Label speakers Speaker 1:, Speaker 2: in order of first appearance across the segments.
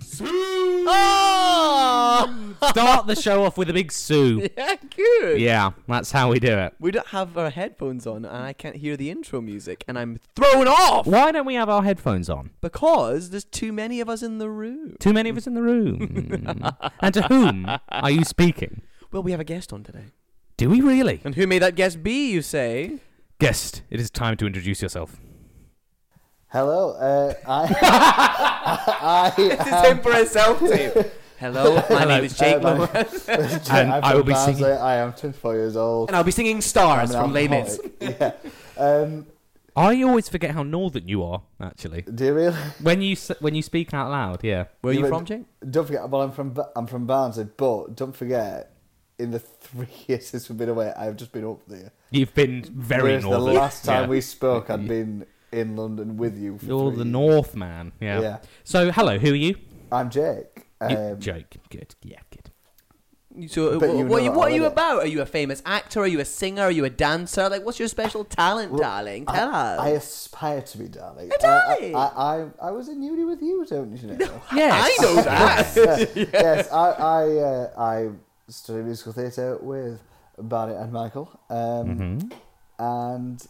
Speaker 1: Sue.
Speaker 2: Oh!
Speaker 1: Start the show off with a big Sue.
Speaker 2: yeah, good.
Speaker 1: Yeah, that's how we do it.
Speaker 2: We don't have our headphones on, and I can't hear the intro music, and I'm thrown off
Speaker 1: Why don't we have our headphones on?
Speaker 2: because there's too many of us in the room.
Speaker 1: Too many of us in the room. and to whom are you speaking?
Speaker 2: Well, we have a guest on today.
Speaker 1: Do we really?
Speaker 2: And who may that guest be, you say?
Speaker 1: Guest, it is time to introduce yourself.
Speaker 3: Hello, uh, I, I
Speaker 2: It's him for himself, too. Hello, my name is Jake
Speaker 3: Um, Hello.
Speaker 2: Lawrence,
Speaker 1: And
Speaker 3: I'm
Speaker 1: I will be
Speaker 3: from
Speaker 1: singing.
Speaker 3: Barnsley. I am 24 years old.
Speaker 2: and I'll be singing Stars
Speaker 3: I'm an
Speaker 2: from Les Mis.
Speaker 3: alcoholic. yeah. Um,
Speaker 1: I always forget how northern you are, actually.
Speaker 3: do you really?
Speaker 1: When you s- when you speak out loud, yeah.
Speaker 2: Where are you
Speaker 3: were-
Speaker 2: from, Jake?
Speaker 3: Don't forget. Well, I'm from Ba- I'm from Barnsley, but don't forget, in the three years since we've been away, I've just been up there.
Speaker 1: You've been very
Speaker 3: Whereas
Speaker 1: northern.
Speaker 3: the last time
Speaker 1: Yeah.
Speaker 3: we spoke, I'd been in London with you. For
Speaker 1: You're
Speaker 3: three
Speaker 1: the
Speaker 3: years.
Speaker 1: north man. Yeah.
Speaker 3: Yeah.
Speaker 1: So, hello, who are you?
Speaker 3: I'm Jake.
Speaker 1: You-
Speaker 3: Um,
Speaker 1: Jake. Good. Yeah, good.
Speaker 2: So, uh,
Speaker 3: Bet
Speaker 2: wh-
Speaker 3: you
Speaker 2: what,
Speaker 3: know
Speaker 2: you- what are
Speaker 3: already.
Speaker 2: you about? Are you a famous actor? Are you a singer? Are you a dancer? Like, what's your special talent,
Speaker 3: Well,
Speaker 2: darling? Tell
Speaker 3: I,
Speaker 2: us.
Speaker 3: I aspire to be, darling.
Speaker 2: Hey, darling!
Speaker 3: I, I, I, I was a nudie with you, don't you know?
Speaker 1: Yes.
Speaker 2: I know that.
Speaker 3: yes, I I, uh, I studied musical theatre with Barry and Michael, um,
Speaker 1: Mm-hmm.
Speaker 3: and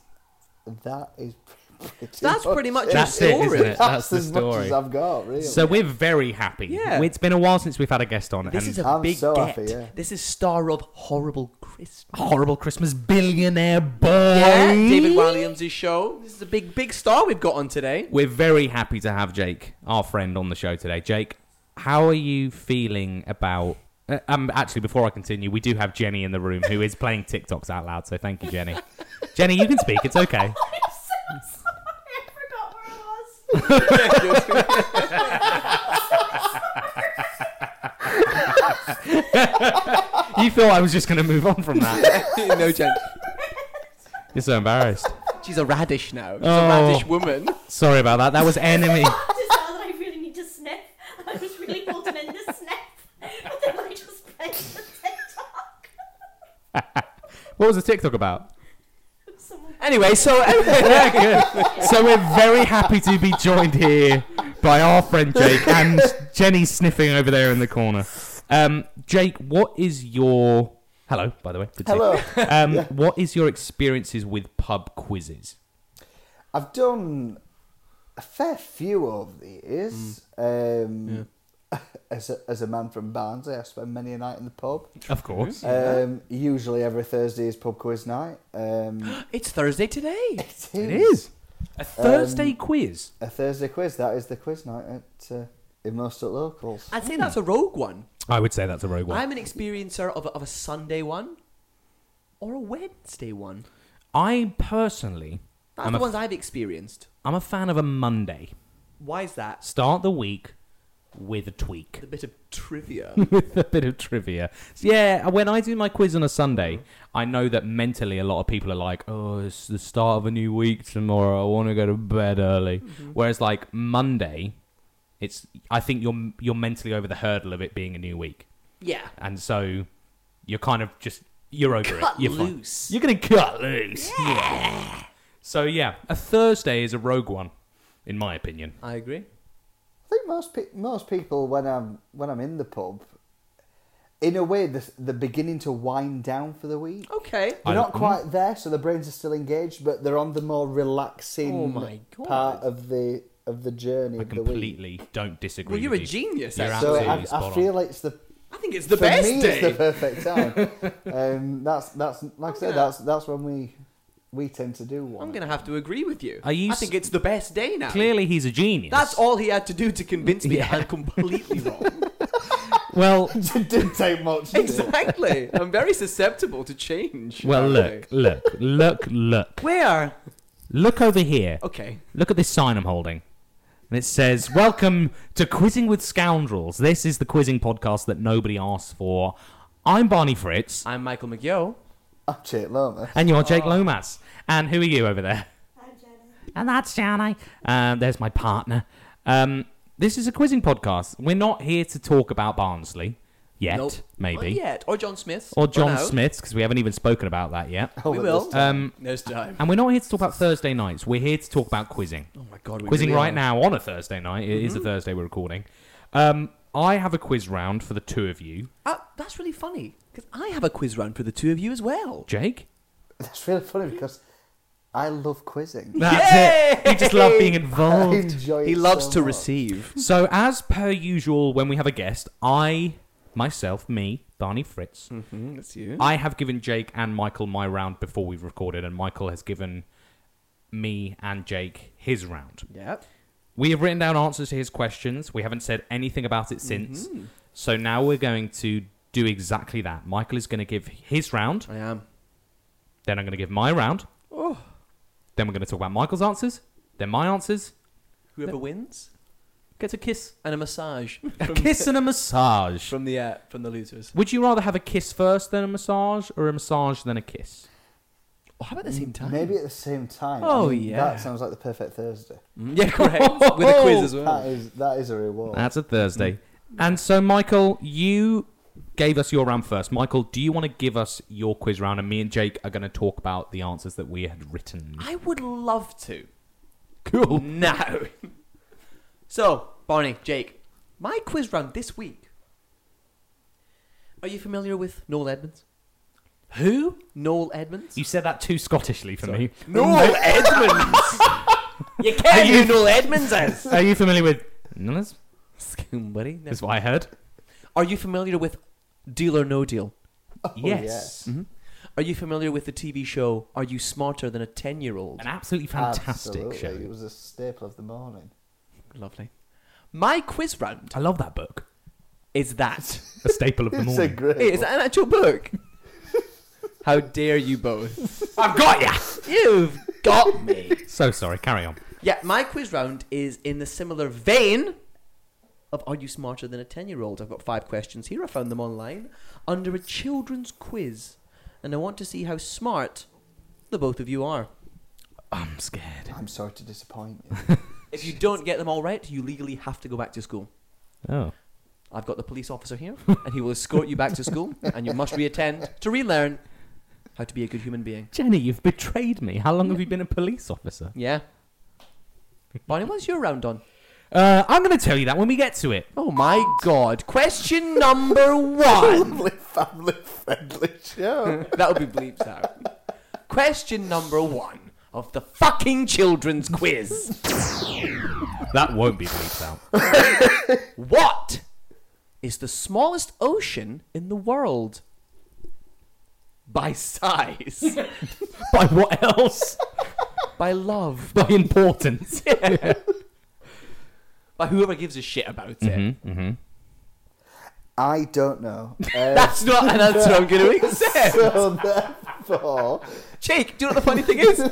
Speaker 3: that is pretty
Speaker 2: That's pretty much
Speaker 3: it.
Speaker 2: your
Speaker 1: That's it, isn't
Speaker 2: story.
Speaker 1: it? That's the
Speaker 3: as much
Speaker 1: story.
Speaker 3: as I've got. Really,
Speaker 1: So we're very happy.
Speaker 2: Yeah.
Speaker 1: It's been a while since we've had a guest on.
Speaker 2: This
Speaker 1: and
Speaker 2: is a
Speaker 3: I'm
Speaker 2: big
Speaker 3: so
Speaker 2: get.
Speaker 3: happy, yeah.
Speaker 2: This is star of horrible Christmas.
Speaker 1: horrible Christmas billionaire boy.
Speaker 2: Yeah, David Williams' show. This is a big, big star we've got on today.
Speaker 1: We're very happy to have Jake, our friend, on the show today. Jake, how are you feeling about? uh, Um, actually, before I continue, we do have Jenny in the room who is playing TikToks out loud. So thank you, Jenny. Jenny, you can speak. It's okay.
Speaker 4: I'm so sorry. I forgot where I was.
Speaker 1: You thought I was just going to move on from that?
Speaker 2: no joke.
Speaker 1: You're so embarrassed.
Speaker 2: She's a radish now. She's
Speaker 1: Oh.
Speaker 2: a radish woman.
Speaker 1: Sorry about that. That was enemy.
Speaker 4: I just now that I really need to sniff. I was really holding in the sniff. But then I just played the TikTok.
Speaker 1: What was the TikTok about?
Speaker 4: Someone
Speaker 2: Anyway, so
Speaker 1: So we're very happy to be joined here by our friend Jake and Jenny sniffing over there in the corner. Um, Jake, what is your hello? By the way, good to see you.
Speaker 3: hello.
Speaker 1: Um, What is your experiences with pub quizzes?
Speaker 3: I've done a fair few over the years.
Speaker 2: Mm.
Speaker 3: Um, As a, as a man from Barnsley, I spend many a night in the pub.
Speaker 1: Of course.
Speaker 3: Um, usually every Thursday is pub quiz night. Um,
Speaker 2: it's Thursday today.
Speaker 1: It is a Thursday quiz.
Speaker 3: A Thursday quiz. That is the quiz night at uh, in most at locals.
Speaker 2: I'd say that's a rogue one.
Speaker 1: I would say that's a rogue one.
Speaker 2: I'm an experiencer of a, of a Sunday one or a Wednesday one.
Speaker 1: I personally,
Speaker 2: That's
Speaker 1: I'm
Speaker 2: the
Speaker 1: a,
Speaker 2: ones I've experienced.
Speaker 1: am a fan of a Monday.
Speaker 2: Why is that?
Speaker 1: Start the week with a tweak.
Speaker 2: A bit of trivia.
Speaker 1: with a bit of trivia. So, yeah, when I do my quiz on a Sunday, I know that mentally a lot of people are like, "Oh, it's the start of a new week tomorrow. I want to go to bed early."
Speaker 2: Mm-hmm.
Speaker 1: Whereas like Monday, it's I think you're you're mentally over the hurdle of it being a new week,
Speaker 2: yeah.
Speaker 1: and so you're kind of just you're over
Speaker 2: Cut
Speaker 1: it. You're fine.
Speaker 2: loose.
Speaker 1: You're gonna cut loose. Yeah. So yeah, a Thursday is a rogue one, in my opinion.
Speaker 2: I agree.
Speaker 3: I think most pe- most people when I'm when I'm in the pub, in a way, the the beginning to wind down for the week.
Speaker 2: Okay.
Speaker 3: They're
Speaker 1: I-
Speaker 3: not
Speaker 1: mm.
Speaker 3: quite there, so the brains are still engaged, but they're on the more relaxing
Speaker 2: Oh my God.
Speaker 3: part of the of the journey
Speaker 1: I
Speaker 3: of the week.
Speaker 1: completely don't disagree.
Speaker 2: Well, you're a
Speaker 1: with you.
Speaker 2: genius.
Speaker 1: You're
Speaker 2: actually.
Speaker 3: So
Speaker 1: absolutely
Speaker 3: I,
Speaker 1: spot
Speaker 3: I
Speaker 1: on.
Speaker 3: feel like it's the
Speaker 2: I think it's the
Speaker 3: for
Speaker 2: best
Speaker 3: me
Speaker 2: day.
Speaker 3: it's the perfect time. um, that's that's like I said,
Speaker 2: Yeah.
Speaker 3: that's that's when we we tend to do one.
Speaker 2: I'm going to have to agree with you.
Speaker 1: Are you
Speaker 2: I
Speaker 1: s-
Speaker 2: think it's the best day now.
Speaker 1: Clearly, he's a genius.
Speaker 2: That's all he had to do to convince me that
Speaker 1: Yeah.
Speaker 2: I'm completely wrong.
Speaker 1: Well,
Speaker 3: Didn't take much. did it?
Speaker 2: exactly. I'm very susceptible to change.
Speaker 1: well,
Speaker 2: apparently.
Speaker 1: look, look, look, look,
Speaker 2: Where?
Speaker 1: look over here.
Speaker 2: Okay.
Speaker 1: Look at this sign I'm holding, and it says, "Welcome to Quizzing with Scoundrels." This is the quizzing podcast that nobody asks for. I'm Barney Fritz,
Speaker 2: I'm Michael McGill.
Speaker 3: I'm Jake Lomas.
Speaker 1: and you're
Speaker 2: Oh.
Speaker 1: Jake Lomas. And who are you over there?
Speaker 4: I'm Jenna.
Speaker 1: And that's Johnny. Um, there's my partner. Um, this is a quizzing podcast. We're not here to talk about Barnsley yet,
Speaker 2: Nope.
Speaker 1: maybe,
Speaker 2: Not yet. Or John Smith.
Speaker 1: or John
Speaker 2: no.
Speaker 1: Smith's 'cause because we haven't even spoken about that yet.
Speaker 3: Oh,
Speaker 2: We
Speaker 3: but
Speaker 2: will.
Speaker 3: this time-
Speaker 1: Um,
Speaker 2: There's time.
Speaker 1: and we're not here to talk about Thursday nights. We're here to talk about quizzing.
Speaker 2: Oh my god, we
Speaker 1: quizzing
Speaker 2: really
Speaker 1: right
Speaker 2: are.
Speaker 1: now on a Thursday night. It is a Thursday we're recording. Um, I have a quiz round for the two of you.
Speaker 2: Uh, that's really funny because I have a quiz round for the two of you as well.
Speaker 1: Jake?
Speaker 3: That's really funny because I love quizzing.
Speaker 1: That's it. You just love being
Speaker 3: I
Speaker 1: involved.
Speaker 3: enjoy
Speaker 2: He
Speaker 3: it
Speaker 2: loves
Speaker 3: so
Speaker 2: to
Speaker 3: much.
Speaker 2: receive.
Speaker 1: So, as per usual, when we have a guest, I, myself, me, Barney Fritz,
Speaker 2: Mm-hmm, that's you.
Speaker 1: I have given Jake and Michael my round before we've recorded, and Michael has given me and Jake his round.
Speaker 2: Yep.
Speaker 1: We have written down answers to his questions. We haven't said anything about it since. So now we're going to do exactly that. Michael is going to give his round.
Speaker 2: I am.
Speaker 1: Then I'm going to give my round.
Speaker 2: Oh.
Speaker 1: Then we're going to talk about Michael's answers. Then my answers.
Speaker 2: Whoever wins
Speaker 1: Gets a kiss.
Speaker 2: and a massage
Speaker 1: A
Speaker 2: from,
Speaker 1: kiss and a massage.
Speaker 2: from the uh, from the losers.
Speaker 1: Would you rather have a kiss first than a massage, or a massage than a kiss?
Speaker 2: Oh, how about the same time?
Speaker 3: Maybe at the same time.
Speaker 2: Oh, yeah.
Speaker 3: That sounds like the perfect Thursday.
Speaker 2: Mm, Yeah, correct. With a quiz as
Speaker 3: That
Speaker 2: well.
Speaker 3: is that is a reward.
Speaker 1: That's a Thursday. And so, Michael, you gave us your round first. Michael, do you want to give us your quiz round? And me and Jake are going to talk about the answers that we had written.
Speaker 2: I would love to.
Speaker 1: Cool.
Speaker 2: No. so, Barney, Jake, my quiz round this week. Are you familiar with Noel Edmonds? Who? Noel Edmonds?
Speaker 1: You said that too Scottishly for me.
Speaker 2: Noel Edmonds! you can't you Noel Edmonds as!
Speaker 1: Are you familiar with Nunners?
Speaker 2: Somebody. no.
Speaker 1: Is what I heard.
Speaker 2: Are you familiar with Deal or No Deal?
Speaker 1: yes.
Speaker 2: Are you familiar with the TV show Are You Smarter Than a 10 Year Old?
Speaker 1: An absolutely fantastic
Speaker 3: Absolutely. It
Speaker 1: show.
Speaker 3: was a staple of the morning.
Speaker 2: Lovely. My quiz round
Speaker 1: I love that book.
Speaker 2: is that.
Speaker 1: A staple of the
Speaker 3: It's a
Speaker 1: morning.
Speaker 3: great.
Speaker 2: Hey, is
Speaker 3: book.
Speaker 2: that an actual book? How dare you both?
Speaker 1: I've got ya.
Speaker 2: You've got me.
Speaker 1: So sorry. Carry on.
Speaker 2: Yeah, my quiz round is in the similar vein of Are You Smarter Than a 10 Year Old? I've got five questions here. I found them online under a children's quiz. And I want to see how smart the both of you are.
Speaker 1: I'm scared.
Speaker 3: I'm sorry to disappoint you.
Speaker 2: If you don't get them all right, you legally have to go back to school.
Speaker 1: Oh.
Speaker 2: I've got the police officer here, and he will escort you back to school, and you must reattend to relearn how to be a good human being.
Speaker 1: Jenny, you've betrayed me. How long have you been a police officer?
Speaker 2: Yeah. Barney, what's your round on?
Speaker 1: Uh, I'm going to tell you that when we get to it.
Speaker 2: Oh my god. Question number one.
Speaker 3: Lovely family friendly show.
Speaker 2: That'll be bleeped out. Question number one of the fucking children's quiz.
Speaker 1: That won't be bleeped out.
Speaker 2: What is the smallest ocean in the world? By size.
Speaker 1: By what else?
Speaker 2: By love.
Speaker 1: By importance.
Speaker 2: By whoever gives a shit about it.
Speaker 3: I don't know. Uh,
Speaker 2: That's not an answer I'm going to accept.
Speaker 3: so therefore,
Speaker 2: Jake, do you know what the funny thing is?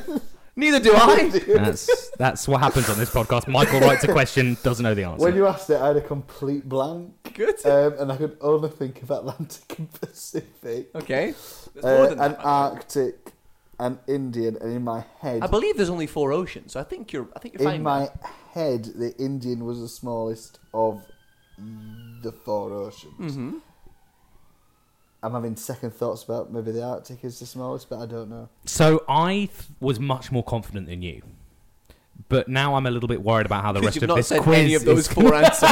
Speaker 2: Neither do I.
Speaker 1: That's that's what happens on this podcast. Michael writes a question, doesn't know the answer.
Speaker 3: when you asked it, I had a complete blank,
Speaker 2: Good.
Speaker 3: um, and I could only think of Atlantic and Pacific,
Speaker 2: Okay. There's
Speaker 3: uh,
Speaker 2: more than
Speaker 3: and
Speaker 2: that.
Speaker 3: Arctic, and Indian, and in my head,
Speaker 2: I believe there's only four oceans, so I think you're. I think you're fine.
Speaker 3: in my head, the Indian was the smallest of the four oceans.
Speaker 2: Mm-hmm.
Speaker 3: I'm having second thoughts about maybe the Arctic is the smallest, but I don't know.
Speaker 1: so I th- was much more confident than you, but now I'm a little bit worried about how the rest
Speaker 2: Because you've
Speaker 1: of
Speaker 2: not
Speaker 1: this
Speaker 2: said
Speaker 1: quiz
Speaker 2: any of those
Speaker 1: is.
Speaker 2: four answers.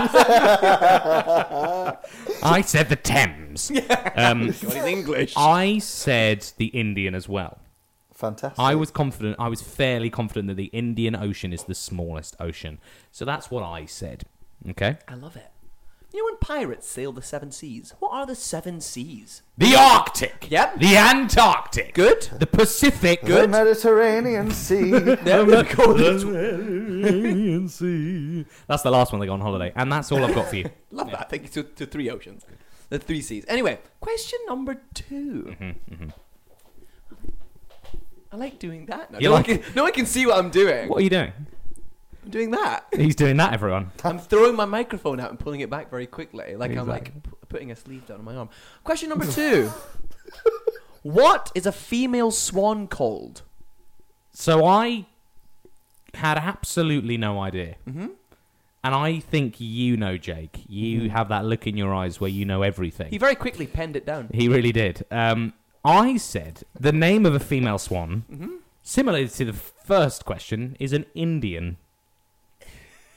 Speaker 1: I said the Thames. Um,
Speaker 2: in English.
Speaker 1: I said the Indian as well.
Speaker 3: Fantastic.
Speaker 1: I was confident. I was fairly confident that the Indian Ocean is the smallest ocean. So that's what I said. Okay.
Speaker 2: I love it. You know when pirates sail the seven seas? What are the seven seas?
Speaker 1: The Arctic.
Speaker 2: Yep.
Speaker 1: The Antarctic.
Speaker 2: Good.
Speaker 1: The Pacific.
Speaker 3: the Mediterranean Sea.
Speaker 2: There we go.
Speaker 1: That's the last one they go on holiday, and that's all I've got for you.
Speaker 2: Love that. Thank you to, to three oceans. The three seas. Anyway, question number 2
Speaker 1: Mm-hmm,
Speaker 2: I like doing that. Now.
Speaker 1: You
Speaker 2: No,
Speaker 1: like-
Speaker 2: one can, no one can see what I'm doing.
Speaker 1: What are you doing?
Speaker 2: I'm doing that.
Speaker 1: He's doing that, everyone.
Speaker 2: I'm throwing my microphone out and pulling it back very quickly, like I'm like
Speaker 1: Exactly.
Speaker 2: p- putting a sleeve down on my arm. Question number two: What is a female swan called?
Speaker 1: So I had absolutely no idea,
Speaker 2: Mm-hmm.
Speaker 1: and I think you know, Jake. You
Speaker 2: Mm-hmm.
Speaker 1: have that look in your eyes where you know everything.
Speaker 2: He very quickly penned it down.
Speaker 1: He really did. Um, I said the name of a female
Speaker 2: Mm-hmm.
Speaker 1: swan, similar to the first question, is an Indian.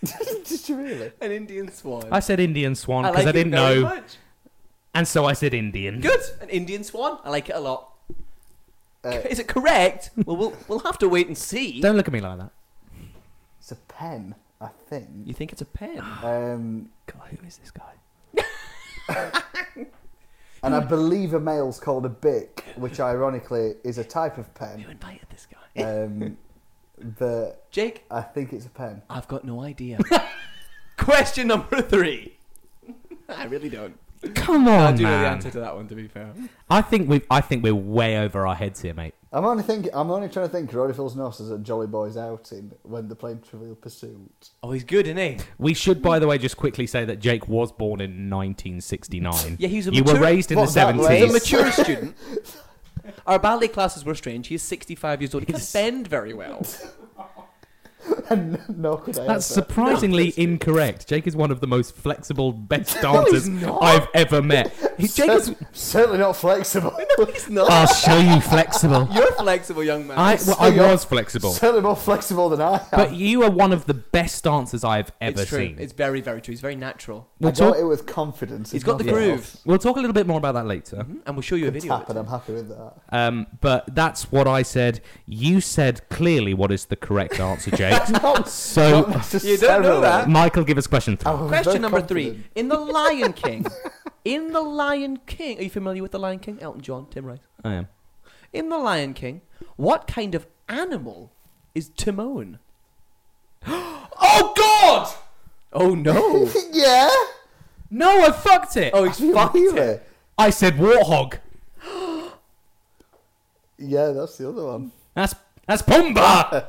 Speaker 3: Did you really?
Speaker 2: An Indian swan.
Speaker 1: I said Indian swan because I,
Speaker 2: like it
Speaker 1: didn't
Speaker 2: very
Speaker 1: know,
Speaker 2: much.
Speaker 1: and so I said Indian.
Speaker 2: Good. An Indian swan. I like it a lot.
Speaker 3: Uh,
Speaker 2: Is it correct? well, we'll we'll have to wait and see.
Speaker 1: Don't look at me like that.
Speaker 3: it's a pen, I think.
Speaker 2: You think it's a pen?
Speaker 3: Um,
Speaker 1: Ah, God, who is this guy?
Speaker 2: Hmm.
Speaker 3: and I believe a male's called a bic, which ironically is a type of pen.
Speaker 2: Who invited this guy?
Speaker 3: Um, but
Speaker 2: Jake,
Speaker 3: I think it's a pen.
Speaker 2: I've got no idea. Question number three. I really don't.
Speaker 1: Come
Speaker 2: I
Speaker 1: on,
Speaker 2: do know the
Speaker 1: Oh, man.
Speaker 2: answer to that one, to be fair.
Speaker 1: I think we, I think we're way over our heads here, mate.
Speaker 3: I'm only thinking. I'm only trying to think. Roddy Phil's Noss is a Jolly Boys outing when they're playing Trivial Pursuit.
Speaker 2: Oh, he's good, isn't he?
Speaker 1: We should, by the way, just quickly say that Jake was born in 1969.
Speaker 2: Yeah, he's a
Speaker 1: you were
Speaker 2: mature-
Speaker 1: raised in the
Speaker 3: What's that, raised?
Speaker 2: He's a
Speaker 1: 70s.
Speaker 2: mature student. Our ballet classes were strange. He's 65 years old. He can
Speaker 1: He's-
Speaker 2: bend very well.
Speaker 3: and no, could I
Speaker 1: That's
Speaker 3: answer.
Speaker 1: surprisingly incorrect. Jake is one of the most flexible, best dancers I've ever met. He- Jake is.
Speaker 3: Cer- certainly not flexible.
Speaker 2: He's not.
Speaker 1: I'll show you flexible.
Speaker 2: You're flexible, young man.
Speaker 1: I, well, I was flexible,
Speaker 3: certainly more flexible than I am.
Speaker 1: but you are one of the best dancers I've ever
Speaker 2: it's true.
Speaker 1: seen.
Speaker 2: It's very, very true. He's very natural.
Speaker 3: I
Speaker 1: We'll
Speaker 3: got
Speaker 1: talk,
Speaker 3: it with confidence.
Speaker 2: He's
Speaker 3: if
Speaker 2: got the
Speaker 3: nothing
Speaker 2: groove.
Speaker 3: else.
Speaker 1: we'll talk a little bit more about that later.
Speaker 2: And we'll show you a video. of
Speaker 3: Tap
Speaker 2: it.
Speaker 3: and I'm happy with that.
Speaker 1: Um, but that's what I said. You said clearly what is the correct answer, Jake.
Speaker 3: Not
Speaker 1: so,
Speaker 3: necessarily.
Speaker 2: that.
Speaker 1: Michael, give us question
Speaker 3: I
Speaker 1: three.
Speaker 3: was very
Speaker 2: Question number three.
Speaker 3: confident.
Speaker 2: In The Lion King. In The Lion King. Are you familiar with The Lion King? Elton John, Tim Rice.
Speaker 1: I am.
Speaker 2: In The Lion King, what kind of animal is Timon? oh, God! Oh, no.
Speaker 3: yeah.
Speaker 1: No, I fucked it.
Speaker 2: Oh, he's fucked it.
Speaker 3: Really?
Speaker 1: I said warthog.
Speaker 3: Yeah, that's the other one.
Speaker 1: That's that's Pumbaa.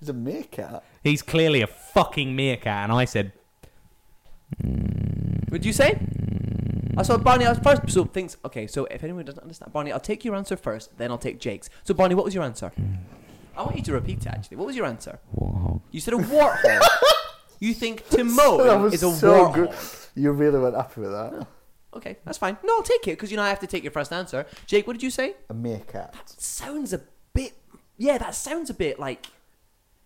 Speaker 3: He's a meerkat.
Speaker 1: He's clearly a fucking meerkat, and I said
Speaker 2: Would you say? I saw Barney. I was first. So thinks. Okay. So if anyone doesn't understand, Barney, I'll take your answer first. Then I'll take Jake's. So Barney, what was your answer? I want you to repeat it. Actually, what was your answer?
Speaker 1: warthog.
Speaker 2: You said a warthog. you think
Speaker 3: That
Speaker 2: Timon
Speaker 3: was
Speaker 2: is a
Speaker 3: so
Speaker 2: warthog.
Speaker 3: good. You really weren't happy with that.
Speaker 2: Okay, that's fine. No, I'll take it because you know I have to take your first answer. Jake, what did you say?
Speaker 3: A meerkat.
Speaker 2: Sounds a bit. Yeah, that sounds a bit like.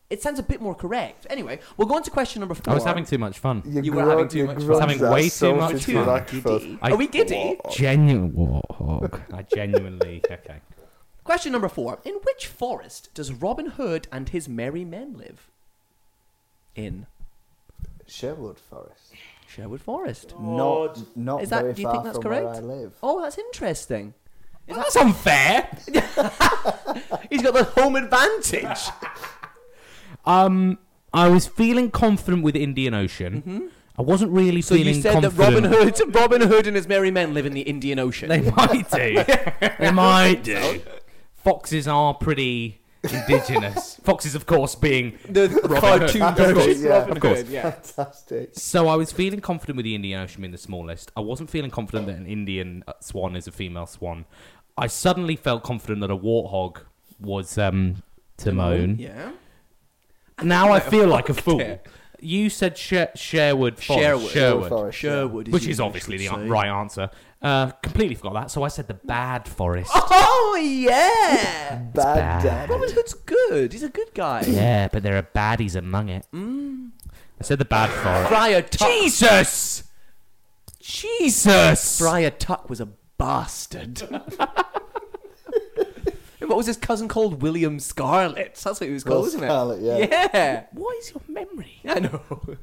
Speaker 2: It sounds a bit more correct. Anyway, we'll go on to question number four.
Speaker 1: I was having too much fun.
Speaker 3: You,
Speaker 2: You were
Speaker 3: grunt-
Speaker 2: having too
Speaker 3: you
Speaker 2: much fun.
Speaker 3: grunt
Speaker 1: Having
Speaker 3: that
Speaker 1: way too
Speaker 3: so
Speaker 1: much
Speaker 3: much
Speaker 1: fun.
Speaker 3: like fuss.
Speaker 2: Giddy.
Speaker 1: I-
Speaker 2: Are we giddy?
Speaker 1: Genuine warthog. I genuinely. Okay.
Speaker 2: Question number four. In which forest does Robin Hood and his merry men live? In
Speaker 3: Sherwood Forest.
Speaker 2: Sherwood Forest.
Speaker 3: Not, not
Speaker 2: Is that-
Speaker 3: very
Speaker 2: do you
Speaker 3: far
Speaker 2: think that's
Speaker 3: from where
Speaker 2: correct?
Speaker 3: I live.
Speaker 2: Oh, that's interesting.
Speaker 1: Well, that's unfair.
Speaker 2: He's got the home advantage.
Speaker 1: Um, I was feeling confident with Indian Ocean. I wasn't really
Speaker 2: Mm-hmm. So
Speaker 1: feeling
Speaker 2: you said that
Speaker 1: confident.
Speaker 2: Robin Hood, Robin Hood and his merry men live in the Indian Ocean.
Speaker 1: They might do. they might do. Foxes are pretty indigenous. Foxes, of course, being
Speaker 2: the
Speaker 1: Hood.
Speaker 2: cartoon
Speaker 3: Of course,
Speaker 2: version.
Speaker 3: yeah.
Speaker 1: Of course.
Speaker 3: Fantastic.
Speaker 1: So I was feeling confident with the Indian Ocean being the smallest. I wasn't feeling confident that an Indian uh, swan is a female swan. I suddenly felt confident that a warthog was um, Timon.
Speaker 2: Yeah.
Speaker 1: Now I feel like a fool.
Speaker 2: it.
Speaker 1: You said Sher- Sherwood Forest.
Speaker 2: Sherwood.
Speaker 1: Sherwood.
Speaker 3: Forest, yeah.
Speaker 2: Sherwood, is
Speaker 1: Which
Speaker 2: the
Speaker 1: is
Speaker 2: English
Speaker 1: obviously
Speaker 2: would
Speaker 1: the
Speaker 2: say.
Speaker 1: right answer. Uh, completely forgot that, so I said the bad forest.
Speaker 2: Oh yeah.
Speaker 3: Bad
Speaker 1: bad.
Speaker 3: dad.
Speaker 2: Robin Hood's good. He's a good guy.
Speaker 1: Yeah, but there are baddies among it.
Speaker 2: Mm.
Speaker 1: I said the bad forest.
Speaker 2: Friar Tuck.
Speaker 1: Jesus! Jesus!
Speaker 2: Friar Tuck was a bastard. what was his cousin called? William Scarlet. That's what he was called,
Speaker 3: Well,
Speaker 2: wasn't
Speaker 3: Scarlet, yeah.
Speaker 2: it? Yeah.
Speaker 1: What is your memory?
Speaker 2: I know.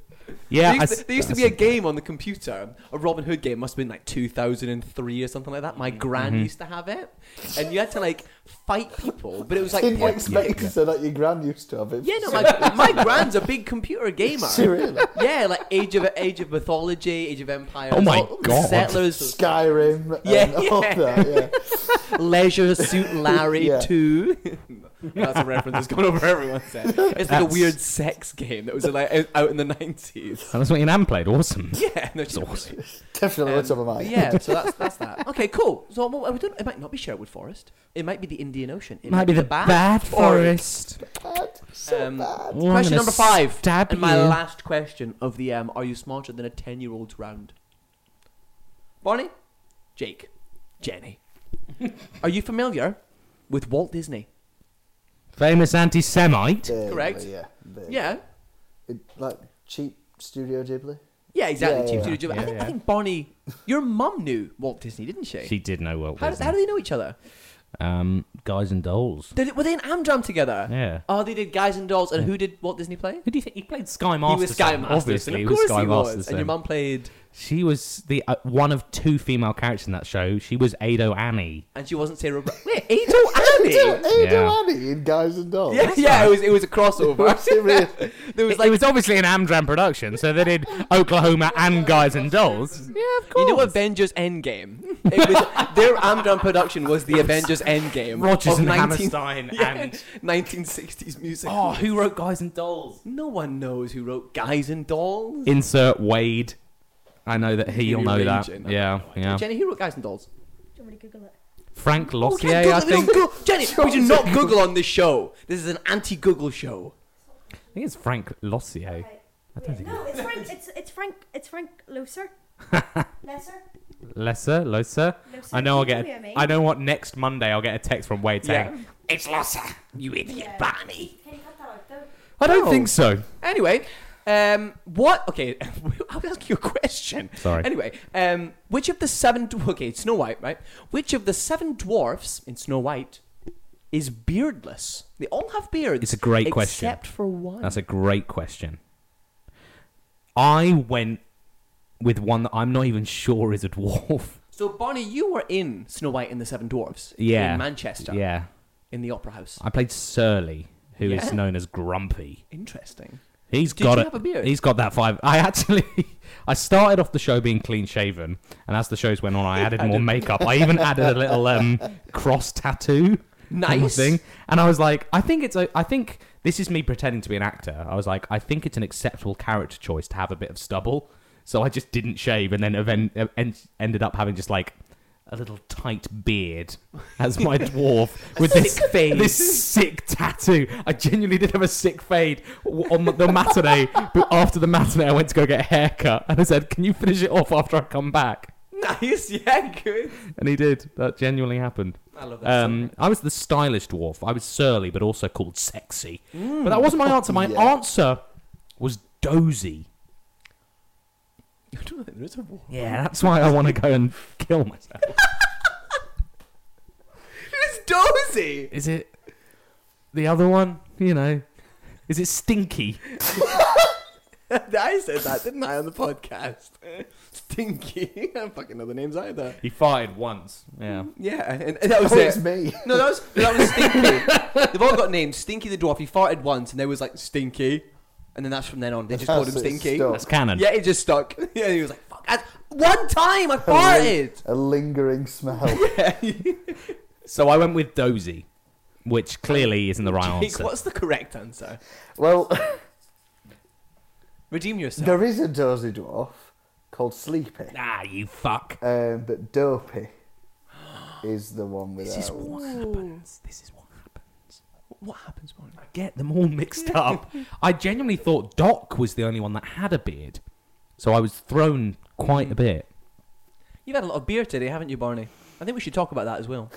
Speaker 1: Yeah,
Speaker 2: there
Speaker 1: I
Speaker 2: used,
Speaker 1: s-
Speaker 2: to, there used to
Speaker 1: I
Speaker 2: be a
Speaker 1: said-
Speaker 2: game on the computer, a Robin Hood game. Must have been like 2003 or something like that. My
Speaker 1: Mm-hmm.
Speaker 2: gran used to have it, and you had to like fight people, but it was like
Speaker 3: Didn't you
Speaker 2: point-
Speaker 3: expect to say that your gran used to have it?
Speaker 2: yeah, no, my, my gran's a big computer gamer.
Speaker 3: She really?
Speaker 2: Yeah, like Age of Age of Mythology, Age of Empires.
Speaker 1: Oh my
Speaker 2: all- all the
Speaker 1: God.
Speaker 2: Settlers,
Speaker 3: Skyrim
Speaker 2: Yeah,
Speaker 3: and all
Speaker 2: yeah.
Speaker 3: that, yeah.
Speaker 2: Leisure Suit Larry
Speaker 3: Yeah.
Speaker 2: Two. That's a reference that's gone over everyone's head. It's like a
Speaker 1: That's-
Speaker 2: weird sex game that was like out- out in the 90s.
Speaker 1: That was what your nan played. Awesome.
Speaker 2: Yeah, no, it's
Speaker 1: awesome.
Speaker 3: Definitely went over mine.
Speaker 2: yeah, so that's that's that. Okay, cool. So well, we don't, it might not be Sherwood Forest. It might be the Indian Ocean. It
Speaker 1: Might be the bad, forest.
Speaker 3: Bad, so
Speaker 2: Um,
Speaker 3: bad.
Speaker 1: Oh, I'm
Speaker 2: Question
Speaker 1: gonna
Speaker 2: number five.
Speaker 1: Stab
Speaker 2: and my
Speaker 1: you.
Speaker 2: last question of the um, Are You Smarter Than a 10 Year Old's round? Bonnie, Jake, Jenny. Are you familiar with Walt Disney?
Speaker 1: Famous anti Semite.
Speaker 3: Vaguely,
Speaker 2: correct.
Speaker 3: Yeah. vaguely.
Speaker 2: Yeah.
Speaker 3: It, like cheap Studio Ghibli.
Speaker 2: Yeah, exactly.
Speaker 3: Yeah,
Speaker 2: Chief
Speaker 3: yeah,
Speaker 2: Studio Ghibli. I,
Speaker 1: yeah,
Speaker 2: think, I
Speaker 1: yeah.
Speaker 2: think Bonnie, your mum knew Walt Disney, didn't she?
Speaker 1: She did know Walt
Speaker 2: how,
Speaker 1: Disney.
Speaker 2: how do they know each other?
Speaker 1: um, guys and dolls.
Speaker 2: Did, were they in Amdram together?
Speaker 1: Yeah.
Speaker 2: Oh, they did Guys and Dolls, and who did Walt Disney play?
Speaker 1: Who do you think he played? Sky Masterson.
Speaker 2: he was Sky Masterson.
Speaker 1: Obviously,
Speaker 2: of
Speaker 1: he was
Speaker 2: course
Speaker 1: Sky
Speaker 2: he was.
Speaker 1: Masterson.
Speaker 2: And your mum played,
Speaker 1: She was the uh, one of two female characters in that show. She was Ado Annie.
Speaker 2: and she wasn't Sarah. Bra- Wait, Ado Annie.
Speaker 3: Hey,
Speaker 1: Yeah.
Speaker 3: Annie in Guys and Dolls.
Speaker 2: Yeah, yeah, it was it was a crossover.
Speaker 3: Serious.
Speaker 2: there
Speaker 1: It,
Speaker 2: was
Speaker 1: it
Speaker 2: like
Speaker 1: was obviously an Amdram production, so they did Oklahoma and Guys and Dolls. Yeah, of course.
Speaker 2: you know Avengers Endgame. It was their Amdram production was the Avengers Endgame.
Speaker 1: Rogers
Speaker 2: of
Speaker 1: and
Speaker 2: 19
Speaker 1: Hammerstein
Speaker 2: yeah,
Speaker 1: and
Speaker 2: 1960s music.
Speaker 1: oh, who wrote Guys and Dolls?
Speaker 2: No one knows who wrote Guys and Dolls.
Speaker 1: Insert Wade. I know that he'll
Speaker 2: Jimmy
Speaker 1: know
Speaker 2: Ragin.
Speaker 1: that. Yeah,
Speaker 2: Oh,
Speaker 1: yeah.
Speaker 2: Jenny, who wrote Guys and Dolls?
Speaker 4: Do you want me to Google it?
Speaker 1: Frank
Speaker 2: Okay,
Speaker 1: Lossier,
Speaker 2: Google-
Speaker 1: I
Speaker 2: we don't
Speaker 1: think. I
Speaker 2: Google- Jenny, we do not Google on this show. This is an anti-Google show.
Speaker 1: think it's Frank Lossier.
Speaker 4: Okay.
Speaker 1: I don't think
Speaker 4: no, it's Frank. It's it's Frank. It's Frank Loser. Lesser.
Speaker 1: Lesser, Loser.
Speaker 4: Loser.
Speaker 1: I know I'll
Speaker 4: you
Speaker 1: get.
Speaker 4: what
Speaker 1: A,
Speaker 4: mean.
Speaker 1: I know what next Monday I'll get a text from Wade saying,
Speaker 2: Yeah.
Speaker 1: "It's Loser, you idiot,
Speaker 4: Yeah.
Speaker 1: Barney."
Speaker 4: Can you cut that out though?
Speaker 1: I don't
Speaker 2: No.
Speaker 1: think so.
Speaker 2: Oh. Anyway, um, what? Okay, I will ask you a question.
Speaker 1: Sorry.
Speaker 2: Anyway, um, which of the seven? d- Okay, Snow White, right? Which of the seven dwarfs in Snow White is beardless? They all have beards.
Speaker 1: It's a great question.
Speaker 2: except for one.
Speaker 1: That's a great question. I went with one that I'm not even sure is a dwarf.
Speaker 2: so, Bonnie, you were in Snow White and the Seven Dwarfs.
Speaker 1: Yeah.
Speaker 2: In Manchester.
Speaker 1: Yeah.
Speaker 2: In the Opera House.
Speaker 1: I played Surly, who is
Speaker 2: Yeah.
Speaker 1: known as Grumpy.
Speaker 2: Interesting.
Speaker 1: He's
Speaker 2: Did
Speaker 1: got
Speaker 2: you
Speaker 1: it.
Speaker 2: have a beard?
Speaker 1: He's got that five. I actually, I started off the show being clean shaven, and as the shows went on, I added more makeup. I even added a little um, cross tattoo. kind of
Speaker 2: Nice.
Speaker 1: thing. And I was like, I think it's a. I think this is me pretending to be an actor. I was like, I think it's an acceptable character choice to have a bit of stubble. So I just didn't shave, and then event, en- ended up having just like a little tight beard as my dwarf with this
Speaker 2: sick fade.
Speaker 1: this sick tattoo. I genuinely did have a sick fade w- on the matinee, but after the matinee, I went to go get a haircut, and I said, "Can you finish it off after I come back?"
Speaker 2: Nice. Yeah. Good.
Speaker 1: And he did. That genuinely happened.
Speaker 2: I love that.
Speaker 1: Um, I was the stylish dwarf. I was surly, but also called sexy. But that wasn't my answer. My
Speaker 3: Yeah.
Speaker 1: answer was dozy.
Speaker 2: I don't think there is a war.
Speaker 1: Yeah, that's why I want to go and kill myself.
Speaker 2: Who's dozy?
Speaker 1: Is it the other one? You know, is it stinky?
Speaker 2: I said that, didn't I, on the podcast? Stinky. I don't fucking know the names either.
Speaker 1: He fired once. Yeah.
Speaker 2: Yeah, and and that was
Speaker 3: Oh, it's
Speaker 2: it.
Speaker 3: me.
Speaker 2: No, that was that was Stinky. They've all got names. Stinky the dwarf. He farted once, and there was like Stinky, and then that's from then on. They just called him
Speaker 3: That's it,
Speaker 2: Stinky.
Speaker 3: stuck.
Speaker 1: That's canon.
Speaker 2: Yeah, it just stuck. Yeah, he was like, "Fuck!" That's one time I farted.
Speaker 3: A lingering smell.
Speaker 1: So I went with dozy, which clearly isn't the right
Speaker 2: Jake,
Speaker 1: answer.
Speaker 2: what's the correct answer?
Speaker 3: well,
Speaker 2: Redeem yourself.
Speaker 3: there is a dozy dwarf called Sleepy,
Speaker 1: Ah, you fuck.
Speaker 3: um, but Dopey is the one
Speaker 1: This is
Speaker 3: without.
Speaker 1: what happens. This is what happens.
Speaker 2: What happens, Bonnie?
Speaker 1: I get them all mixed up. I genuinely thought Doc was the only one that had a beard, so I was thrown quite a bit.
Speaker 2: You've had a lot of beer today, haven't you, Barney? I think we should talk about that as well.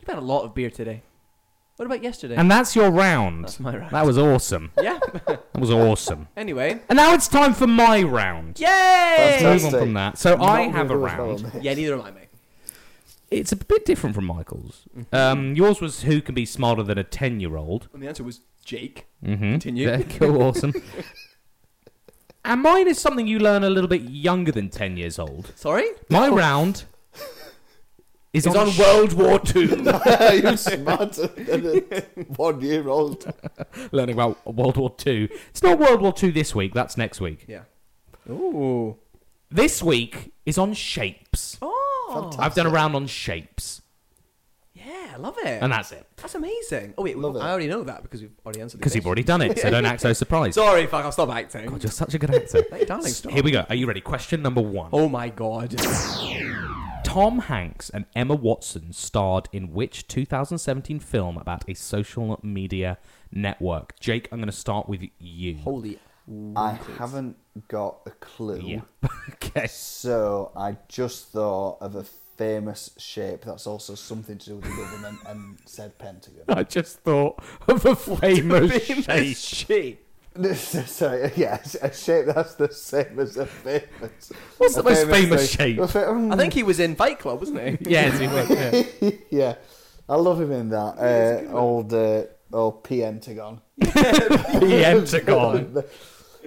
Speaker 2: You've had a lot of beer today. What about yesterday?
Speaker 1: And that's your round.
Speaker 2: That's my round.
Speaker 1: That was awesome.
Speaker 2: yeah.
Speaker 1: That was awesome.
Speaker 2: anyway.
Speaker 1: And now it's time for my round.
Speaker 2: Yay!
Speaker 1: Let's
Speaker 3: Fantastic.
Speaker 1: move on from that. So
Speaker 3: Not
Speaker 1: I have a
Speaker 3: gonna do well on
Speaker 1: round.
Speaker 3: this.
Speaker 2: Yeah, neither am I, mate.
Speaker 1: It's a bit different from Michael's.
Speaker 2: Mm-hmm.
Speaker 1: Um, yours was who can be smarter than a ten-year-old.
Speaker 2: And the answer was Jake.
Speaker 1: Mm-hmm.
Speaker 2: Continue.
Speaker 1: Yeah, cool, awesome. and mine is something you learn a little bit younger than ten years old.
Speaker 2: Sorry?
Speaker 1: My round is
Speaker 2: Oh. It's
Speaker 1: on,
Speaker 2: on World War Two.
Speaker 3: You're smarter than a one-year-old.
Speaker 1: learning about World War Two. It's not World War Two this week. That's next week.
Speaker 2: yeah. Ooh.
Speaker 1: This week is on shapes.
Speaker 2: Oh.
Speaker 1: I've done a round on shapes,
Speaker 2: Yeah, love it.
Speaker 1: and that's it
Speaker 2: That's amazing. Oh, wait,
Speaker 3: Love
Speaker 2: I
Speaker 3: it.
Speaker 2: already know that because we've already answered the
Speaker 1: because you've
Speaker 2: question.
Speaker 1: already done it. So don't act so surprised.
Speaker 2: Sorry, fuck, I'll stop acting.
Speaker 1: God, you're such a good actor.
Speaker 2: Hey, darling,
Speaker 1: S-
Speaker 2: stop.
Speaker 1: Here we go. Are you ready? Question number one.
Speaker 2: Oh my god.
Speaker 1: Tom Hanks and Emma Watson starred in which 2017 film about a social media network? Jake, I'm going to start with you.
Speaker 2: Holy.
Speaker 3: I haven't got a clue.
Speaker 1: yeah. okay.
Speaker 3: So I just thought of a famous shape that's also something to do with the government and said Pentagon.
Speaker 1: I just thought of a famous shape.
Speaker 2: She.
Speaker 3: Sorry, yes, a shape that's the same as a famous.
Speaker 1: What's the
Speaker 3: a
Speaker 1: most famous
Speaker 3: thing.
Speaker 1: shape?
Speaker 3: A fa-
Speaker 2: I think he was in Fight Club, wasn't he?
Speaker 1: yes, he was. Yeah.
Speaker 3: yeah, I love him in that uh, old uh, old Pentagon.
Speaker 1: The Pentagon.
Speaker 3: but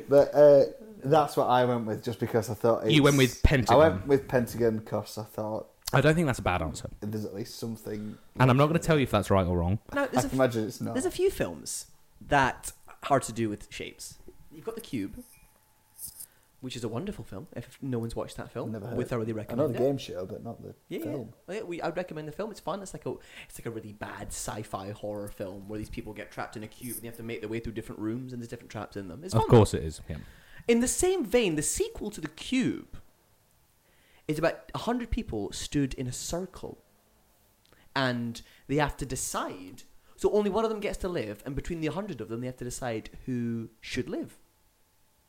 Speaker 3: but, uh, that's what I went with, just because I thought it's,
Speaker 1: You went with Pentagon.
Speaker 3: I went with Pentagon because I thought
Speaker 1: I don't think that's a bad answer.
Speaker 3: there's at least something.
Speaker 1: And I'm not going to tell you if that's right or wrong.
Speaker 2: No,
Speaker 3: I
Speaker 2: there's
Speaker 3: can
Speaker 2: a,
Speaker 3: imagine it's not.
Speaker 2: there's a few films that are to do with shapes. You've got The Cube, which is a wonderful film. If no one's watched that film,
Speaker 3: Never heard
Speaker 2: we
Speaker 3: of it.
Speaker 2: thoroughly
Speaker 3: I
Speaker 2: recommend
Speaker 3: know the
Speaker 2: it.
Speaker 3: game show, but not the
Speaker 2: Yeah, Oh,
Speaker 3: film.
Speaker 2: yeah. we, I'd recommend the film. It's fun. It's like a, it's like a really bad sci-fi horror film where these people get trapped in a cube and they have to make their way through different rooms and there's different traps in them. It's fun.
Speaker 1: Of course it is. Yeah.
Speaker 2: In the same vein, the sequel to The Cube is about 100 people stood in a circle and they have to decide. So only one of them gets to live, and between the 100 of them, they have to decide who should live,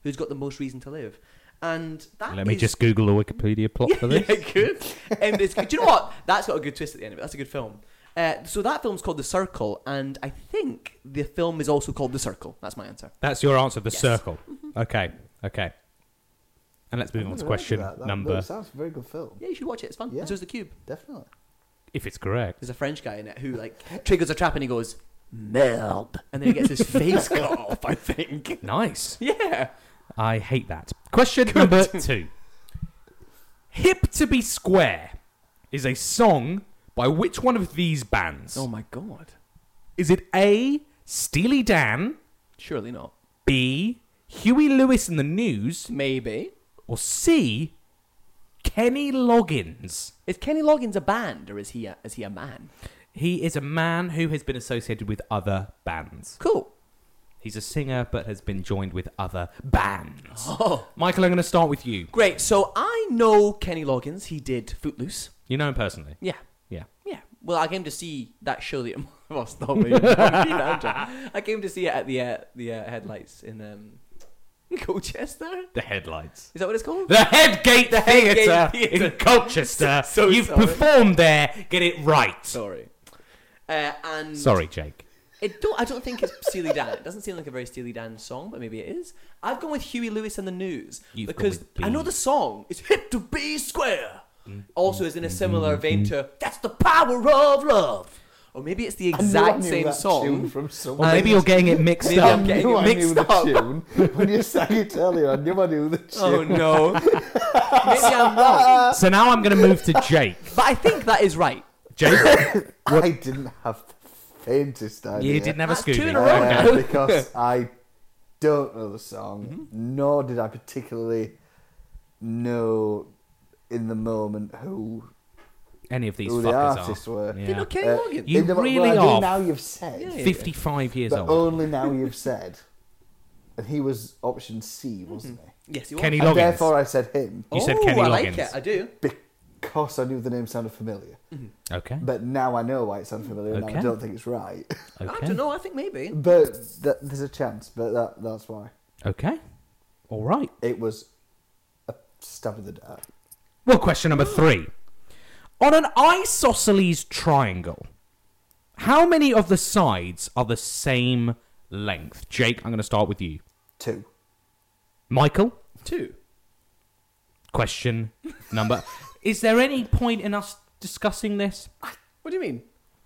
Speaker 2: who's got the most reason to live. And that
Speaker 1: Let me
Speaker 2: is-
Speaker 1: just Google the Wikipedia plot for this.
Speaker 2: yeah, good. And it's, do you know what? That's got a good twist at the end of it. That's a good film. Uh, so that film's called The Circle, and I think the film is also called The Circle. That's my answer.
Speaker 1: That's your answer, the
Speaker 2: Yes. Mm-hmm.
Speaker 1: circle. Okay, okay. And let's move on to question
Speaker 3: That. That
Speaker 1: number.
Speaker 3: sounds a very good film.
Speaker 2: Yeah, you should watch it. It's fun.
Speaker 3: Yeah.
Speaker 2: And so is The Cube.
Speaker 3: Definitely.
Speaker 1: If it's correct.
Speaker 2: There's a French guy in it who like triggers a trap and he goes meld, and then he gets his face cut off. I think.
Speaker 1: Nice.
Speaker 2: Yeah.
Speaker 1: I hate that. Question number two. Hip to be square is a song by which one of these bands?
Speaker 2: Oh my god.
Speaker 1: Is it A. Steely Dan,
Speaker 2: Surely not.
Speaker 1: B. Huey Lewis and the News,
Speaker 2: Maybe.
Speaker 1: or C. Kenny Loggins?
Speaker 2: Is Kenny Loggins a band or is he a, is he a man?
Speaker 1: He is a man who has been associated with other bands.
Speaker 2: Cool.
Speaker 1: He's a singer, but has been joined with other bands.
Speaker 2: Oh,
Speaker 1: Michael, I'm going to start with you.
Speaker 2: great. So I know Kenny Loggins. He did Footloose.
Speaker 1: You know him personally.
Speaker 2: Yeah.
Speaker 1: Yeah.
Speaker 2: Yeah. Well, I came to see that show that well, stop me. I came to see it at the uh, the uh, headlights in um, Colchester.
Speaker 1: The headlights.
Speaker 2: Is that what it's called?
Speaker 1: The Headgate Theatre
Speaker 2: Headgate Theatre.
Speaker 1: in Colchester.
Speaker 2: So
Speaker 1: You've
Speaker 2: sorry.
Speaker 1: performed there. Get it right.
Speaker 2: Sorry. Uh, and
Speaker 1: Sorry, Jake.
Speaker 2: It don't. I don't think it's Steely Dan. It doesn't seem like a very Steely Dan song, but maybe it is. I've gone with Huey Lewis and the News
Speaker 1: You've gone
Speaker 2: because
Speaker 1: with B. Mm-hmm.
Speaker 2: I know the song. It's hip to be square. Also, is in a similar vein to "That's the power of love," or maybe it's the
Speaker 3: I knew I
Speaker 2: exact
Speaker 3: knew
Speaker 2: same
Speaker 3: that tune
Speaker 2: song.
Speaker 3: from somewhere.
Speaker 1: Or maybe you're getting it mixed
Speaker 2: Maybe
Speaker 1: up.
Speaker 2: I'm getting
Speaker 3: knew
Speaker 2: it
Speaker 3: I knew
Speaker 2: mixed
Speaker 3: the
Speaker 2: up.
Speaker 3: tune when you sang it earlier. I knew I knew the tune.
Speaker 2: Oh no, maybe I'm wrong,
Speaker 1: So now I'm going to move to Jake.
Speaker 2: but I think that is right.
Speaker 1: Jake,
Speaker 3: I didn't have the faintest idea.
Speaker 1: you didn't have a
Speaker 2: That's two
Speaker 1: Scooby.
Speaker 2: in a row
Speaker 1: Okay.
Speaker 2: now.
Speaker 3: Uh, because I don't know the song, nor did I particularly know in the moment who
Speaker 1: Any of these
Speaker 3: who the
Speaker 1: fuckers
Speaker 3: artists
Speaker 1: are.
Speaker 3: were.
Speaker 1: Yeah.
Speaker 2: Did not Kenny
Speaker 3: Uh,
Speaker 2: Loggins.
Speaker 1: You
Speaker 3: in the, mo-
Speaker 1: really
Speaker 3: well, I do
Speaker 1: are.
Speaker 3: now you've said,
Speaker 2: Yeah, yeah.
Speaker 1: 55 years
Speaker 3: but
Speaker 1: old.
Speaker 3: only now you've said. And he was option C, wasn't he?
Speaker 2: Yes, you
Speaker 1: Kenny
Speaker 2: are.
Speaker 1: Loggins.
Speaker 3: And therefore, I said him
Speaker 1: you said
Speaker 2: Oh,
Speaker 1: Kenny
Speaker 2: I like
Speaker 1: Loggins.
Speaker 2: it. I do.
Speaker 3: because I knew the name sounded familiar.
Speaker 1: Okay.
Speaker 3: But now I know why it sounds familiar, and
Speaker 1: Okay.
Speaker 3: I don't think it's right.
Speaker 1: Okay.
Speaker 2: I don't know. I think maybe.
Speaker 3: but th- there's a chance. But that that's why
Speaker 1: Okay. All right.
Speaker 3: it was a stab in the dark.
Speaker 1: Well, question number three. On an isosceles triangle, how many of the sides are the same length? Jake, I'm going to start with you.
Speaker 3: Two.
Speaker 1: Michael,
Speaker 2: Two.
Speaker 1: question number. Is there any point in us discussing this?
Speaker 2: What do you mean?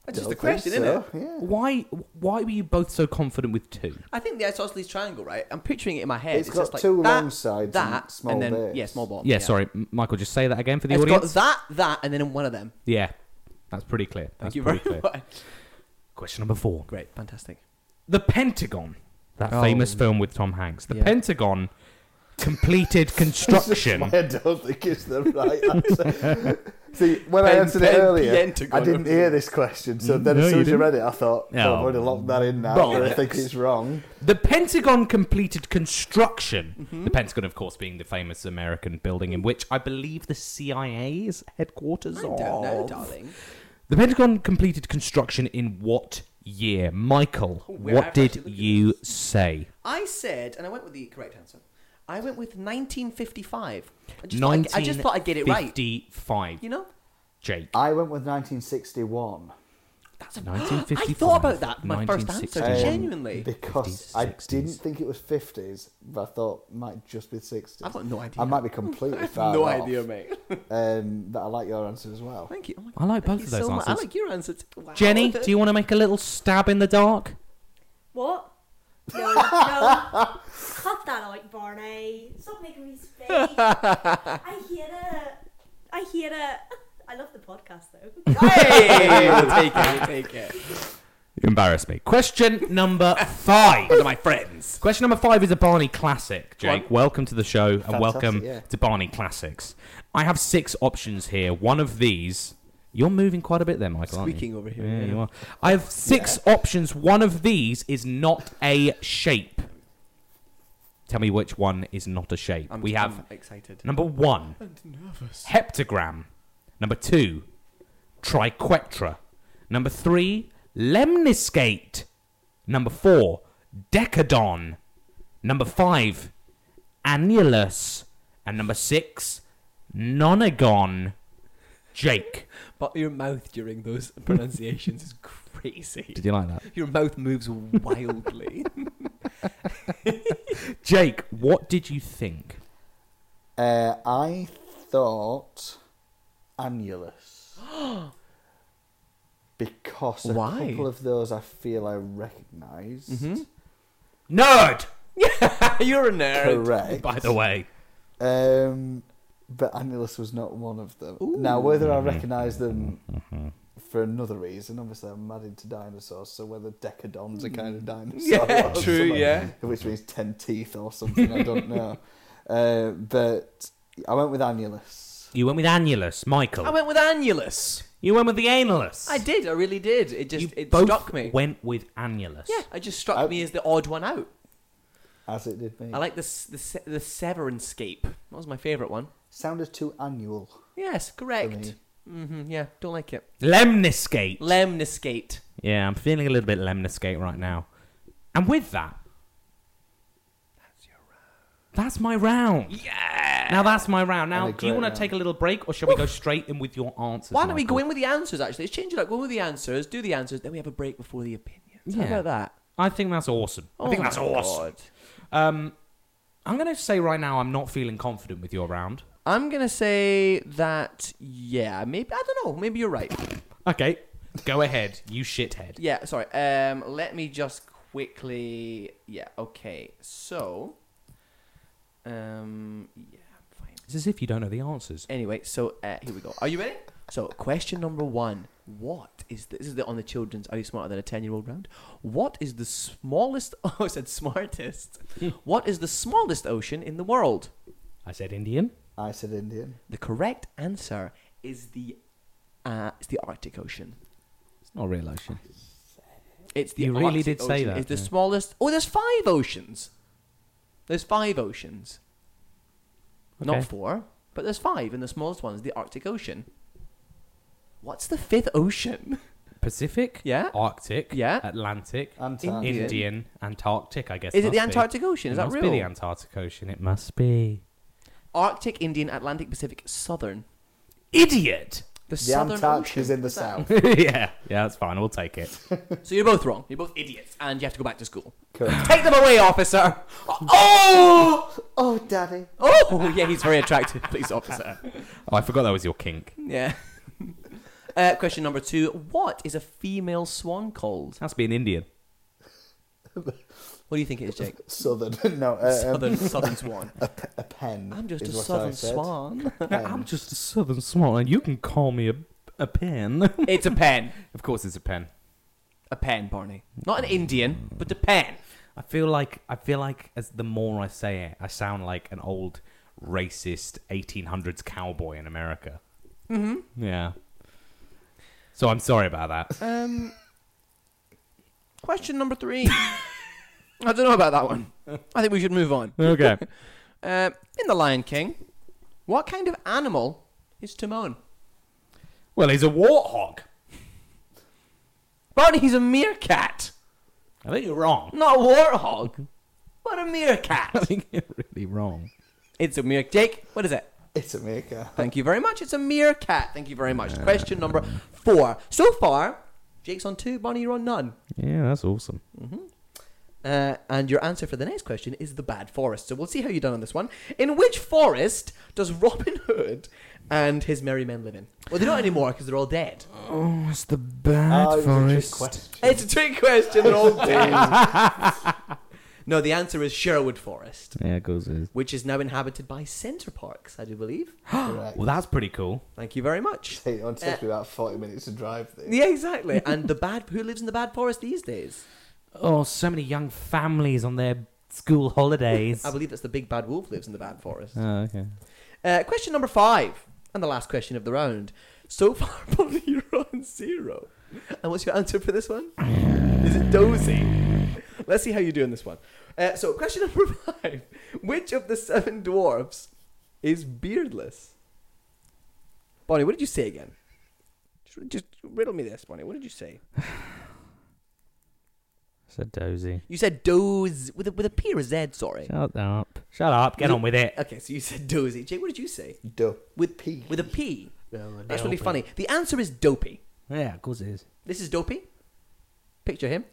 Speaker 2: That's just
Speaker 3: Don't
Speaker 2: the question,
Speaker 3: think
Speaker 2: isn't
Speaker 3: so,
Speaker 2: it?
Speaker 3: Yeah.
Speaker 1: Why? Why were you both so confident with two?
Speaker 2: I think the isosceles triangle, right? I'm picturing it in my head.
Speaker 3: It's
Speaker 2: It's,
Speaker 3: got
Speaker 2: just like
Speaker 3: two
Speaker 2: that,
Speaker 3: long sides
Speaker 2: that,
Speaker 3: and small
Speaker 2: then
Speaker 3: base.
Speaker 2: Oh, yeah, small bottom.
Speaker 1: Yeah, sorry, M- Michael. Just say that again for the
Speaker 2: It's
Speaker 1: audience.
Speaker 2: got that, that, and then one of them.
Speaker 1: Yeah, that's pretty clear. That's
Speaker 2: Thank you
Speaker 1: pretty
Speaker 2: very
Speaker 1: clear.
Speaker 2: much.
Speaker 1: Question number four.
Speaker 2: Great, fantastic.
Speaker 1: The Pentagon, that
Speaker 2: Oh.
Speaker 1: famous film with Tom Hanks. The
Speaker 2: Yeah.
Speaker 1: Pentagon completed construction.
Speaker 3: I don't think it's the right answer. See, when I
Speaker 2: Pen-
Speaker 3: answered it
Speaker 2: pen-
Speaker 3: earlier,
Speaker 2: pentagon.
Speaker 3: I didn't hear this question. So then,
Speaker 1: Mm, No,
Speaker 3: as soon
Speaker 1: you
Speaker 3: as you
Speaker 1: didn't.
Speaker 3: read it, I thought, oh,
Speaker 1: Oh.
Speaker 3: I've already locked that in now. but I think it's wrong.
Speaker 1: The Pentagon completed construction.
Speaker 2: Mm-hmm.
Speaker 1: The Pentagon, of course, being the famous American building in which I believe the CIA is headquarters
Speaker 2: I
Speaker 1: of.
Speaker 2: don't know, darling.
Speaker 1: The Pentagon completed construction in what year? Michael,
Speaker 2: where
Speaker 1: what
Speaker 2: I've
Speaker 1: did
Speaker 2: actually looked
Speaker 1: you
Speaker 2: at
Speaker 1: say?
Speaker 2: I said, and I went with the correct answer. I went with 1955. I just, thought, I, I just thought I'd get it right.
Speaker 1: 1955.
Speaker 2: You know?
Speaker 1: Jake.
Speaker 3: I went with 1961.
Speaker 2: That's a
Speaker 1: 1955,
Speaker 2: I thought about that. My first answer,
Speaker 1: 1961.
Speaker 2: genuinely.
Speaker 3: Um, Because
Speaker 1: 50s,
Speaker 3: I
Speaker 1: 60s.
Speaker 3: didn't think it was 50s, but I thought it might just be 60s.
Speaker 2: I've got no idea.
Speaker 3: I might be completely far
Speaker 2: no
Speaker 3: off.
Speaker 2: idea, mate.
Speaker 3: Um, but I like your answer as well.
Speaker 2: Thank you. Oh my
Speaker 1: I like both
Speaker 2: thank you
Speaker 1: of those
Speaker 2: so much. I
Speaker 1: answers.
Speaker 2: like your answer. too. Wow.
Speaker 1: Jenny, do you want to make a little stab in the dark?
Speaker 4: What? No, no. Cut that out, Barney. Stop making me speak. I hear it. I hear it. I love the podcast though.
Speaker 2: Hey, we'll take it. We'll take it.
Speaker 1: You embarrass me. Question number five.
Speaker 2: Those are my friends.
Speaker 1: Question number five is a Barney classic, Jake. Welcome to the show and
Speaker 3: Fantastic,
Speaker 1: welcome
Speaker 3: yeah.
Speaker 1: to Barney Classics. I have six options here. One of these, you're moving quite a bit there, Michael. aren't you?
Speaker 2: Squeaking over here,
Speaker 1: Yeah,
Speaker 2: yeah.
Speaker 1: you are. I have six options. One of these is not a shape. Tell me which one is not a shape.
Speaker 2: I'm,
Speaker 1: we have
Speaker 2: I'm excited.
Speaker 1: number one, heptagram. Number two, triquetra. Number three, lemniscate. Number four, decadon. Number five, annulus. And number six, nonagon. Jake.
Speaker 2: But your mouth during those pronunciations is crazy.
Speaker 1: you like that?
Speaker 2: Your mouth moves wildly.
Speaker 1: Jake, what did you think?
Speaker 3: Uh, I thought annulus. because a
Speaker 2: Why? Mm-hmm.
Speaker 3: couple of those I feel I recognized
Speaker 1: Nerd!
Speaker 2: You're a nerd.
Speaker 3: Correct.
Speaker 1: By the way.
Speaker 3: Um, but annulus was not one of them. Now, whether I recognise them
Speaker 2: Mm-hmm.
Speaker 3: for another reason, obviously I'm mad into dinosaurs, so whether Decadon's a kind of dinosaur.
Speaker 2: Mm. Yeah,
Speaker 3: or
Speaker 2: true,
Speaker 3: something,
Speaker 2: yeah.
Speaker 3: Which means 10 teeth or something, I don't know. Uh, but I went with annulus.
Speaker 1: You went with annulus, Michael.
Speaker 2: I went with annulus.
Speaker 1: you went with the analus.
Speaker 2: I did. I really did. It just
Speaker 1: You
Speaker 2: it
Speaker 1: both
Speaker 2: struck me.
Speaker 1: went with annulus.
Speaker 2: yeah, it just struck
Speaker 3: I-
Speaker 2: me as the odd one out.
Speaker 3: As it did me.
Speaker 2: I like the s- the se- the Severanscape. That was my favourite one.
Speaker 3: Sounded too annual.
Speaker 2: Yes, correct. hmm yeah, don't like it.
Speaker 1: Lemniscate.
Speaker 2: Lemniscate.
Speaker 1: yeah, I'm feeling a little bit lemniscate right now. And with that, that's my round.
Speaker 2: Yeah.
Speaker 1: Now that's my round. Now,
Speaker 3: And a
Speaker 1: do you
Speaker 3: great
Speaker 1: want to
Speaker 3: round.
Speaker 1: take a little break, or shall we go straight in with your answers?
Speaker 2: Why don't we
Speaker 1: Michael?
Speaker 2: go in with the answers? Actually, let's change it up. Go in with the answers. Do the answers. Then we have a break before the opinions.
Speaker 1: Yeah.
Speaker 2: How about that?
Speaker 1: I think that's awesome. I think
Speaker 2: Oh
Speaker 1: that's
Speaker 2: my
Speaker 1: awesome.
Speaker 2: God.
Speaker 1: Um, I'm going to say right now, I'm not feeling confident with your round.
Speaker 2: I'm gonna say that. Yeah, maybe I don't know. Maybe you're right.
Speaker 1: Okay, go ahead, you shithead.
Speaker 2: Yeah, sorry. Um, let me just quickly. Yeah, okay. So, um, yeah, I'm fine.
Speaker 1: It's as if you don't know the answers.
Speaker 2: Anyway, so uh, here we go. Are you ready? So, question number one: What is the, this? Is the on the children's? Are you smarter than a ten-year-old round? What is the smallest? Oh, I said smartest. what is the smallest ocean in the world?
Speaker 1: I said Indian.
Speaker 3: I said Indian.
Speaker 2: The correct answer is the uh, it's the Arctic Ocean.
Speaker 1: It's not a real ocean.
Speaker 2: It's the
Speaker 1: You really
Speaker 2: Arctic
Speaker 1: did say
Speaker 2: Ocean.
Speaker 1: that,
Speaker 2: It's the
Speaker 1: yeah.
Speaker 2: smallest. Oh, there's five oceans. There's five oceans,
Speaker 1: Okay.
Speaker 2: not four, but there's five, and the smallest one is the Arctic Ocean. What's the fifth ocean?
Speaker 1: Pacific.
Speaker 2: Yeah.
Speaker 1: Arctic.
Speaker 2: Yeah.
Speaker 1: Atlantic.
Speaker 3: Antarctic.
Speaker 1: Indian.
Speaker 2: Indian.
Speaker 1: Antarctic. I guess.
Speaker 2: Is it
Speaker 1: must
Speaker 2: the
Speaker 1: be.
Speaker 2: Antarctic Ocean? Is
Speaker 1: it
Speaker 2: that
Speaker 1: must
Speaker 2: real?
Speaker 1: Be the Antarctic Ocean. It must be.
Speaker 2: Arctic, Indian, Atlantic, Pacific, Southern.
Speaker 1: Idiot.
Speaker 2: The,
Speaker 3: The
Speaker 2: Southern
Speaker 3: Antarctic
Speaker 2: Ocean.
Speaker 3: is in the
Speaker 2: What's that?
Speaker 3: south.
Speaker 1: yeah. Yeah. That's fine. We'll take it.
Speaker 2: So you're both wrong. You're both idiots, and you have to go back to school.
Speaker 3: Correct.
Speaker 2: Take them away, officer. Oh,
Speaker 3: Oh, daddy.
Speaker 2: oh, yeah, he's very attractive, police officer.
Speaker 1: Oh, I forgot that was your kink.
Speaker 2: Yeah. uh, question number two: What is a female swan called?
Speaker 1: It has to be an Indian.
Speaker 2: What do you think it is, Jake?
Speaker 3: Southern. No, uh,
Speaker 2: Southern
Speaker 3: um,
Speaker 2: southern swan.
Speaker 3: a pen.
Speaker 2: I'm just a
Speaker 3: is what I
Speaker 2: southern
Speaker 3: said.
Speaker 2: swan.
Speaker 3: Pen.
Speaker 1: just a southern swan, and you can call me a a pen.
Speaker 2: it's a pen.
Speaker 1: of course, it's a pen.
Speaker 2: A pen, Barney. Not an Indian, but a pen.
Speaker 1: I feel like I feel like as the more I say it, I sound like an old racist 1800s cowboy in America. Mm-hmm. Yeah. So I'm sorry about that.
Speaker 2: Um. Question number three. I don't know about that one. I think we should move on.
Speaker 1: okay.
Speaker 2: Uh, in The Lion King, what kind of animal is Timon?
Speaker 1: Well, he's a warthog.
Speaker 2: Barney, he's a meerkat,
Speaker 1: I think you're wrong.
Speaker 2: not a warthog, but a
Speaker 1: I
Speaker 2: meerkat.
Speaker 1: think you're really wrong.
Speaker 2: it's a meerkat. Jake, what is it?
Speaker 3: It's a maker.
Speaker 2: Thank you very much. It's a meerkat. Thank you very much. Question number four. So far, Jake's on two. Bonnie, you're on none.
Speaker 1: Yeah, that's awesome.
Speaker 2: Uh, and your answer for the next question is the bad forest. So we'll see how you've done on this one. In which forest does Robin Hood and his merry men live in? Well, they don't anymore because they're all dead.
Speaker 1: Oh, it's the bad
Speaker 3: Oh, it was a trick
Speaker 1: forest.
Speaker 3: question. Oh,
Speaker 2: It's a trick question. They're all dead. no, the answer is Sherwood Forest,
Speaker 1: Yeah, it goes. with-
Speaker 2: which is now inhabited by Centre Parks, I do believe.
Speaker 3: Correct.
Speaker 1: Well, that's pretty cool.
Speaker 2: Thank you very much.
Speaker 3: It only takes me about 40 minutes to drive there.
Speaker 2: Yeah, exactly. And the bad who lives in the bad forest these days?
Speaker 1: Oh, so many young families on their school holidays.
Speaker 2: I believe that's the big bad wolf lives in the bad forest.
Speaker 1: oh, okay.
Speaker 2: Uh, question number five, and the last question of the round. So far, Bonnie, you're on zero. And what's your answer for this one? Is it dozy? Let's see how you do in this one. Uh, so, question number five: Which of the seven dwarfs is beardless? Bonnie, what did you say again? Just, just riddle me this, Bonnie. What did you say?
Speaker 1: It's a dozy.
Speaker 2: You said doze with a, with a P or a Z. Sorry.
Speaker 1: Shut up. Shut up. Get on with it.
Speaker 2: Okay, so you said dozy. Jake, what did you say?
Speaker 3: Duh.
Speaker 2: With
Speaker 3: P.
Speaker 2: With a P.
Speaker 3: No,
Speaker 2: That's really
Speaker 1: Dopey.
Speaker 2: funny. The answer is dopey.
Speaker 1: Yeah, of course it is.
Speaker 2: This is dopey. Picture him.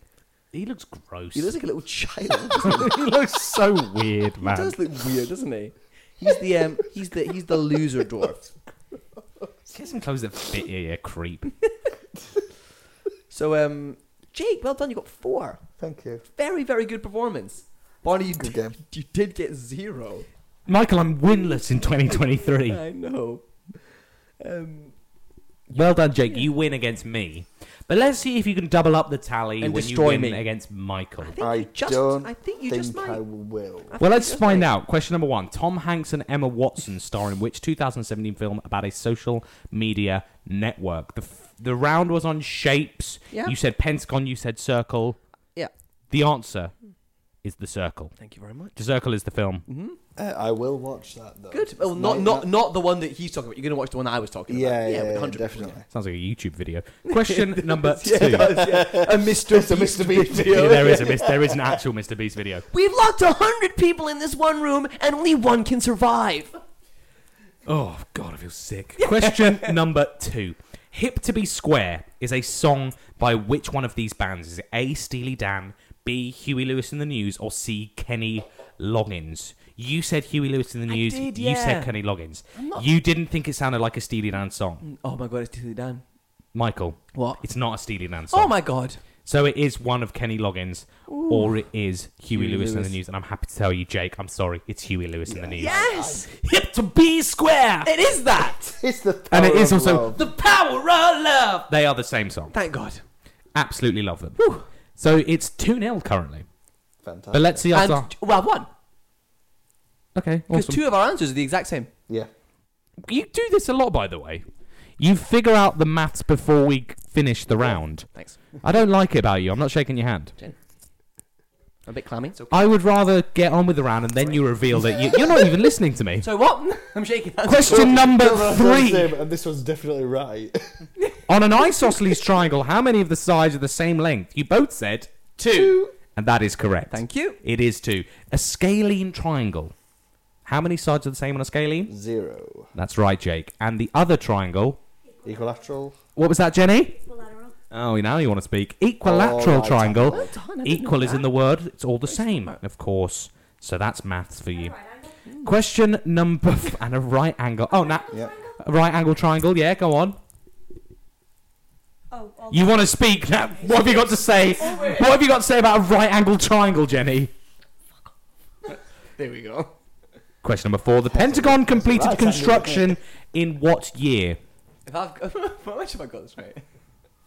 Speaker 1: He looks gross.
Speaker 2: He looks like a little child. doesn't he?
Speaker 1: he looks so weird,
Speaker 2: he
Speaker 1: man.
Speaker 2: does look weird, doesn't he? He's the um, he's the he's the loser dwarf.
Speaker 1: Get some clothes that fit you, you creep.
Speaker 2: So um, Jake, well done. You got four.
Speaker 3: Thank you.
Speaker 2: Very very good performance. Bonnie, you did,
Speaker 3: Good game.
Speaker 2: you did get zero.
Speaker 1: Michael, I'm winless in 2023.
Speaker 2: I know. Um,
Speaker 1: well done, Jake. You win against me. But let's see if you can double up the tally
Speaker 2: And
Speaker 1: when
Speaker 2: destroy
Speaker 1: you win
Speaker 2: me.
Speaker 1: against Michael.
Speaker 2: I think you just.
Speaker 3: don't
Speaker 2: I think you just might.
Speaker 3: I will.
Speaker 2: I
Speaker 1: Well,
Speaker 2: think
Speaker 1: let's
Speaker 2: you just
Speaker 1: find
Speaker 2: might.
Speaker 1: out. Question number one Tom Hanks and Emma Watson star in which 2017 film about a social media network? The, f- the round was on shapes.
Speaker 2: Yeah.
Speaker 1: You said pentagon, you said circle.
Speaker 2: Yeah.
Speaker 1: The answer is the circle.
Speaker 2: Thank you very much.
Speaker 1: The circle is the film.
Speaker 2: Mm-hmm.
Speaker 3: Uh, I will watch that though.
Speaker 2: Good. Well, not
Speaker 3: Might
Speaker 2: not not the one that he's talking about. You're gonna watch the one I was talking
Speaker 3: Yeah,
Speaker 2: about.
Speaker 3: yeah, yeah,
Speaker 2: 100%.
Speaker 3: definitely.
Speaker 1: Sounds like a YouTube video. Question number two.
Speaker 2: Yeah, it does, yeah. A Mr.
Speaker 3: It's a
Speaker 2: Beast
Speaker 3: Mr. Beast
Speaker 2: video.
Speaker 1: Yeah, there is a mis- there is an actual Mr. Beast video.
Speaker 2: We've locked a hundred people in this one room, and only one can survive.
Speaker 1: Oh God, I feel sick. Question number two: "Hip to Be Square" is a song by which one of these bands? Is it A. Steely Dan, B. Huey Lewis in the News, or C. Kenny Loggins? You said Huey Lewis in the
Speaker 2: I
Speaker 1: News.
Speaker 2: did,
Speaker 1: You
Speaker 2: yeah.
Speaker 1: said Kenny Loggins.
Speaker 2: I'm not-
Speaker 1: You didn't think it sounded like a Steely Dan song,
Speaker 2: Oh my god, it's Tilly Dan.
Speaker 1: Michael.
Speaker 2: What?
Speaker 1: It's not a Steely Dan song.
Speaker 2: Oh my god.
Speaker 1: So it is one of Kenny Loggins, or it is Huey,
Speaker 2: Huey
Speaker 1: Lewis, in
Speaker 2: Lewis.
Speaker 1: the News. And I'm happy to tell you, Jake, I'm sorry, it's Huey Lewis in the News.
Speaker 2: Yes!
Speaker 1: Hip to be square!
Speaker 2: It is that!
Speaker 3: It's the
Speaker 1: and it
Speaker 3: power
Speaker 1: is
Speaker 3: of
Speaker 1: also
Speaker 3: love.
Speaker 1: The Power of Love! They are the same song.
Speaker 2: Thank god.
Speaker 1: Absolutely love them. So it's 2 0 currently.
Speaker 3: fantastic.
Speaker 1: But let's see
Speaker 2: And,
Speaker 1: after.
Speaker 2: well, I've won.
Speaker 1: Okay,
Speaker 2: Because
Speaker 1: awesome.
Speaker 2: two of our answers are the exact same.
Speaker 3: yeah.
Speaker 1: you do this a lot, by the way. You figure out the maths before we finish the round.
Speaker 2: Thanks.
Speaker 1: I don't like it about you. I'm not shaking your hand.
Speaker 2: I'm a bit clammy. So,
Speaker 1: I would rather get on with the round and then you reveal that you, you're not even listening to me.
Speaker 2: so what? I'm shaking hands.
Speaker 1: Question number
Speaker 3: No, no, no, it's the
Speaker 1: three.
Speaker 3: same, and this one's definitely right.
Speaker 1: On an isosceles triangle, how many of the sides are the same length? You both said two. And that is correct.
Speaker 2: Thank you.
Speaker 1: It is two. A scalene triangle. How many sides are the same on a scalene?
Speaker 3: Zero.
Speaker 1: That's right, Jake. And the other triangle.
Speaker 3: Equilateral.
Speaker 1: What was that, Jenny?
Speaker 4: Collateral.
Speaker 1: Oh, now you want to speak. Equilateral
Speaker 3: All right.
Speaker 1: triangle.
Speaker 2: Oh, Well done, I didn't
Speaker 1: Equal
Speaker 2: know
Speaker 1: is in
Speaker 2: that.
Speaker 1: the word. It's all the same, of course. So that's maths for you.
Speaker 4: Right angle.
Speaker 1: Question number f- and a right angle. Oh, na-
Speaker 3: Yep.
Speaker 1: a right angle triangle. Yeah, go on.
Speaker 4: Oh, oh,
Speaker 1: You want to speak now? What have you got to say? What have you got to say about a right angle triangle, Jenny?
Speaker 2: There we go.
Speaker 1: Question number four. The Pentagon completed
Speaker 3: right angle,
Speaker 1: construction in what year?
Speaker 2: If I've got, how much have I got this right?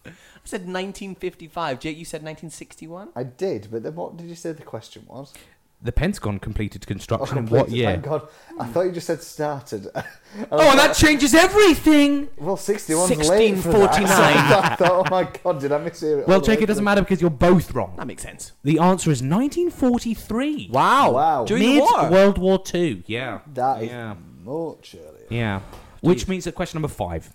Speaker 2: I said 1955. Jake, you said 1961?
Speaker 3: I did, but then what did you say the question was?
Speaker 1: The Pentagon completed
Speaker 3: Oh,
Speaker 1: construction in
Speaker 3: completed,
Speaker 1: what year?
Speaker 3: Thank God. I thought you just said started. I was
Speaker 1: Oh, and
Speaker 3: like,
Speaker 1: that changes everything.
Speaker 3: well, 61's late for that.
Speaker 2: 1649.
Speaker 3: I thought, oh my God, did I mishear it?
Speaker 1: Well,
Speaker 3: all the way
Speaker 1: Jake, it doesn't
Speaker 3: through?
Speaker 1: matter because you're both wrong.
Speaker 2: That makes sense.
Speaker 1: The answer is 1943.
Speaker 2: Wow.
Speaker 3: Wow.
Speaker 2: During
Speaker 1: Mid
Speaker 2: the war.
Speaker 1: World War Two. Yeah.
Speaker 3: That is
Speaker 1: Yeah.
Speaker 3: much earlier.
Speaker 1: Yeah. Which means that question number five.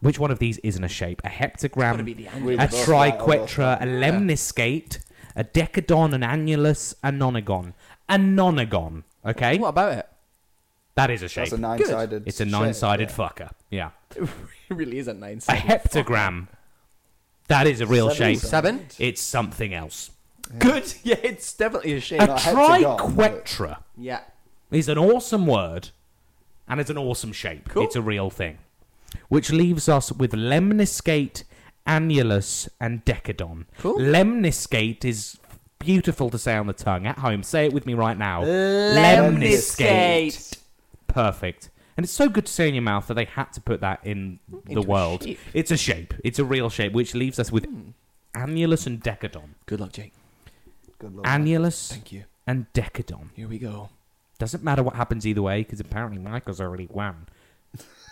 Speaker 1: Which one of these isn't a shape? A
Speaker 2: Gotta
Speaker 1: heptagram,
Speaker 2: be the angle.
Speaker 3: We
Speaker 1: a
Speaker 3: both right,
Speaker 1: triquetra, a lemniscate, a decadon, an annulus, a nonagon. A nonagon. Okay?
Speaker 2: What about it?
Speaker 1: That is a shape.
Speaker 3: That's a nine-sided.
Speaker 1: it's a
Speaker 3: shape,
Speaker 1: nine sided
Speaker 3: yeah.
Speaker 1: fucker. Yeah.
Speaker 2: It really is a nine.
Speaker 1: A heptagram. That is a real
Speaker 3: Seven
Speaker 1: shape.
Speaker 3: is a-
Speaker 2: Seven.
Speaker 1: It's something else.
Speaker 2: Good. Yeah, it's definitely a shape.
Speaker 1: A
Speaker 3: Not hexagon,
Speaker 1: triquetra
Speaker 2: yeah.
Speaker 1: is an awesome word, and it's an awesome shape.
Speaker 2: Cool.
Speaker 1: It's a real thing. Which leaves us with lemniscate, annulus, and decadon.
Speaker 2: Cool.
Speaker 1: Lemniscate is beautiful to say on the tongue. At home, say it with me right now.
Speaker 2: Uh. Lemniscate.
Speaker 1: Perfect. And it's so good to say in your mouth that they had to put that in the
Speaker 2: Into a
Speaker 1: world.
Speaker 2: shape. Hmm.
Speaker 1: It's a shape. It's a real shape, which leaves us with annulus and decadon.
Speaker 2: Good luck, Jake.
Speaker 3: Good luck.
Speaker 1: Annulus
Speaker 2: Thank you.
Speaker 1: and decadon.
Speaker 2: Here we go.
Speaker 1: Doesn't matter what happens either way, because apparently Michael's already won.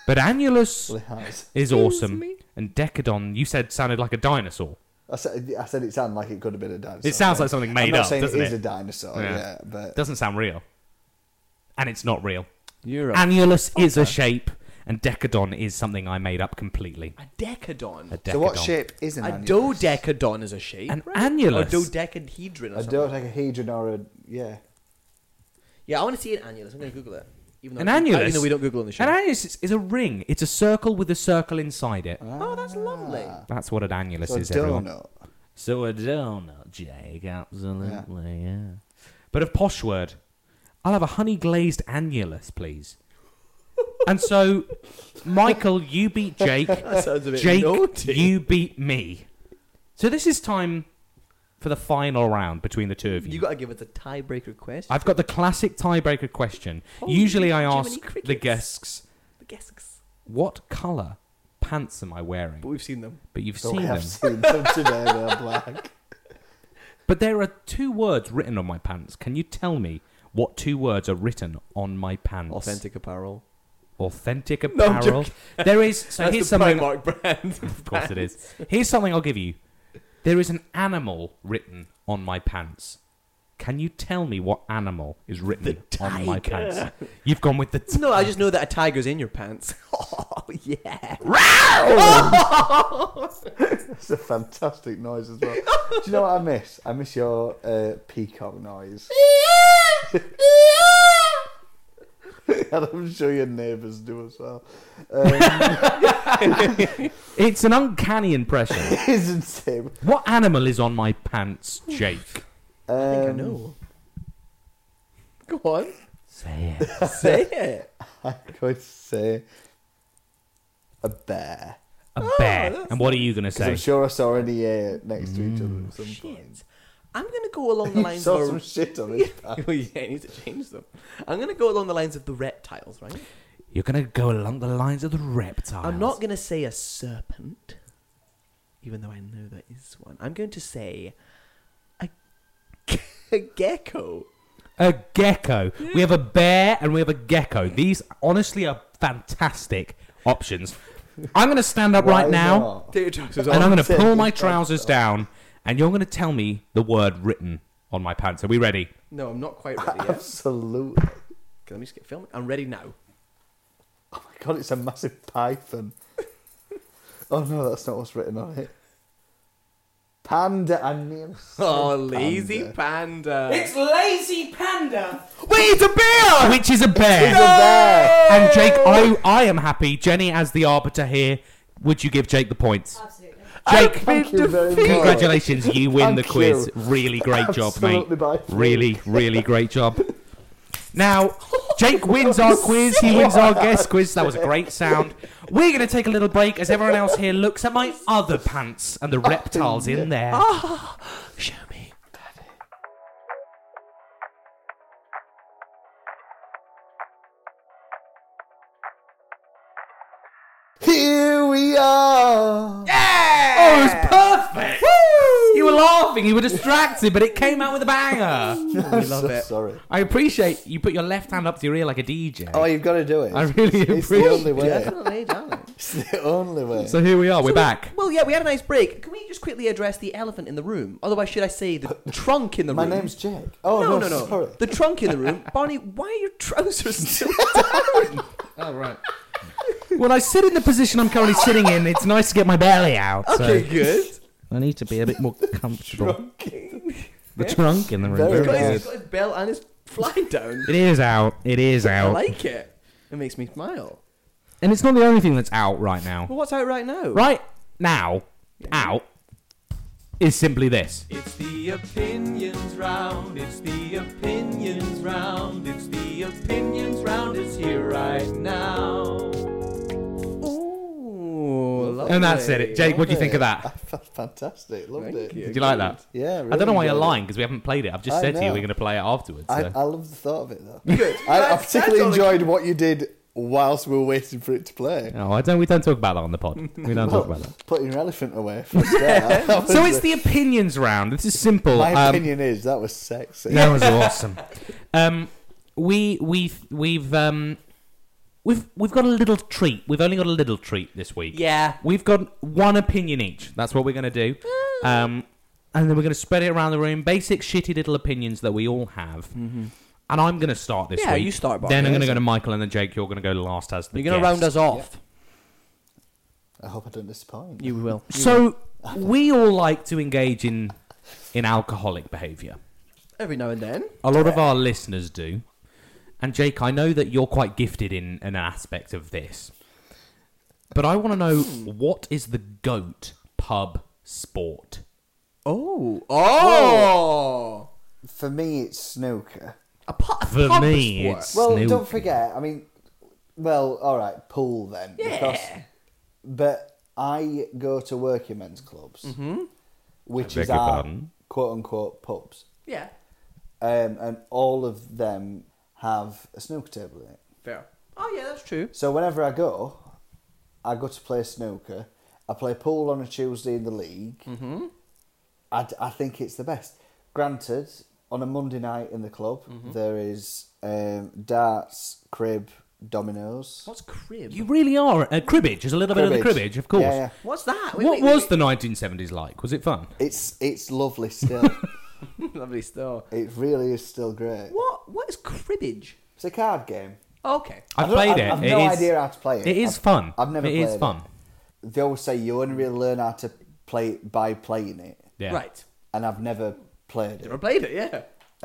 Speaker 1: But Annulus
Speaker 3: Well, it has.
Speaker 1: is awesome, and Decadon, you said sounded like a dinosaur.
Speaker 3: I said, I said it sounded like it could have been a dinosaur.
Speaker 1: It sounds like something
Speaker 3: I'm
Speaker 1: made
Speaker 3: not
Speaker 1: up,
Speaker 3: saying
Speaker 1: doesn't
Speaker 3: it is
Speaker 1: it?
Speaker 3: a dinosaur,
Speaker 1: Yeah.
Speaker 3: yeah, but
Speaker 1: Doesn't sound real, and it's not real.
Speaker 2: You're a,
Speaker 1: Annulus is a shape, and Decadon is something I made up completely.
Speaker 2: a decadon.
Speaker 1: A decadon.
Speaker 3: so what shape is an
Speaker 2: A
Speaker 3: annulus?
Speaker 2: dodecadon is a shape.
Speaker 1: An
Speaker 2: right?
Speaker 1: annulus.
Speaker 2: Or dodecahedron or
Speaker 3: A
Speaker 2: something.
Speaker 3: dodecahedron or a yeah.
Speaker 2: yeah, I want to see an annulus. I'm going to Google it. Even though
Speaker 1: An
Speaker 2: I-
Speaker 1: annulus?
Speaker 2: Even though we don't Google on the show. Ah.
Speaker 1: An annulus is, is a ring. It's a circle with a circle inside it.
Speaker 2: oh, that's lovely.
Speaker 1: That's what an annulus
Speaker 3: Ah. So a
Speaker 1: is, everyone.
Speaker 3: donut.
Speaker 1: So a donut, Jake, absolutely, yeah. But a posh word. I'll have a honey glazed annulus, please. and so, Michael, you beat Jake.
Speaker 2: That sounds a bit
Speaker 1: Jake,
Speaker 2: naughty.
Speaker 1: you beat me. So this is time for the final round between the two of you.
Speaker 2: you got to give us a tiebreaker question.
Speaker 1: I've got the classic tiebreaker question.
Speaker 2: Holy
Speaker 1: Usually, I
Speaker 2: Jiminy
Speaker 1: ask the
Speaker 2: crickets.
Speaker 1: guests,
Speaker 2: guesses.
Speaker 1: "What color pants am I wearing?"
Speaker 2: But we've seen them.
Speaker 1: But you've
Speaker 3: So
Speaker 1: seen
Speaker 3: we
Speaker 1: them.
Speaker 3: have seen them today. They're black.
Speaker 1: But there are two words written on my pants. Can you tell me what two words are written on my pants?
Speaker 2: Authentic apparel.
Speaker 1: Authentic
Speaker 2: No, I'm
Speaker 1: apparel. there is. So
Speaker 2: That's
Speaker 1: here's
Speaker 2: the
Speaker 1: something.
Speaker 2: Primark brand.
Speaker 1: Of course it is. Here's something I'll give you. There is an animal written on my pants. Can you tell me what animal is written
Speaker 2: The
Speaker 1: on my pants?
Speaker 2: tiger.
Speaker 1: You've gone with the. T-
Speaker 2: No, I just know that a tiger's in your pants. Oh yeah.
Speaker 3: It's a fantastic noise as well. Do you know what I miss? I miss your uh, peacock noise. and I'm sure your neighbours do as well. Um,
Speaker 1: it's an uncanny impression.
Speaker 3: isn't it?
Speaker 1: what animal is on my pants, Jake?
Speaker 3: Um,
Speaker 2: I think I know. Go on.
Speaker 1: Say it.
Speaker 2: Say it.
Speaker 3: I'm going to say a bear.
Speaker 1: A
Speaker 2: Oh,
Speaker 1: bear.
Speaker 2: that's
Speaker 1: And what are you going to
Speaker 3: Because
Speaker 1: say?
Speaker 3: I'm sure I saw an EA next to each other at
Speaker 2: Mm.
Speaker 3: some point.
Speaker 2: Shit. I'm gonna go along the
Speaker 3: You
Speaker 2: lines
Speaker 3: saw some
Speaker 2: of.
Speaker 3: shit on his back.
Speaker 2: Well, yeah, I need to change them. I'm gonna go along the lines of the reptiles, right?
Speaker 1: You're going to go along the lines of the reptiles.
Speaker 2: I'm not gonna say a serpent, even though I know there is one. I'm going to say a, a gecko.
Speaker 1: A gecko. We have a bear and we have a gecko. These honestly are fantastic options. I'm going to stand up
Speaker 3: Why
Speaker 1: right now
Speaker 3: not?
Speaker 2: Take your trousers
Speaker 1: and I'm
Speaker 2: off.
Speaker 1: going to
Speaker 3: Take
Speaker 1: pull
Speaker 3: your
Speaker 1: my
Speaker 3: pants
Speaker 1: trousers
Speaker 3: off.
Speaker 1: down and you're going to tell me the word written on my pants. Are we ready?
Speaker 2: No, I'm not quite ready yet.
Speaker 3: Absolutely.
Speaker 2: Okay, let me just get filming. I'm ready now.
Speaker 3: Oh my god, it's a massive python. oh no, that's not what's written on it. Panda, I mean.
Speaker 2: Oh, lazy
Speaker 3: panda.
Speaker 2: panda.
Speaker 1: Lazy Panda!
Speaker 2: Wait, it's a bear!
Speaker 1: Which is a bear.
Speaker 3: It's a bear.
Speaker 1: And Jake, I, I am happy. Jenny, as the arbiter here, would you give Jake the points?
Speaker 4: Absolutely.
Speaker 1: Jake,
Speaker 3: Thank you very much.
Speaker 1: congratulations. You win the
Speaker 3: Thank
Speaker 1: quiz.
Speaker 3: you.
Speaker 1: Really great job, mate.
Speaker 3: Absolutely by far.
Speaker 1: Really, really great job. Now, Jake wins our quiz. He wins our guest quiz. That was a great sound. We're going to take a little break as everyone else here looks at my other pants and the
Speaker 3: Oh,
Speaker 1: reptiles in there.
Speaker 2: Show me.
Speaker 3: Here we are.
Speaker 1: Oh, it was perfect. You were laughing. You were distracted, but it came out with a banger.
Speaker 3: I'm
Speaker 2: love
Speaker 3: so
Speaker 2: it.
Speaker 3: Sorry.
Speaker 1: I appreciate you put your left hand up to your ear like a DJ.
Speaker 3: Oh, you've got to do it.
Speaker 1: I really
Speaker 3: It's the
Speaker 1: appreciate
Speaker 3: only way.
Speaker 2: Definitely, darling.
Speaker 3: It's the only way.
Speaker 1: So here we are. We're back.
Speaker 2: Well, yeah, we had a nice break. Can we just quickly address the elephant in the room? Otherwise, should I say the trunk in the
Speaker 3: My
Speaker 2: room?
Speaker 3: name's Jake. Oh
Speaker 2: no,
Speaker 3: no,
Speaker 2: no, no.
Speaker 3: Sorry.
Speaker 2: The trunk in the room. Barney, why are your trousers still
Speaker 1: Oh, right. When I sit in the position I'm currently sitting in, it's nice to get my belly out.
Speaker 2: okay, good?
Speaker 1: So I need to be a bit more comfortable. the
Speaker 2: Yeah.
Speaker 1: trunk in the room.
Speaker 3: Very
Speaker 2: He's got, his,
Speaker 3: good.
Speaker 2: he's got his belt and his fly down.
Speaker 1: It is out. It is
Speaker 2: I
Speaker 1: out.
Speaker 2: like it. It makes me smile.
Speaker 1: And it's not the only thing that's out right now.
Speaker 2: Well, what's out right now?
Speaker 1: Right now, out is simply this.
Speaker 5: It's the opinions round. It's the opinions round. It's the opinions round. It's here right now.
Speaker 2: Ooh, lovely.
Speaker 1: And that's it. Jake, what do you think of that?
Speaker 3: Fantastic. Loved
Speaker 2: Thank
Speaker 3: it.
Speaker 2: you.
Speaker 1: Did you like that?
Speaker 3: Yeah, really
Speaker 1: I don't know why you're
Speaker 3: enjoyed it.
Speaker 1: lying because we haven't played it. I've just
Speaker 3: I
Speaker 1: said to you
Speaker 3: know.
Speaker 1: we're going to play it afterwards.
Speaker 3: I,
Speaker 1: so.
Speaker 3: I love the thought of it though.
Speaker 2: Good.
Speaker 3: I, I
Speaker 2: That's-
Speaker 3: particularly
Speaker 2: that's all I-
Speaker 3: enjoyed what you did whilst we were waiting for it to play.
Speaker 1: No, I don't. We don't talk about that on the pod. We don't talk about that.
Speaker 3: Putting your elephant away. For a start. That
Speaker 1: Oh, So
Speaker 3: was
Speaker 1: it's
Speaker 3: a-
Speaker 1: the opinions round. This is simple.
Speaker 3: My
Speaker 1: Um,
Speaker 3: opinion is that was sexy.
Speaker 1: That was awesome. Um, we we we've um, we've we've got a little treat. We've only got a little treat this week.
Speaker 2: Yeah.
Speaker 1: We've got one opinion each. That's what we're going to do. Um, and then we're going to spread it around the room. Basic shitty little opinions that we all have.
Speaker 3: Mm-hmm.
Speaker 1: And I'm going to start this
Speaker 2: Yeah,
Speaker 1: week.
Speaker 2: you start, Barney.
Speaker 1: Then I'm going to go to Michael and then Jake. You're going to go last as the
Speaker 2: You're going to
Speaker 1: guest.
Speaker 2: round us off.
Speaker 3: I hope I don't disappoint.
Speaker 2: You will.
Speaker 1: So we all like to engage in in alcoholic behaviour.
Speaker 2: Every now and then.
Speaker 1: A lot of our listeners do. And Jake, I know that you're quite gifted in an aspect of this. But I want to know what is the goat pub sport?
Speaker 2: Oh. Oh.
Speaker 3: For me, it's snooker.
Speaker 2: A pu- a
Speaker 1: For
Speaker 2: pub
Speaker 1: me,
Speaker 2: sport.
Speaker 1: it's
Speaker 3: Well,
Speaker 1: snooker.
Speaker 3: don't forget. I mean, well, all right, pool then. Because, but I go to work in men's clubs, which
Speaker 1: I
Speaker 3: is
Speaker 1: beg your
Speaker 3: our
Speaker 1: pardon?
Speaker 3: quote unquote pubs,
Speaker 2: Yeah.
Speaker 3: um, and all of them have a snooker table in it.
Speaker 2: Fair. Oh, yeah, that's true.
Speaker 3: So whenever I go, I go to play snooker. I play pool on a Tuesday in the league. Mm-hmm. I, d- I think it's the best. Granted, on a Monday night in the club,
Speaker 1: Mm-hmm.
Speaker 3: there is um, darts, crib, dominoes.
Speaker 2: What's crib?
Speaker 1: You really are. Uh, cribbage is a little bit of the cribbage, of course.
Speaker 3: Yeah, yeah.
Speaker 2: What's that?
Speaker 1: What was the 1970s like? Was it fun?
Speaker 3: It's it's lovely still.
Speaker 2: the lovely stuff?
Speaker 3: it really is still great.
Speaker 2: What? What is cribbage?
Speaker 3: It's a card game.
Speaker 2: Okay.
Speaker 1: I've
Speaker 3: don't-
Speaker 1: played it.
Speaker 3: I've
Speaker 1: It
Speaker 3: no
Speaker 1: is-
Speaker 3: idea how to play it.
Speaker 1: It is
Speaker 3: I've-
Speaker 1: fun.
Speaker 3: I've never
Speaker 1: It
Speaker 3: played
Speaker 1: is fun.
Speaker 3: They always say you only really learn how to play it by playing it,
Speaker 1: Yeah.
Speaker 2: Right.
Speaker 3: and I've never played it.
Speaker 2: Never played it. Yeah.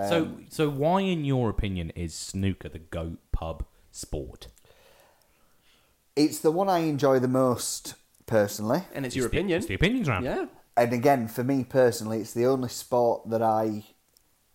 Speaker 1: So,
Speaker 2: Um,
Speaker 1: so why, in your opinion, is snooker the goat pub sport?
Speaker 3: It's the one I enjoy the most personally.
Speaker 2: And it's your
Speaker 1: It's the-
Speaker 2: opinion.
Speaker 1: It's the opinions round.
Speaker 2: yeah.
Speaker 3: And again, for me personally, it's the only sport that I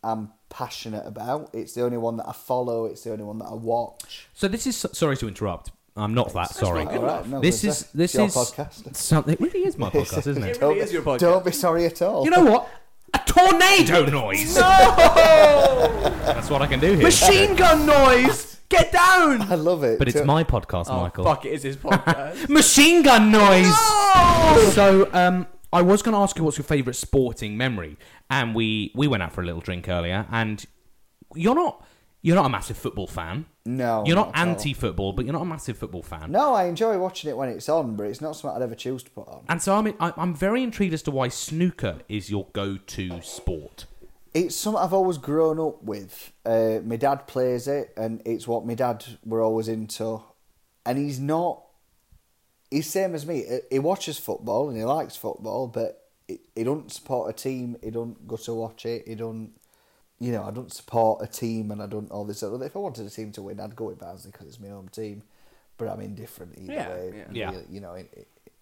Speaker 3: am passionate about. It's the only one that I follow. It's the only one that I watch.
Speaker 1: So this is sorry to interrupt. I'm not that sorry.
Speaker 2: not good
Speaker 3: Alright, no,
Speaker 1: this
Speaker 3: it's
Speaker 1: is
Speaker 3: a-
Speaker 1: this
Speaker 3: it's your
Speaker 1: is
Speaker 3: podcast.
Speaker 1: something. It really is my podcast, isn't it?
Speaker 2: It really is your podcast.
Speaker 3: Don't be sorry at all.
Speaker 1: You know what? A tornado noise.
Speaker 2: No!
Speaker 1: That's what I can do here.
Speaker 2: Machine gun noise! Get down!
Speaker 3: I love it.
Speaker 1: But it's
Speaker 3: Don't-
Speaker 1: my podcast,
Speaker 2: Oh,
Speaker 1: Michael.
Speaker 2: fuck, it is his podcast.
Speaker 1: Machine gun noise.
Speaker 2: No!
Speaker 1: So, um, I was going to ask you what's your favourite sporting memory, and we we went out for a little drink earlier, and you're not you're not a massive football fan.
Speaker 3: No,
Speaker 1: You're not,
Speaker 3: not at all.
Speaker 1: anti-football, but you're not a massive football fan.
Speaker 3: No, I enjoy watching it when it's on, but it's not something I'd ever choose to put on.
Speaker 1: And so I'm I- I'm very intrigued as to why snooker is your go-to sport.
Speaker 3: It's something I've always grown up with. Uh, my dad plays it, and it's what my dad were always into. And he's not. He's same as me. He- He watches football and he likes football, but he, he don't support a team. He don't go to watch it. He don't. You know, I don't support a team, and I don't all this. Other. If I wanted a team to win, I'd go with Barnsley because it's my home team. But I'm indifferent either
Speaker 2: Yeah,
Speaker 3: way.
Speaker 2: yeah.
Speaker 1: Yeah.
Speaker 3: really, You know, in,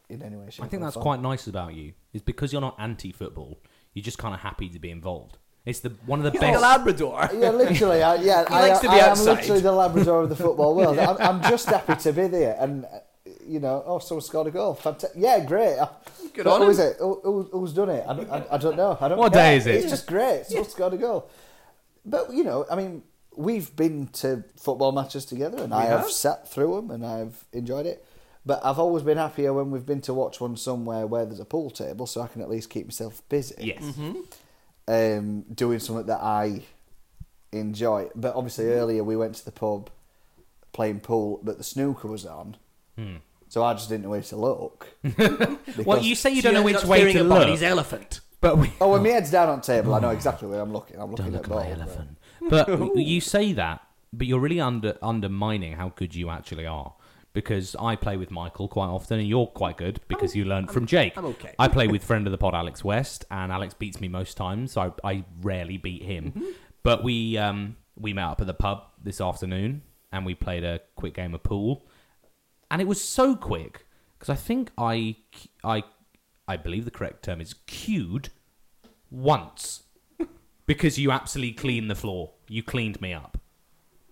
Speaker 3: in any way. Shape
Speaker 1: I think
Speaker 3: or
Speaker 1: that's
Speaker 3: form.
Speaker 1: quite nice about you. Is because you're not anti-football, you're just kind of happy to be involved. It's the one of the
Speaker 2: He's like a
Speaker 1: best.
Speaker 2: Labrador.
Speaker 3: Yeah, literally. I, yeah, I,
Speaker 2: likes to be
Speaker 3: I am
Speaker 2: outside.
Speaker 3: literally the Labrador of the football world. I'm, I'm just happy to be there, and uh, you know, oh, someone scored a goal. Fantastic. Yeah, great. I-
Speaker 2: Good
Speaker 3: who
Speaker 2: on
Speaker 3: is
Speaker 2: him.
Speaker 3: it? Who, who, who's done it? I don't, I, I don't know. I don't.
Speaker 1: What
Speaker 3: care.
Speaker 1: day is it?
Speaker 3: It's just great. Someone scored a goal. But you know, I mean, we've been to football matches together, and I have,
Speaker 2: have.
Speaker 3: sat through them, and I've enjoyed it. But I've always been happier when we've been to watch one somewhere where there's a pool table, so I can at least keep myself busy
Speaker 1: Yes.
Speaker 3: um, doing something that I enjoy. But obviously, earlier we went to the pub playing pool, but the snooker was on.
Speaker 1: Hmm.
Speaker 3: So I just didn't know where to look.
Speaker 1: Well,
Speaker 3: Because-
Speaker 1: you say you don't know which way to
Speaker 2: Barney's
Speaker 1: look,
Speaker 2: elephant.
Speaker 1: but we,
Speaker 3: Oh, when my head's down on the table, I know exactly where I'm looking. I'm
Speaker 1: don't
Speaker 3: looking
Speaker 1: look
Speaker 3: at
Speaker 1: at
Speaker 3: ball.
Speaker 1: my elephant. But you say that, but you're really under undermining how good you actually are. Because I play with Michael quite often, and you're quite good because you learned from Jake.
Speaker 2: I'm okay.
Speaker 1: I play with friend of the pod Alex West, and Alex beats me most times. So I, I rarely beat him. But we um, we met up at the pub this afternoon, and we played a quick game of pool, and it was so quick because I think I I I believe the correct term is queued once because you absolutely cleaned the floor. You cleaned me up.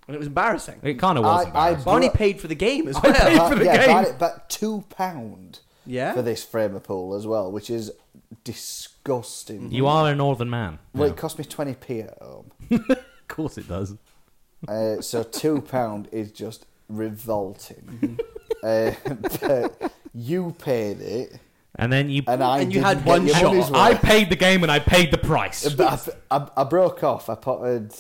Speaker 2: and it was embarrassing.
Speaker 1: It kind of was.
Speaker 3: I, I
Speaker 1: embarrassing.
Speaker 2: Barney
Speaker 3: bought-
Speaker 2: paid for the game as
Speaker 1: paid
Speaker 2: well.
Speaker 1: for the
Speaker 3: yeah,
Speaker 1: game.
Speaker 3: bought it back two pound
Speaker 2: Yeah.
Speaker 3: for this framer pool as well, which is disgusting.
Speaker 1: you are a northern man.
Speaker 3: Well,
Speaker 1: Yeah.
Speaker 3: it cost me twenty p at home,
Speaker 1: of course it does.
Speaker 3: uh, so two pound is just revolting. uh, but you paid it,
Speaker 1: And then you.
Speaker 3: and I
Speaker 2: And you
Speaker 3: didn't
Speaker 2: had
Speaker 3: get
Speaker 2: one
Speaker 3: your
Speaker 2: shot.
Speaker 3: money's
Speaker 1: I
Speaker 3: worth.
Speaker 1: paid the game and I paid the price.
Speaker 3: But I, I, I broke off. I potted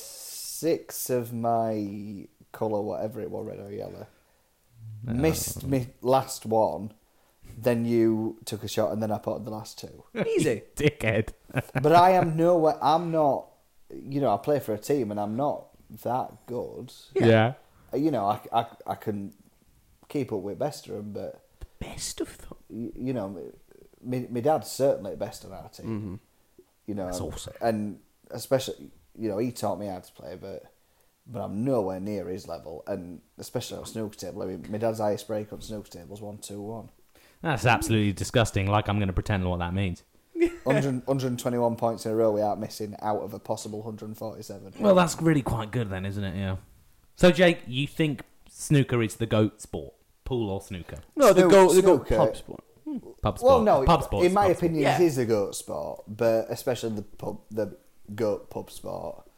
Speaker 3: six of my colour, whatever it was, red or yellow. Missed my last one. Then you took a shot, and then I potted the last two.
Speaker 2: Easy.
Speaker 1: Dickhead.
Speaker 3: but I am nowhere. I'm not. You know, I play for a team, and I'm not that good.
Speaker 1: yeah.
Speaker 3: Uh, You know, I, I, I can keep up with Besterham, but
Speaker 2: Best of them.
Speaker 3: y- you know, my, my dad's certainly best on our team. You know,
Speaker 1: Mm-hmm. That's
Speaker 3: and-
Speaker 1: awesome.
Speaker 3: And especially, you know, he taught me how to play, but but I'm nowhere near his level. And especially on snooker table, I mean, my dad's highest break on snooker table was one two one.
Speaker 1: That's absolutely disgusting. Like I'm going to pretend what that means.
Speaker 3: 100, 121 points in a row without missing out of a possible 147.
Speaker 1: Well, that's really quite good then, isn't it? Yeah. So, Jake, you think snooker is the goat sport? Pool or snooker?
Speaker 2: No, the
Speaker 3: Snoo-
Speaker 2: go the go
Speaker 3: snooker.
Speaker 2: pub sport.
Speaker 1: Pub sport.
Speaker 3: Well, no,
Speaker 1: pub sport.
Speaker 3: in my
Speaker 1: pub
Speaker 3: opinion,
Speaker 2: Yeah.
Speaker 3: it is a goat sport, but especially the pub, the goat pub sport.
Speaker 1: sport.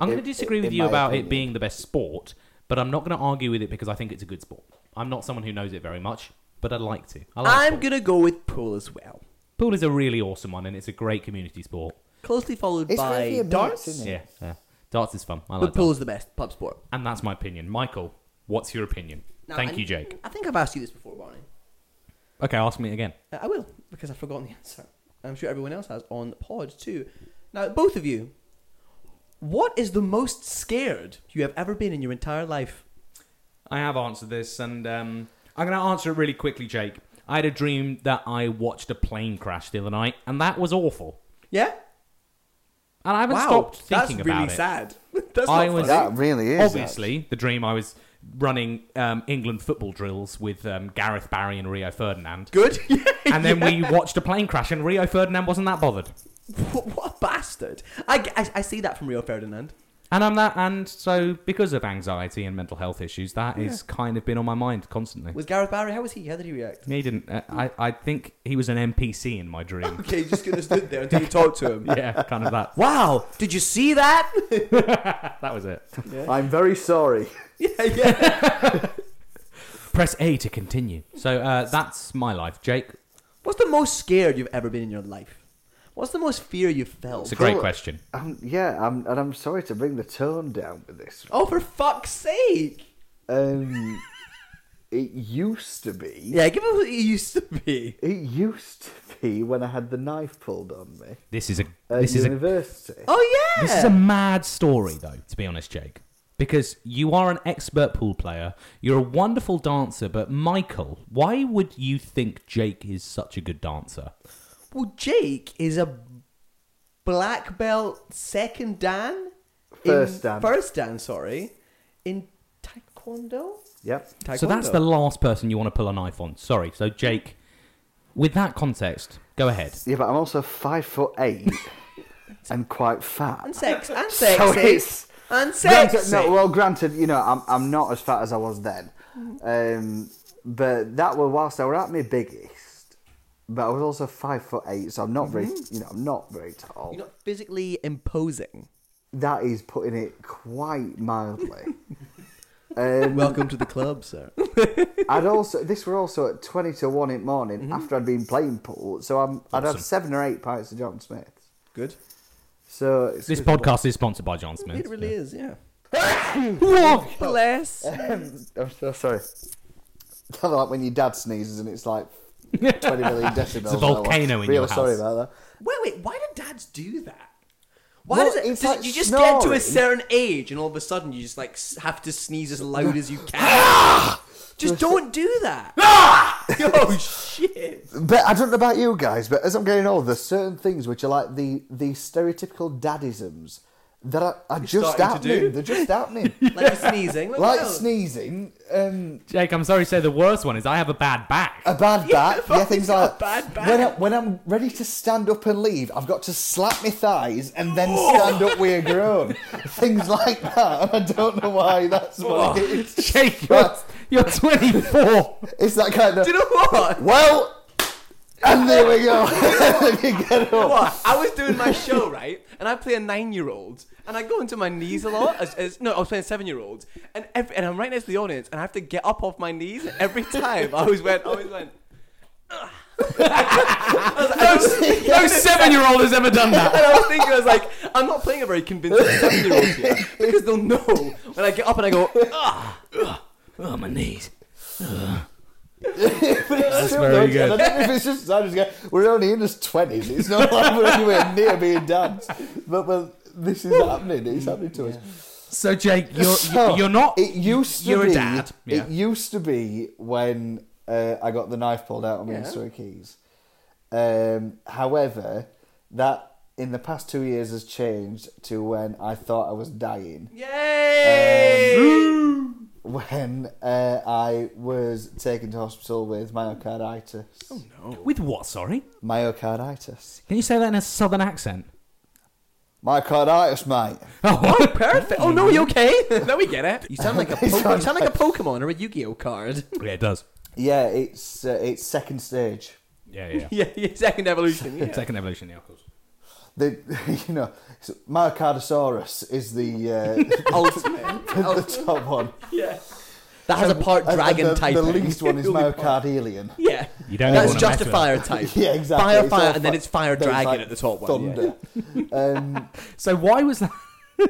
Speaker 1: I'm going
Speaker 3: in-
Speaker 1: to disagree
Speaker 3: in
Speaker 1: with you
Speaker 3: my
Speaker 1: about
Speaker 3: opinion.
Speaker 1: it being the best sport, but I'm not going to argue with it because I think it's a good sport. I'm not someone who knows it very much, but I'd like to. I like
Speaker 2: I'm
Speaker 1: pool.
Speaker 2: gonna go with pool as well.
Speaker 1: pool is a really awesome one, and it's a great community sport.
Speaker 2: Closely followed
Speaker 3: It's
Speaker 2: by
Speaker 3: really a mix,
Speaker 2: darts,
Speaker 3: isn't it?
Speaker 1: Yeah. yeah. Darts is fun. I like
Speaker 2: but
Speaker 1: darts.
Speaker 2: pool is the best pub sport.
Speaker 1: And that's my opinion. Michael, what's your opinion?
Speaker 2: Now,
Speaker 1: Thank
Speaker 2: I-
Speaker 1: you, Jake.
Speaker 2: I think I've asked you this before, Barney.
Speaker 1: Okay, ask me again.
Speaker 2: Uh, I will, because I've forgotten the answer. I'm sure everyone else has on the pod too. Now, both of you, what is the most scared you have ever been in your entire life?
Speaker 1: I have answered this, and um, I'm going to answer it really quickly, Jake. I had a dream that I watched a plane crash the other night, and that was awful.
Speaker 2: Yeah?
Speaker 1: And I haven't
Speaker 2: wow.
Speaker 1: stopped
Speaker 2: that's
Speaker 1: thinking
Speaker 2: really
Speaker 1: about it.
Speaker 2: sad. that's
Speaker 1: I
Speaker 2: not
Speaker 1: was-
Speaker 2: funny.
Speaker 3: That really is
Speaker 1: Obviously, the dream I was running um, England football drills with um, Gareth Barry and Rio Ferdinand,
Speaker 2: Good.
Speaker 1: and then we watched a plane crash, and Rio Ferdinand wasn't that bothered.
Speaker 2: what, what a bastard. I, g- I- I see that from Rio Ferdinand.
Speaker 1: And I'm that, and so because of anxiety and mental health issues, that has kind of been on my mind constantly.
Speaker 2: Was Gareth Barry, how was he? How did he react?
Speaker 1: He didn't. Uh, I, I think he was an NPC in my dream.
Speaker 2: Okay, you just gonna stood there until you talked to him.
Speaker 1: yeah, kind of that.
Speaker 2: Wow, did you see that?
Speaker 1: That was it.
Speaker 3: I'm very sorry.
Speaker 2: yeah, yeah.
Speaker 1: Press A to continue. So uh, that's my life, Jake.
Speaker 2: What's the most scared you've ever been in your life? What's the most fear you've felt?
Speaker 1: It's a great
Speaker 3: Cool.
Speaker 1: question.
Speaker 3: Um, yeah, I'm, and I'm sorry to bring the tone down with this.
Speaker 2: Oh, for fuck's sake!
Speaker 3: Um, it used to be.
Speaker 2: Yeah, give us what you used to be.
Speaker 3: It used to be when I had the knife pulled on me
Speaker 1: This is a
Speaker 2: Uh,
Speaker 3: at
Speaker 1: this is a
Speaker 3: university.
Speaker 2: Oh yeah.
Speaker 1: this is a mad story though. To be honest, Jake, because you are an expert pool player, you're a wonderful dancer, but Michael, why would you think Jake is such a good dancer?
Speaker 2: well, Jake is a black belt second dan. in-
Speaker 3: First dan.
Speaker 2: First dan, sorry. In taekwondo.
Speaker 3: Yep.
Speaker 2: taekwondo.
Speaker 1: So that's the last person you want to pull a knife on. Sorry. So Jake, with that context, go ahead.
Speaker 3: Yeah, but I'm also five foot eight and quite fat.
Speaker 2: and sex and
Speaker 3: So
Speaker 2: sexy
Speaker 3: it's-
Speaker 2: and
Speaker 3: Granted-
Speaker 2: sexy.
Speaker 3: no, well, granted, you know, I'm, I'm not as fat as I was then. Um, but that was whilst I were at my biggest, but I was also five foot eight, so I'm not very, you know, I'm not very tall.
Speaker 2: You're not physically imposing.
Speaker 3: that is putting it quite mildly. um,
Speaker 2: Welcome to the club, sir.
Speaker 3: I'd also this were also at twenty to one in the morning after I'd been playing pool, so I'm, I'd have seven or eight pints of John Smith's.
Speaker 2: Good.
Speaker 3: So it's
Speaker 1: This podcast is sponsored by John Smith.
Speaker 2: It really is, yeah.
Speaker 1: Whoa! Oh.
Speaker 2: Bless.
Speaker 3: I'm so sorry. Kind of like when your dad sneezes and it's like twenty million decibels. It's
Speaker 1: volcano in
Speaker 3: Real
Speaker 1: your
Speaker 3: sorry
Speaker 1: house.
Speaker 3: about that.
Speaker 2: Wait, wait. Why do dads do that? Why
Speaker 3: Well,
Speaker 2: does it?
Speaker 3: it's
Speaker 2: does-
Speaker 3: like
Speaker 2: you just get to a
Speaker 3: snoring.
Speaker 2: certain age, and all of a sudden, you just like s- have to sneeze as loud as you can.
Speaker 3: Ah!
Speaker 2: just don't do that. oh shit!
Speaker 3: But I don't know about you guys, but as I'm getting older, there's certain things which are like the the stereotypical dadisms that are, are
Speaker 2: You're
Speaker 3: just
Speaker 2: starting to do?
Speaker 3: happening. They're just happening.
Speaker 2: Like sneezing. Look
Speaker 3: like
Speaker 2: out.
Speaker 3: sneezing, um,
Speaker 1: Jake, I'm sorry to say the worst one is I have a bad back.
Speaker 3: a bad back.
Speaker 2: I've
Speaker 3: Yeah, things
Speaker 2: got
Speaker 3: like
Speaker 2: a bad back.
Speaker 3: when I, when I'm ready to stand up and leave, I've got to slap my thighs and then stand up with a groan. things like that. And I don't know why that's what it is.
Speaker 1: Jake, you're, you're 24.
Speaker 3: It's that kind of
Speaker 2: Do you know what?
Speaker 3: well, and there we go. And you get up.
Speaker 2: what? I was doing my show, right? And I play a nine-year-old, and I go into my knees a lot. As, as, no, I was playing seven-year-olds, and every, and I'm right next to the audience, and I have to get up off my knees every time. I always went, I always went.
Speaker 1: No seven year old has ever done that.
Speaker 2: And I was thinking, I was like, I'm not playing a very convincing seven-year-old here because they'll know when I get up and I go. "Ugh."
Speaker 1: Oh, my knees.
Speaker 3: But it's still
Speaker 1: very
Speaker 3: dodgy, and
Speaker 1: good.
Speaker 3: I don't know if it's just I just go, we're only in his twenties. It's not like we're anywhere near being dads. But well, this is happening. It's happening to us.
Speaker 1: So, Jake, you're,
Speaker 3: So,
Speaker 1: you're not.
Speaker 3: It used to
Speaker 1: you're a
Speaker 3: be.
Speaker 1: dad, yeah.
Speaker 3: It used to be when uh, I got the knife pulled out on me in
Speaker 2: Yeah.
Speaker 3: Surrey Keys. Um, however, that in the past two years has changed to when I thought I was dying.
Speaker 2: Yay! Um,
Speaker 3: When uh, I was taken to hospital with myocarditis.
Speaker 1: Oh, With what, sorry?
Speaker 3: Myocarditis.
Speaker 1: Can you say that in a southern accent?
Speaker 3: Myocarditis, mate.
Speaker 1: Oh,
Speaker 2: Perfect. Oh no, you okay? now we get it. You sound like a po- you sound like a Pokemon or a Yu-Gi-Oh card.
Speaker 1: yeah, it does.
Speaker 3: Yeah, it's uh, it's second stage.
Speaker 1: Yeah, yeah.
Speaker 2: yeah, yeah, second evolution. Yeah.
Speaker 1: Second evolution, yeah, of course.
Speaker 3: The you know so Myocardosaurus is the uh,
Speaker 2: Ultimate.
Speaker 3: the, the top one.
Speaker 2: Yeah. That has a part
Speaker 3: And-
Speaker 2: dragon
Speaker 3: and the,
Speaker 2: type.
Speaker 3: The
Speaker 2: in.
Speaker 3: least one is
Speaker 2: Really
Speaker 3: myocardialian.
Speaker 2: Yeah.
Speaker 1: You don't
Speaker 2: That's
Speaker 1: wanna
Speaker 2: just a
Speaker 1: mess with that.
Speaker 2: fire type.
Speaker 3: Yeah, exactly.
Speaker 2: Fire,
Speaker 3: It's
Speaker 2: fire,
Speaker 3: all
Speaker 2: and then
Speaker 3: fi-
Speaker 2: it's fire
Speaker 3: then it's
Speaker 2: dragon
Speaker 3: like
Speaker 2: at the top one. yeah.
Speaker 3: Thunder. um,
Speaker 1: So, why was that?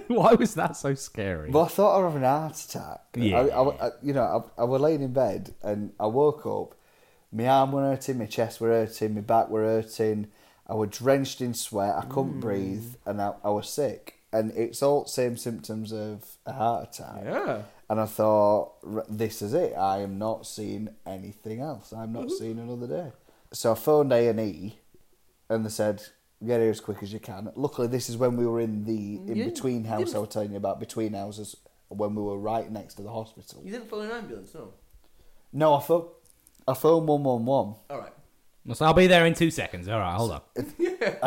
Speaker 1: Why was that so scary?
Speaker 3: well, I thought I was having a heart attack.
Speaker 1: Yeah.
Speaker 3: I, I- I- you know, I, I was laying in bed and I woke up. My arm were hurting, my chest were hurting, my back were hurting. I was drenched in sweat. I
Speaker 1: Mm.
Speaker 3: couldn't breathe, and I, I was sick. And it's all same symptoms of a heart attack.
Speaker 2: Yeah.
Speaker 3: And I thought, "R- this is it. I am not seeing anything else. I'm
Speaker 1: Mm-hmm.
Speaker 3: not seeing another day. So I phoned A and E, and they said, "Get here as quick as you can." Luckily, this is when we were in the
Speaker 1: Mm-hmm.
Speaker 3: in
Speaker 2: You
Speaker 3: between house
Speaker 2: didn't-
Speaker 3: I was telling you about. Between houses, when we were right next to the hospital.
Speaker 2: You didn't phone an ambulance, no.
Speaker 3: No, I phoned. I phoned one one one.
Speaker 2: All right.
Speaker 1: So I'll be there in two seconds. All right, hold on.
Speaker 3: I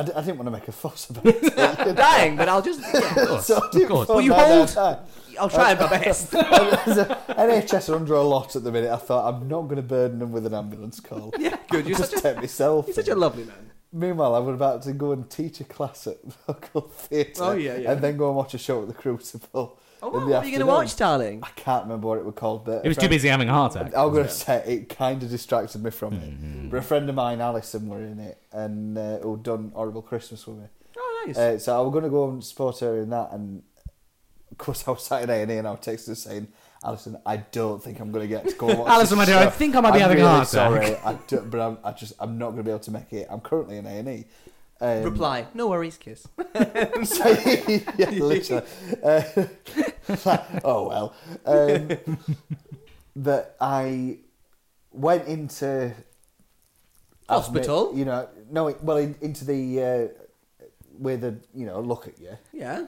Speaker 3: d- I didn't want to make a fuss about it.
Speaker 2: Dying, but I'll just. Yeah,
Speaker 1: course,
Speaker 3: so I
Speaker 1: of
Speaker 3: didn't
Speaker 1: course.
Speaker 3: phone
Speaker 1: Will you
Speaker 3: back
Speaker 1: hold?
Speaker 3: down time.
Speaker 2: I'll try my best.
Speaker 3: NHS are under a lot at the minute. I thought I'm not going to burden them with an ambulance call.
Speaker 2: Yeah, good. You're
Speaker 3: just
Speaker 2: such a,
Speaker 3: take myself.
Speaker 2: you're such a
Speaker 3: in.
Speaker 2: lovely man.
Speaker 3: Meanwhile, I was about to go and teach a class at the local theatre.
Speaker 2: Oh, yeah, yeah.
Speaker 3: And then go and watch a show at the Crucible.
Speaker 2: Oh,
Speaker 3: in
Speaker 2: wow,
Speaker 3: the
Speaker 2: what are you going to
Speaker 3: afternoon.
Speaker 2: watch, darling?
Speaker 3: I can't remember what it was called, but
Speaker 1: It was too busy having a heart attack.
Speaker 3: I'm going to say it kind of distracted me from
Speaker 1: Mm-hmm.
Speaker 3: it. But a friend of mine, Alison, were in it and uh, who'd done Horrible Christmas with me.
Speaker 2: Oh, nice.
Speaker 3: Uh, so I was going to go and support her in that, and of course I was sat in A and E, and I was texting her saying, "Alison, I don't think I'm going to get to go." and watch
Speaker 1: Alison,
Speaker 3: this
Speaker 1: my dear,
Speaker 3: show.
Speaker 1: I think I might be
Speaker 3: I'm
Speaker 1: having a
Speaker 3: really
Speaker 1: heart attack."
Speaker 3: Sorry, I do, but I'm, I just I'm not going to be able to make it. I'm currently in A and E. Um,
Speaker 2: Reply. No worries, kiss.
Speaker 3: so, yeah, literally. Uh, oh well. Um, that I went into
Speaker 2: Hospital?
Speaker 3: you know, no, it- well, in, into the uh, where the you know look at you
Speaker 2: Yeah.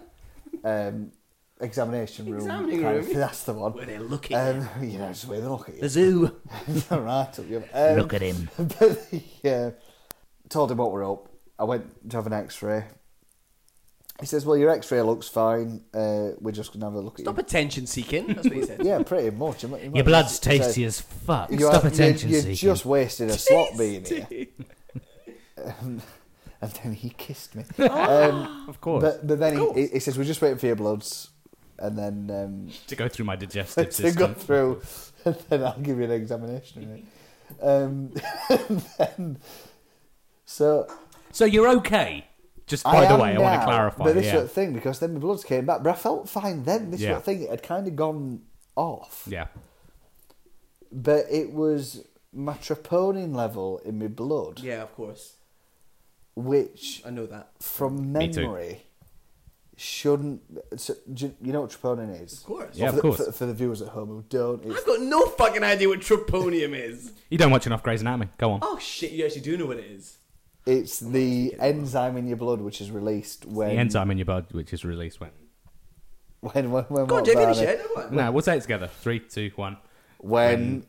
Speaker 3: um, examination room.
Speaker 2: Examining
Speaker 3: kind of-
Speaker 2: room.
Speaker 3: that's the one.
Speaker 2: Where they're looking.
Speaker 3: Um, you know, just where they look at
Speaker 2: the
Speaker 3: you.
Speaker 2: zoo.
Speaker 3: right up your. Um,
Speaker 1: Look at him.
Speaker 3: but he uh, told him what were up. I went to have an X-ray. He says, "Well, your X-ray looks fine. Uh, we're just gonna have a look
Speaker 2: Stop
Speaker 3: at
Speaker 2: attention seeking. That's what he said.
Speaker 3: you." Yeah, pretty much. I'm like- I'm
Speaker 1: Your
Speaker 3: like,
Speaker 1: blood's
Speaker 3: he said,
Speaker 1: tasty as fuck.
Speaker 3: "You
Speaker 1: Stop
Speaker 3: are-
Speaker 1: attention
Speaker 3: You're, you're
Speaker 1: seeking.
Speaker 3: just wasting a slot being here. Um, and then he kissed me. Um,
Speaker 1: Of course.
Speaker 3: but, but then he, he says, "We're just waiting for your bloods." And then um,
Speaker 1: to go through my digestive
Speaker 3: to
Speaker 1: system.
Speaker 3: go through, and then I'll give you an examination. of it. Um, and then, so
Speaker 1: So you're okay. Just by the
Speaker 3: am
Speaker 1: way, I want to
Speaker 3: now,
Speaker 1: clarify.
Speaker 3: But this
Speaker 1: yeah.
Speaker 3: sort of thing, because then my bloods came back, but I felt fine then. This
Speaker 1: Yeah.
Speaker 3: sort of thing, it had kind of gone off.
Speaker 1: yeah.
Speaker 3: But it was my troponin level in my blood,
Speaker 2: Yeah, of course.
Speaker 3: which
Speaker 2: I know that.
Speaker 3: from
Speaker 1: Me too.
Speaker 3: memory shouldn't. So, do you, you know what troponin is?
Speaker 2: Of course.
Speaker 1: Yeah,
Speaker 3: for
Speaker 1: of
Speaker 3: the,
Speaker 1: course.
Speaker 3: For, for the viewers at home who don't, it's
Speaker 2: I've got no fucking idea what troponium is.
Speaker 1: You don't watch enough Grey's Anatomy. Go on.
Speaker 2: Oh shit, you actually do know what it is.
Speaker 3: it's the enzyme in your blood which is released
Speaker 1: the
Speaker 3: when
Speaker 1: enzyme in your blood, which is released when
Speaker 3: When when when
Speaker 2: Go on,
Speaker 3: what,
Speaker 2: Jay, finish
Speaker 3: Barney?
Speaker 2: it. What-
Speaker 1: No, we'll say it together. Three, two, one.
Speaker 3: When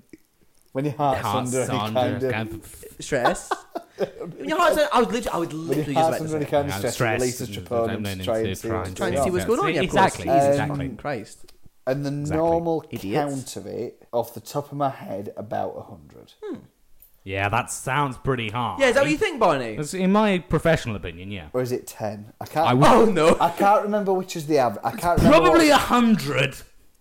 Speaker 3: when your heart's,
Speaker 1: Hearts
Speaker 3: under any
Speaker 1: under
Speaker 3: kind of
Speaker 1: kind of-
Speaker 2: Stress. When your heart's on- I was literally, I was
Speaker 3: when
Speaker 2: literally
Speaker 3: your
Speaker 2: just
Speaker 3: heart's
Speaker 2: about to say.
Speaker 3: under any kind of
Speaker 1: Yeah,
Speaker 3: stress,
Speaker 1: stress
Speaker 3: release the
Speaker 1: and
Speaker 3: troponin
Speaker 1: adrenaline
Speaker 3: to try
Speaker 1: into
Speaker 3: and see
Speaker 1: trying
Speaker 3: what's
Speaker 1: to
Speaker 2: Trying
Speaker 3: going
Speaker 2: to see
Speaker 3: on.
Speaker 2: what's going on. Yeah, of course.
Speaker 1: Exactly,
Speaker 2: Jesus
Speaker 3: exactly.
Speaker 2: fucking Christ.
Speaker 3: And the
Speaker 1: Exactly.
Speaker 3: normal
Speaker 2: Idiots.
Speaker 3: count of it, off the top of my head, about hundred.
Speaker 1: Yeah, that sounds pretty hard.
Speaker 2: Yeah, is that what you think, Barney?
Speaker 1: That's- in my professional opinion, yeah.
Speaker 3: Or is it ten? I can't.
Speaker 1: I
Speaker 3: I
Speaker 1: would-
Speaker 2: Oh no.
Speaker 3: can't remember which is the average. I can't remember.
Speaker 1: Probably
Speaker 3: what-
Speaker 1: a hundred.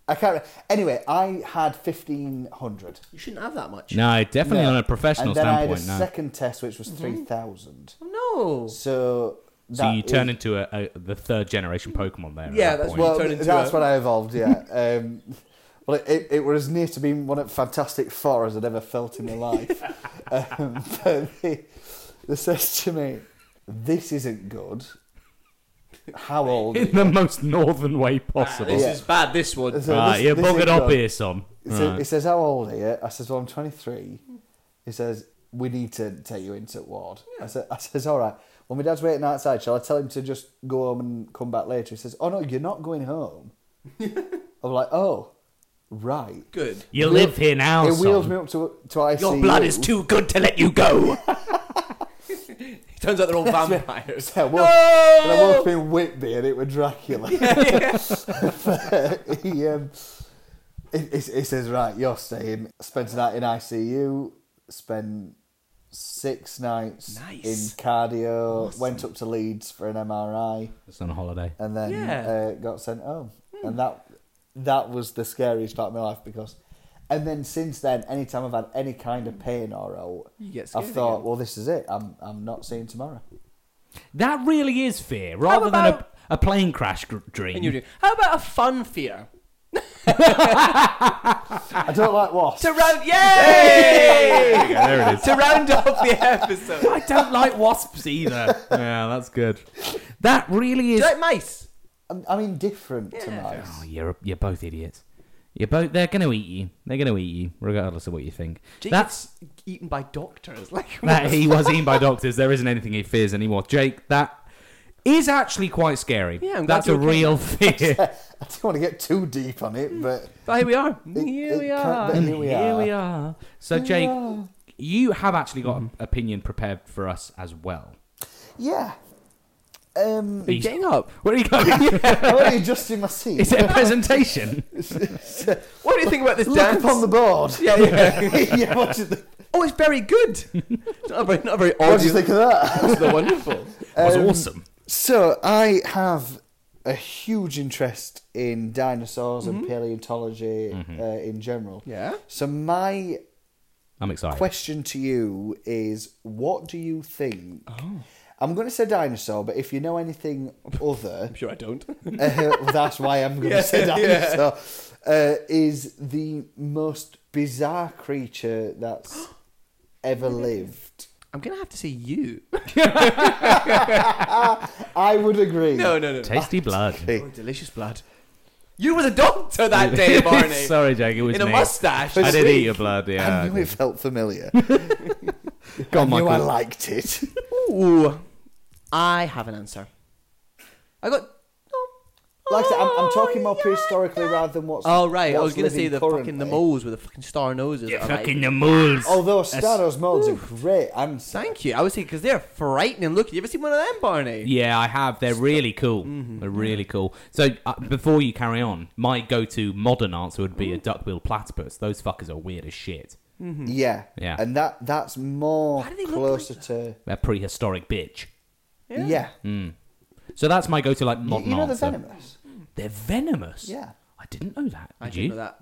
Speaker 3: I can't. re- Anyway, I had fifteen hundred.
Speaker 2: You shouldn't have that much.
Speaker 1: No, definitely
Speaker 3: No.
Speaker 1: on a professional
Speaker 3: and then
Speaker 1: standpoint.
Speaker 3: I had a
Speaker 1: No.
Speaker 3: second test, which was three thousand.
Speaker 2: No.
Speaker 3: So
Speaker 1: so
Speaker 3: that
Speaker 1: you turn
Speaker 3: is-
Speaker 1: into a, a the third generation Pokemon there. at
Speaker 2: Yeah,
Speaker 1: that
Speaker 2: that's
Speaker 1: point.
Speaker 2: what-
Speaker 3: well,
Speaker 2: turn into
Speaker 3: that's
Speaker 2: a-
Speaker 3: when I evolved. Yeah. um, well, it, it, it was as near to being one of Fantastic Four as I'd ever felt in my life. um, but they, they says to me, "This isn't good. How old?"
Speaker 1: in the most northern way
Speaker 2: Ah,
Speaker 1: possible.
Speaker 2: This
Speaker 3: Yeah.
Speaker 2: is bad, this one.
Speaker 3: So
Speaker 1: Right,
Speaker 3: this-
Speaker 1: you're
Speaker 3: this
Speaker 1: buggered
Speaker 3: is
Speaker 1: up
Speaker 3: good.
Speaker 1: here, son.
Speaker 3: He says-
Speaker 1: Right.
Speaker 3: He says, "How old are you?" I says, "Well, I'm 23." He says, "We need to take you into ward." I said, "I says, all right." Well, my dad's waiting outside. Shall I tell him to just go home and come back later? He says, "Oh no, you're not going home." I'm like, "Oh, right."
Speaker 2: Good.
Speaker 1: You
Speaker 3: Wheel-
Speaker 1: live here now,
Speaker 3: It wheels
Speaker 1: Oh, son.
Speaker 3: me up to to ICU.
Speaker 1: Your blood is too good to let you go.
Speaker 2: It turns out they're all vampires.
Speaker 3: I woke, and I woke up in Whitby and it was Dracula. he, um, he, he, he says, right, you're staying. Spend tonight in ICU. Spend six nights
Speaker 2: Nice.
Speaker 3: in cardio. Went up to Leeds for an MRI
Speaker 1: it's on holiday.
Speaker 3: and then
Speaker 2: Yeah. Hmm.
Speaker 3: uh, got sent home. And that that was the scariest part of my life because. And then since then, anytime I've had any kind of pain or out,
Speaker 2: You get
Speaker 3: I've
Speaker 2: scared
Speaker 3: thought,
Speaker 2: again.
Speaker 3: well, this is it. I'm I'm not seeing tomorrow.
Speaker 1: That really is fear, rather than a,
Speaker 2: about-
Speaker 1: a plane crash gr- dream.
Speaker 2: And you do. How about a fun fear?
Speaker 3: I don't like wasps.
Speaker 2: Ah, To round, yay!
Speaker 1: Yeah, there it is.
Speaker 2: to round up the episode. Do
Speaker 1: I don't like wasps either. yeah, that's good. That really
Speaker 2: you
Speaker 1: is.
Speaker 2: like mice?
Speaker 3: I'm, I'm indifferent to
Speaker 2: Yeah.
Speaker 1: Oh,
Speaker 3: mice.
Speaker 1: you're you're both idiots. You're both. They're gonna eat you. They're gonna eat you, regardless of what you think.
Speaker 2: Jake
Speaker 1: That's
Speaker 2: gets eaten by doctors. Like
Speaker 1: that he was eaten by doctors. There isn't anything he fears anymore. Jake, that is actually quite scary.
Speaker 2: Yeah, I'm glad
Speaker 1: that's a
Speaker 2: you're okay.
Speaker 1: real fear.
Speaker 3: I don't want to get too deep on it, but
Speaker 2: But here we are.
Speaker 3: it-
Speaker 2: here
Speaker 3: it
Speaker 2: we
Speaker 3: can't-
Speaker 2: are.
Speaker 3: but
Speaker 1: And
Speaker 3: here we
Speaker 1: here
Speaker 3: are.
Speaker 1: we are. So, Jake, you have actually got an opinion prepared for us as well.
Speaker 3: yeah. Um,
Speaker 2: Are you getting up?
Speaker 1: Where are you going?
Speaker 3: I'm only adjusting my seat.
Speaker 1: is it a presentation?
Speaker 2: What do you think about this
Speaker 3: Look
Speaker 2: dance?
Speaker 3: upon the board.
Speaker 2: yeah, yeah.
Speaker 3: yeah, what do you, think?
Speaker 2: oh, it's very good. It's not very, not very
Speaker 3: what do you
Speaker 2: obvious.
Speaker 3: think of that?
Speaker 2: It's the wonderful.
Speaker 1: That was
Speaker 3: Um,
Speaker 1: awesome.
Speaker 3: So I have a huge interest in dinosaurs and paleontology uh, in general.
Speaker 2: Mm-hmm. Yeah.
Speaker 3: So my
Speaker 1: I'm excited.
Speaker 3: question to you is what do you think?
Speaker 2: Oh.
Speaker 3: I'm going to say dinosaur, but if you know anything other,
Speaker 2: I'm sure I don't.
Speaker 3: uh, that's why I'm going
Speaker 2: Yeah,
Speaker 3: to say
Speaker 2: yeah.
Speaker 3: dinosaur, uh, is the most bizarre creature that's ever lived.
Speaker 2: I'm gonna have to say you.
Speaker 3: I would agree.
Speaker 2: No, no, no.
Speaker 1: Tasty blood.
Speaker 2: Oh, delicious blood. You was a doctor that day, Barney.
Speaker 1: Sorry, Jake. It was
Speaker 2: in a
Speaker 1: me.
Speaker 2: mustache.
Speaker 1: I did
Speaker 3: Sweet.
Speaker 1: eat your blood. Yeah.
Speaker 3: I knew
Speaker 1: I
Speaker 3: it felt familiar.
Speaker 1: did. Go on,
Speaker 3: I knew
Speaker 1: Michael.
Speaker 3: I liked it.
Speaker 2: Ooh, I have an answer. I got.
Speaker 3: Like I said, I'm, I'm talking more prehistorically rather than what's.
Speaker 2: Oh right, I
Speaker 3: what's
Speaker 2: was gonna
Speaker 3: living
Speaker 2: say the
Speaker 3: currently.
Speaker 2: fucking the moles with the fucking star noses.
Speaker 1: You're
Speaker 2: are like-
Speaker 1: fucking the moles.
Speaker 3: Although Staros molds are great, I'm
Speaker 2: Thank you. I was saying because they're frightening. Look, you ever seen one of them, Barney?
Speaker 1: Yeah, I have. They're really cool. They're really cool. So uh, before you carry on, my go-to modern answer would be a duckbill platypus. Those fuckers are weird as shit.
Speaker 3: Yeah,
Speaker 1: Yeah.
Speaker 3: and that that's more
Speaker 2: Why do they look
Speaker 3: closer
Speaker 2: like
Speaker 3: to
Speaker 1: They're prehistoric bitch.
Speaker 3: yeah.
Speaker 1: So that's my go-to like
Speaker 3: You,
Speaker 1: modern
Speaker 3: you know they're
Speaker 1: answer.
Speaker 3: venomous.
Speaker 1: They're venomous.
Speaker 3: Yeah,
Speaker 1: I didn't know that.
Speaker 2: I
Speaker 1: Did
Speaker 2: didn't
Speaker 1: you
Speaker 2: know that.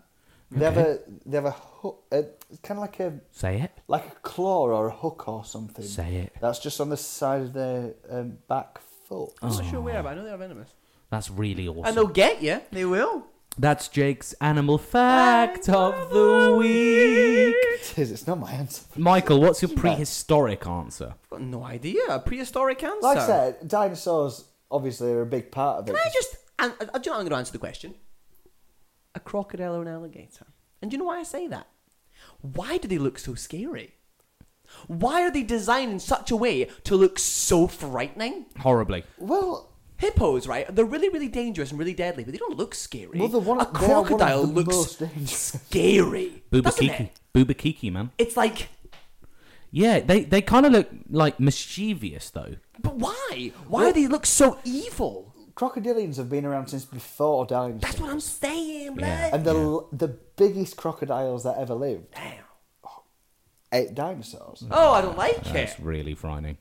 Speaker 3: they have a they have a, hook, a kind of like a
Speaker 1: say it?
Speaker 3: like a claw or a hook or something.
Speaker 1: Say it.
Speaker 3: That's just on the side of their um, back foot.
Speaker 1: Oh.
Speaker 2: I'm not sure where, but I know they're venomous.
Speaker 1: That's really awesome.
Speaker 2: And they'll get you. They will.
Speaker 1: That's Jake's animal fact of the week.
Speaker 3: Jeez, it's not my answer.
Speaker 1: Michael, what's your prehistoric answer?
Speaker 2: I've got no idea. A prehistoric answer.
Speaker 3: Like I said, dinosaurs obviously are a big part of it.
Speaker 2: Can I just? And, uh, do you know what I'm going to answer the question? A crocodile or an alligator? And do you know why I say that? Why do they look so scary? Why are they designed in such a way to look so frightening?
Speaker 1: Horribly.
Speaker 3: Well,
Speaker 2: Hippos, right? They're really, really dangerous and really deadly, but they don't look scary.
Speaker 3: Well, they're one
Speaker 2: a
Speaker 3: of- they are one of
Speaker 2: crocodile
Speaker 3: the
Speaker 2: looks
Speaker 3: most dangerous.
Speaker 2: scary. doesn't
Speaker 1: Bubakiki.
Speaker 2: it?
Speaker 1: Bubakiki, man.
Speaker 2: It's like,
Speaker 1: Yeah, they, they kind of look like mischievous, though.
Speaker 2: but why? Why do they look so evil?
Speaker 3: Crocodilians have been around since before dinosaurs.
Speaker 2: That's what I'm saying,
Speaker 1: Yeah.
Speaker 2: man.
Speaker 3: And the l the biggest crocodiles that ever lived
Speaker 2: Damn.
Speaker 3: ate dinosaurs.
Speaker 2: Oh, I don't like it.
Speaker 1: That's really frightening.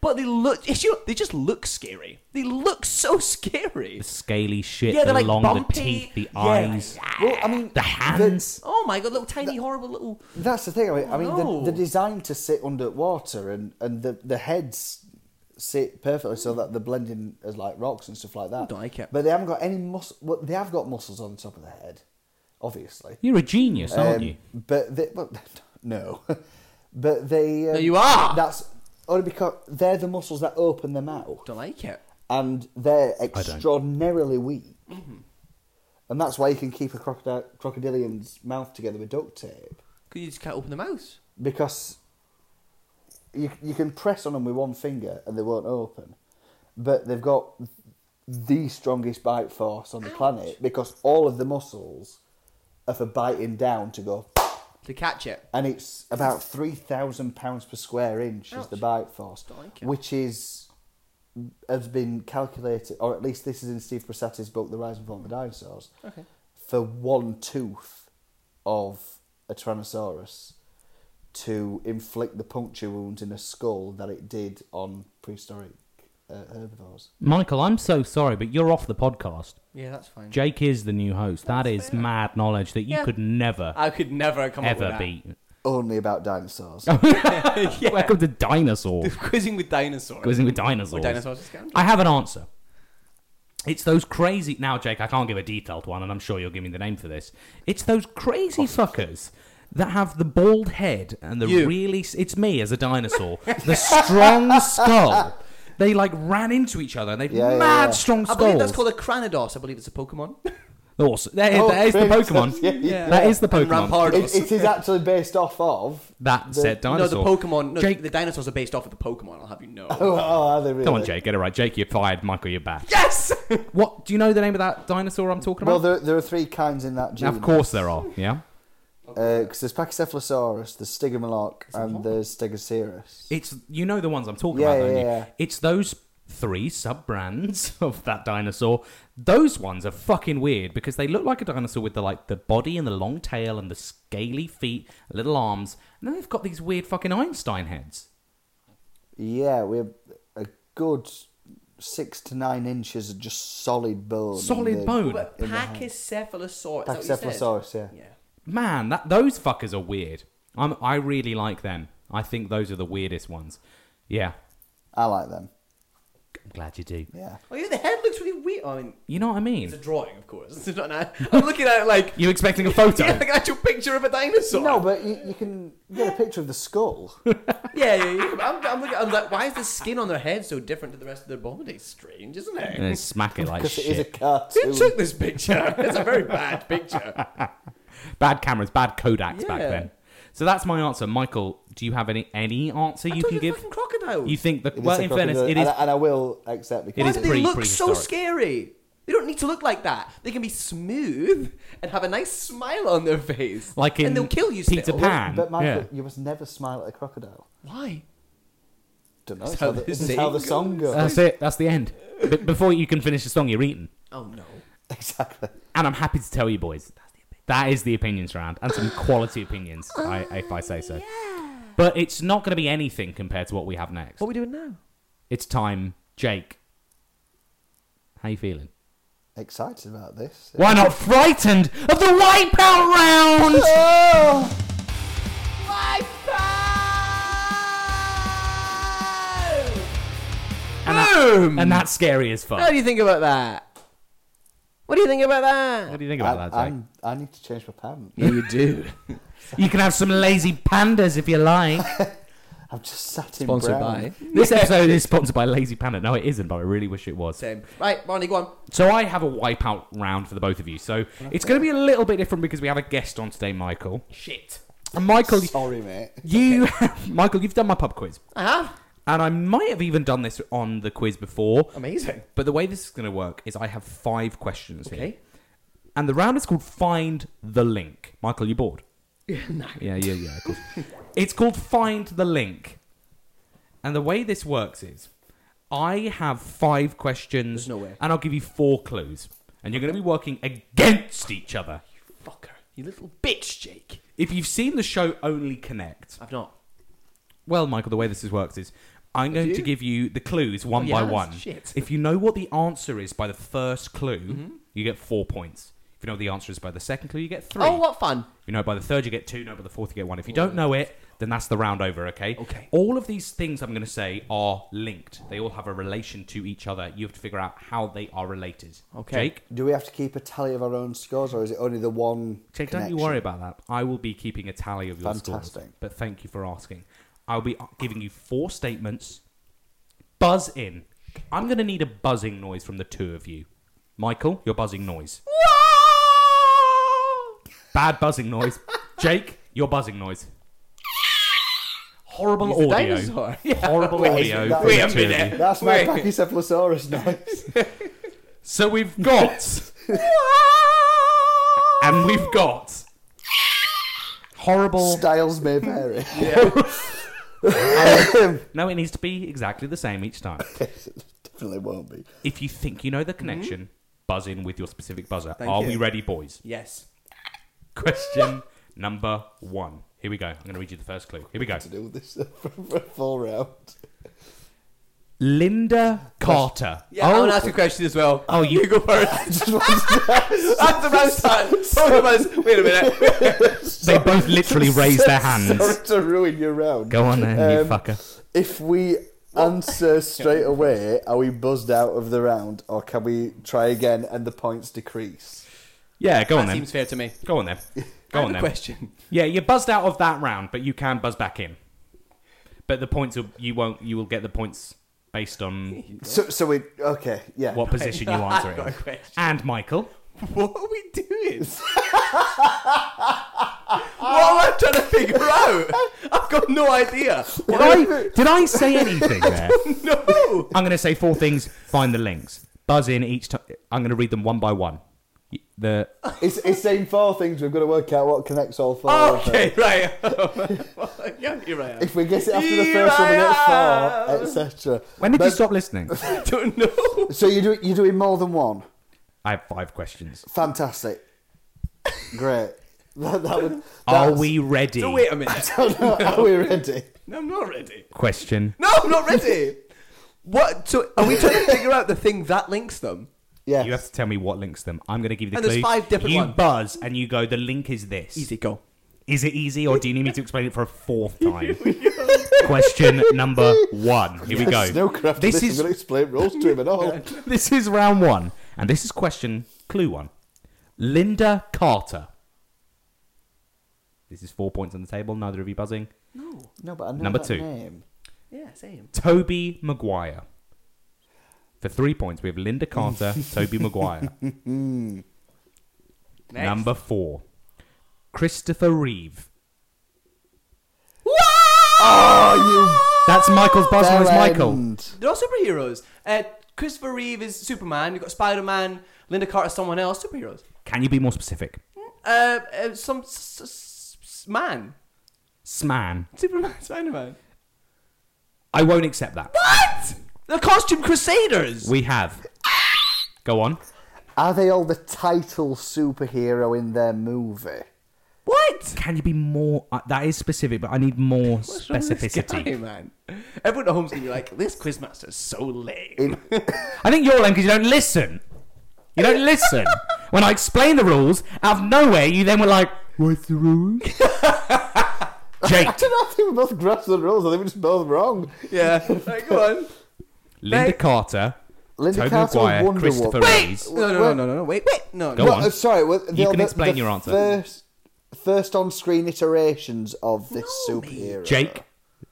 Speaker 2: But they look. It's, you know, they just look scary. They look so scary.
Speaker 1: The scaly shit,
Speaker 2: Yeah,
Speaker 1: the
Speaker 2: they're like
Speaker 1: long,
Speaker 2: bumpy.
Speaker 1: the teeth, the
Speaker 2: Yeah.
Speaker 1: eyes,
Speaker 3: Well, I mean,
Speaker 1: the hands.
Speaker 2: Oh my god, little tiny horrible little.
Speaker 3: that's the thing. I mean, I mean
Speaker 2: no.
Speaker 3: they're, they're designed to sit underwater, and and the the heads sit perfectly so that they're blending as like rocks and stuff like that.
Speaker 2: don't like it.
Speaker 3: But they haven't got any muscle. Well, they have got muscles on the top of the head, obviously.
Speaker 1: You're a genius, aren't
Speaker 3: Um,
Speaker 1: you?
Speaker 3: But they, well, no, but they. Um,
Speaker 2: No, you are.
Speaker 3: That's only because they're the muscles that open them out,
Speaker 2: Don't like it.
Speaker 3: and they're extraordinarily weak.
Speaker 2: Mm-hmm.
Speaker 3: And that's why you can keep a crocodile, crocodilian's mouth together with duct tape
Speaker 2: Cause you just can't open the mouth.
Speaker 3: because you you can press on them with one finger and they won't open, but they've got the strongest bite force on the planet because all of the muscles are for biting down to go
Speaker 2: To catch it.
Speaker 3: and it's about three thousand pounds per square inch is the
Speaker 2: Ouch.
Speaker 3: bite force,
Speaker 2: Don't like it.
Speaker 3: which is has been calculated, or at least this is in Steve Prasatti's book, The Rise and Fall of the Dinosaurs,
Speaker 2: Okay.
Speaker 3: for one tooth of a Tyrannosaurus to inflict the puncture wounds in a skull that it did on prehistoric uh, herbivores.
Speaker 1: Michael, I'm so sorry, but you're off the podcast.
Speaker 2: Yeah, that's fine.
Speaker 1: Jake is the new host. that is mad knowledge that you
Speaker 2: Yeah.
Speaker 1: could never,
Speaker 2: I could never come
Speaker 1: ever
Speaker 2: up with
Speaker 1: beat.
Speaker 3: Only about dinosaurs.
Speaker 2: that. yeah.
Speaker 1: Welcome to Dinosaur.
Speaker 2: Quizzing with dinosaurs.
Speaker 1: Quizzing with dinosaurs.
Speaker 2: Or dinosaurs are scoundrels.
Speaker 1: I have an answer. It's those crazy. Now, Jake, I can't give a detailed one, and I'm sure you'll give me the name for this. It's those crazy fuckers that have the bald head and the
Speaker 2: You.
Speaker 1: really. s- It's me as a dinosaur. the strong skull. They like ran into each other and they
Speaker 3: Yeah, yeah,
Speaker 1: mad
Speaker 3: yeah.
Speaker 1: strong
Speaker 2: I
Speaker 1: skulls.
Speaker 2: believe that's called a Cranidos. I believe it's a Pokemon.
Speaker 1: Awesome. That is,
Speaker 3: Oh,
Speaker 1: that is the
Speaker 3: thanks.
Speaker 1: Pokemon.
Speaker 3: Yeah, yeah.
Speaker 1: That is the
Speaker 2: And
Speaker 1: Pokemon.
Speaker 2: Rampardos.
Speaker 3: it, it is actually based off of.
Speaker 1: That
Speaker 3: The-
Speaker 1: said
Speaker 2: no,
Speaker 1: dinosaur.
Speaker 2: the Pokemon. No,
Speaker 1: Jake,
Speaker 2: the dinosaurs are based off of the Pokemon. I'll have you know.
Speaker 3: Oh, are they
Speaker 1: come on,
Speaker 3: really?
Speaker 1: Jake, get it right. Jake, you're fired. Michael, you're back.
Speaker 2: Yes.
Speaker 1: What? Do you know the name of that dinosaur I'm talking
Speaker 3: Well,
Speaker 1: about?
Speaker 3: there, there are three kinds in that genus.
Speaker 1: of course there are. Yeah.
Speaker 3: Because Uh, there's Pachycephalosaurus, there's Stigomaloch, and there's Stegosaurus.
Speaker 1: It's you know the ones I'm talking
Speaker 3: Yeah,
Speaker 1: about, don't
Speaker 3: yeah,
Speaker 1: you?
Speaker 3: yeah.
Speaker 1: It's those three sub brands of that dinosaur. Those ones are fucking weird because they look like a dinosaur with the like the body and the long tail and the scaly feet, little arms, and then they've got these weird fucking Einstein heads.
Speaker 3: Yeah, we're a good six to nine inches of just solid bone. in
Speaker 1: Solid
Speaker 3: the-
Speaker 1: bone.
Speaker 2: But Pachycephalosaurus. is that what you said?
Speaker 3: Pachycephalosaurus, yeah.
Speaker 2: Yeah.
Speaker 1: Man, that those fuckers are weird. I'm I really like them. I think those are the weirdest ones. Yeah.
Speaker 3: I like them.
Speaker 1: I'm glad you do.
Speaker 3: Yeah.
Speaker 2: Oh yeah, the head looks really weird. I mean,
Speaker 1: You know what I
Speaker 2: it's a
Speaker 1: mean?
Speaker 2: drawing, of course. It's not. An, I'm looking at it like
Speaker 1: You expecting a photo?
Speaker 2: yeah, like an actual picture of a dinosaur.
Speaker 3: No, but you, you can get a picture of the skull.
Speaker 2: Yeah, yeah, yeah. But I'm, I'm looking. I'm like, why is the skin on their head so different to the rest of their body? Strange, isn't it?
Speaker 1: And then smack it like
Speaker 3: Because
Speaker 1: shit.
Speaker 3: it is a
Speaker 2: Who took
Speaker 3: cartoon.
Speaker 2: this picture? It's a very bad picture.
Speaker 1: bad cameras, bad Kodaks back
Speaker 2: Yeah.
Speaker 1: then. So that's my answer, Michael. Do you have any any answer
Speaker 2: I
Speaker 1: you
Speaker 2: told
Speaker 1: can
Speaker 2: you
Speaker 1: give?
Speaker 2: fucking crocodiles.
Speaker 1: You think that?
Speaker 3: It is
Speaker 1: Well,
Speaker 3: a
Speaker 1: in fairness,
Speaker 3: crocodile,
Speaker 1: it is.
Speaker 3: And I, and I will accept it.
Speaker 1: It
Speaker 2: Why
Speaker 1: is
Speaker 2: do
Speaker 3: because
Speaker 2: they
Speaker 1: pre-
Speaker 2: look so
Speaker 1: prehistoric.
Speaker 2: scary? They don't need to look like that. They can be smooth and have a nice smile on their face.
Speaker 1: Like in
Speaker 2: and they'll kill you
Speaker 1: Peter
Speaker 2: still.
Speaker 1: Pan.
Speaker 3: But Michael,
Speaker 1: yeah.
Speaker 3: you must never smile at a crocodile.
Speaker 2: Why?
Speaker 3: Don't know.
Speaker 2: That's
Speaker 3: It's
Speaker 2: how
Speaker 3: how the,
Speaker 2: the
Speaker 3: this is
Speaker 2: saying
Speaker 3: how the song goes.
Speaker 1: That's it. That's the end. But before you can finish the song, you're eaten.
Speaker 2: Oh no.
Speaker 3: exactly.
Speaker 1: And I'm happy to tell you, boys, that is the opinions round, and some quality opinions, I,
Speaker 2: Oh,
Speaker 1: if I say so. But it's not going to be anything compared to what we have next.
Speaker 2: What are we doing now?
Speaker 1: It's time, Jake. How you feeling?
Speaker 3: Excited about this.
Speaker 1: Why not frightened of the wipeout round?
Speaker 2: Oh.
Speaker 1: And, that,
Speaker 2: Boom!
Speaker 1: and that's scary as
Speaker 2: How
Speaker 1: fuck.
Speaker 2: do you think about that? What do you think about that?
Speaker 1: What do you think
Speaker 3: I,
Speaker 1: about that, Jake?
Speaker 3: I'm- I need to change my pants.
Speaker 2: Yeah, you do.
Speaker 1: You can have some lazy pandas if you like.
Speaker 3: I've just sat in
Speaker 2: Sponsored
Speaker 3: brown.
Speaker 2: by.
Speaker 1: this episode is sponsored by Lazy Panda. No, it isn't, but I really wish it was.
Speaker 2: Same. Right, Barney, go on.
Speaker 1: So I have a wipeout round for the both of you. So it's going to be a little bit different because we have a guest on today, Michael.
Speaker 2: Shit.
Speaker 1: And Michael,
Speaker 3: Sorry, mate.
Speaker 1: you, Michael, you've done my pub quiz,
Speaker 2: I have.
Speaker 1: and I might have even done this on the quiz before.
Speaker 2: Amazing.
Speaker 1: But the way this is going to work is I have five questions here.
Speaker 2: Okay.
Speaker 1: And the round is called Find the Link. Michael, you bored?
Speaker 2: no.
Speaker 1: Yeah, yeah, yeah. Of course. it's called Find the Link. And the way this works is I have five questions.
Speaker 2: There's no way.
Speaker 1: And I'll give you four clues. And you're going to be working against each other.
Speaker 2: Fucker. You little bitch, Jake.
Speaker 1: If you've seen the show Only Connect,
Speaker 2: I've not.
Speaker 1: well, Michael, the way this is works is I'm going to
Speaker 2: you?
Speaker 1: give you the clues one
Speaker 2: Oh,
Speaker 1: by
Speaker 2: yes,
Speaker 1: one.
Speaker 2: shit. Mm-hmm.
Speaker 1: If you know what the answer is by the first clue, you get four points. If you know what the answer is by the second clue, you get three.
Speaker 2: Oh, what fun.
Speaker 1: If you know it by the third, you get two. No, by the fourth, you get one. If you don't know it, then that's the round over. Okay.
Speaker 2: Okay.
Speaker 1: All of these things I'm going to say are linked. They all have a relation to each other. You have to figure out how they are related.
Speaker 2: Okay.
Speaker 1: Jake,
Speaker 3: Do we have to keep a tally of our own scores, or is it only the one?
Speaker 1: Jake,
Speaker 3: connection?
Speaker 1: don't you worry about that. I will be keeping a tally of your scores.
Speaker 3: Fantastic.
Speaker 1: But thank you for asking. I'll be giving you four statements. Buzz in. I'm going to need a buzzing noise from the two of you. Michael, your buzzing noise. Bad buzzing noise. Jake, your buzzing noise. Horrible
Speaker 2: He's a
Speaker 1: audio.
Speaker 2: dinosaur.
Speaker 1: Horrible
Speaker 3: Wait,
Speaker 1: audio.
Speaker 3: that-
Speaker 1: from
Speaker 3: wait a
Speaker 1: the two of you.
Speaker 2: minute.
Speaker 3: That's my
Speaker 2: Wait.
Speaker 3: Pachycephalosaurus noise.
Speaker 1: So we've got. and we've got. Horrible.
Speaker 3: Styles may vary.
Speaker 1: no, it needs to be exactly the same each time.
Speaker 3: Definitely won't be.
Speaker 1: If you think you know the connection, buzz in with your specific buzzer.
Speaker 2: Mm-hmm. Thank
Speaker 1: Are
Speaker 2: you.
Speaker 1: we ready, boys?
Speaker 2: Yes.
Speaker 1: Question number one. Here we go. I'm going to read you the first clue. Here we go.
Speaker 3: To do this for a full round.
Speaker 1: Linda Carter.
Speaker 2: Yeah, I want to ask a question as well.
Speaker 1: Oh, you-
Speaker 2: you go first.
Speaker 3: Just wanted to-
Speaker 2: That's the round start. Both of us. Wait a minute.
Speaker 1: They both literally raised their hands.
Speaker 3: Sorry to ruin your round.
Speaker 1: Go on then,
Speaker 3: Um,
Speaker 1: you fucker.
Speaker 3: If we answer straight away, are we buzzed out of the round, or can we try again and the points decrease?
Speaker 1: Yeah, go on
Speaker 2: That
Speaker 1: then.
Speaker 2: seems fair to me.
Speaker 1: Go on then.
Speaker 2: I
Speaker 1: Go
Speaker 2: have
Speaker 1: on
Speaker 2: a
Speaker 1: then.
Speaker 2: question.
Speaker 1: Yeah, you're buzzed out of that round, but you can buzz back in. But the points will, you won't. You will get the points based on
Speaker 3: So, so we okay, yeah.
Speaker 1: what position you answer
Speaker 2: I've
Speaker 1: it.
Speaker 2: got a
Speaker 1: in.
Speaker 2: question.
Speaker 1: And Michael,
Speaker 2: What are we doing? what am I trying to figure out? I've got no idea.
Speaker 1: did I, did I say anything there?
Speaker 2: No.
Speaker 1: I'm going to say four things. Find the links. Buzz in each time. I'm going to read them one by one. Y- The
Speaker 3: It's, it's saying four things. We've got to work out what connects all four. of them.
Speaker 2: Okay, right. yeah, you're right.
Speaker 3: If we get it after the
Speaker 2: Here
Speaker 3: first one, we get
Speaker 2: I
Speaker 3: four, etc.
Speaker 1: when did you
Speaker 3: But-
Speaker 1: stop listening?
Speaker 2: I don't know.
Speaker 3: So you're doing, you're doing more than one.
Speaker 1: I have five questions.
Speaker 3: Fantastic. Great. That, that would,
Speaker 1: Are
Speaker 3: that's-
Speaker 1: we ready?
Speaker 2: No, wait a minute.
Speaker 3: Oh, no, are we ready?
Speaker 2: No, I'm not ready.
Speaker 1: Question.
Speaker 2: No, I'm not ready. What? So are we trying to figure out the thing that links them?
Speaker 3: Yeah.
Speaker 1: You have to tell me what links them. I'm going to give you the
Speaker 2: And
Speaker 1: clue.
Speaker 2: there's five different
Speaker 1: You
Speaker 2: ones.
Speaker 1: buzz and you go. The link is this.
Speaker 2: Easy, go.
Speaker 1: Is it easy, or do you need me to explain it for a fourth time? Question number one. Here we go.
Speaker 3: Snowcraft.
Speaker 1: this
Speaker 3: This is
Speaker 1: is
Speaker 3: going to explain rules to him at all.
Speaker 1: this is round one, and this is question clue one. Linda Carter. This is four points on the table. Neither of you buzzing.
Speaker 2: No.
Speaker 3: No, but I know
Speaker 1: Number
Speaker 3: that
Speaker 1: two.
Speaker 3: name.
Speaker 2: Yeah, same.
Speaker 1: Toby Maguire. For three points, we have Linda Carter, Toby Maguire.
Speaker 2: Next.
Speaker 1: Number four, Christopher Reeve.
Speaker 2: Ah,
Speaker 3: Oh,
Speaker 1: That's Michael's
Speaker 3: you
Speaker 1: buzz noise,
Speaker 3: bell
Speaker 1: Michael.
Speaker 3: end.
Speaker 2: They're all superheroes. Uh, Christopher Reeve is Superman. You've got Spider Man. Linda Carter's someone else. Superheroes.
Speaker 1: Can you be more specific?
Speaker 2: Uh, uh some s- s- s- man.
Speaker 1: Sman.
Speaker 2: Superman, Spider Man.
Speaker 1: I won't accept that.
Speaker 2: What? The costume crusaders.
Speaker 1: We have. Go on.
Speaker 3: Are they all the title superhero in their movie?
Speaker 2: what?
Speaker 1: Can you be more? Uh, that is specific, but I need more
Speaker 2: What's wrong with this guy,
Speaker 1: specificity.
Speaker 2: man. Everyone at home's gonna be like, "This quizmaster's so lame."
Speaker 3: In-
Speaker 1: I think you're lame because you don't listen. You don't listen. when I explain the rules, out of nowhere, you then were like, "What's the rules?" Jake,
Speaker 3: I don't think we both grasped the rules. I think we're just both wrong.
Speaker 2: yeah. Like, go on.
Speaker 1: Linda
Speaker 2: Mate.
Speaker 1: Carter,
Speaker 3: Linda
Speaker 1: Toby
Speaker 3: Carter,
Speaker 1: Maguire,
Speaker 3: Wonder
Speaker 1: Christopher
Speaker 3: Woman.
Speaker 1: Reeve.
Speaker 2: No, no, no, no, no, no. Wait, wait. No.
Speaker 1: Go
Speaker 2: no.
Speaker 3: Well,
Speaker 1: on.
Speaker 3: uh, sorry, well, the,
Speaker 1: can
Speaker 3: the-
Speaker 1: explain
Speaker 3: the
Speaker 1: your answer.
Speaker 3: First, first on-screen iterations of this superhero.
Speaker 1: Jake,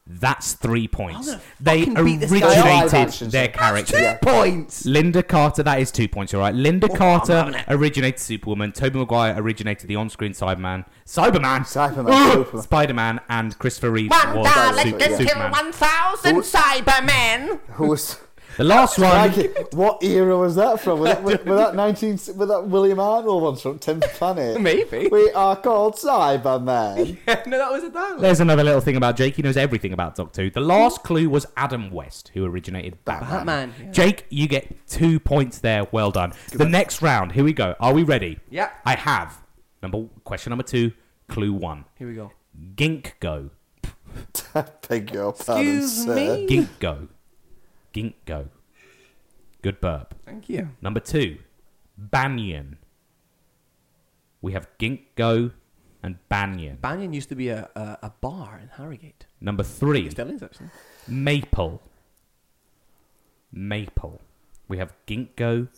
Speaker 1: That's three points.
Speaker 2: gonna
Speaker 1: They
Speaker 2: fucking beat this guy up.
Speaker 3: Live
Speaker 1: originated
Speaker 3: action
Speaker 1: their
Speaker 3: stuff.
Speaker 1: character.
Speaker 3: Yeah.
Speaker 2: Points.
Speaker 1: Linda Carter, that is two points, you're right. Linda
Speaker 2: having
Speaker 1: Carter
Speaker 2: it.
Speaker 1: originated Superwoman. Toby Maguire originated the on screen Cyberman. Cyberman!
Speaker 3: Cyberman, Superman.
Speaker 1: Spider Man, and Christopher Reeve was Su- Superman.
Speaker 6: 1,000 Cybermen.
Speaker 3: Who was?
Speaker 1: The last one.
Speaker 3: Crikey, what era was that from? Was that, was, was that 19? Was that William Arnold one from Tenth Planet?
Speaker 2: Maybe.
Speaker 3: We are called Cybermen.
Speaker 2: no, that was a dialogue.
Speaker 1: There's another little thing about Jake. He knows everything about Doctor Who. The last clue was Adam West, who originated Batman.
Speaker 2: Hmm. Batman, yeah.
Speaker 1: Jake, you get two points there. Well done. the next round. Here we go. Are we ready?
Speaker 2: Yeah.
Speaker 1: I have number question number two, clue one.
Speaker 2: Here we go.
Speaker 1: Ginkgo.
Speaker 3: Beg your pardon,
Speaker 2: Excuse
Speaker 3: sir.
Speaker 2: me?
Speaker 1: Ginkgo. Ginkgo. Good burp.
Speaker 2: Thank you.
Speaker 1: Number two, Banyan. We have Ginkgo and Banyan.
Speaker 2: Banyan used to be a, a, a bar in Harrogate.
Speaker 1: Number three,
Speaker 2: It still is, actually.
Speaker 1: Maple. Maple. We have Ginkgo,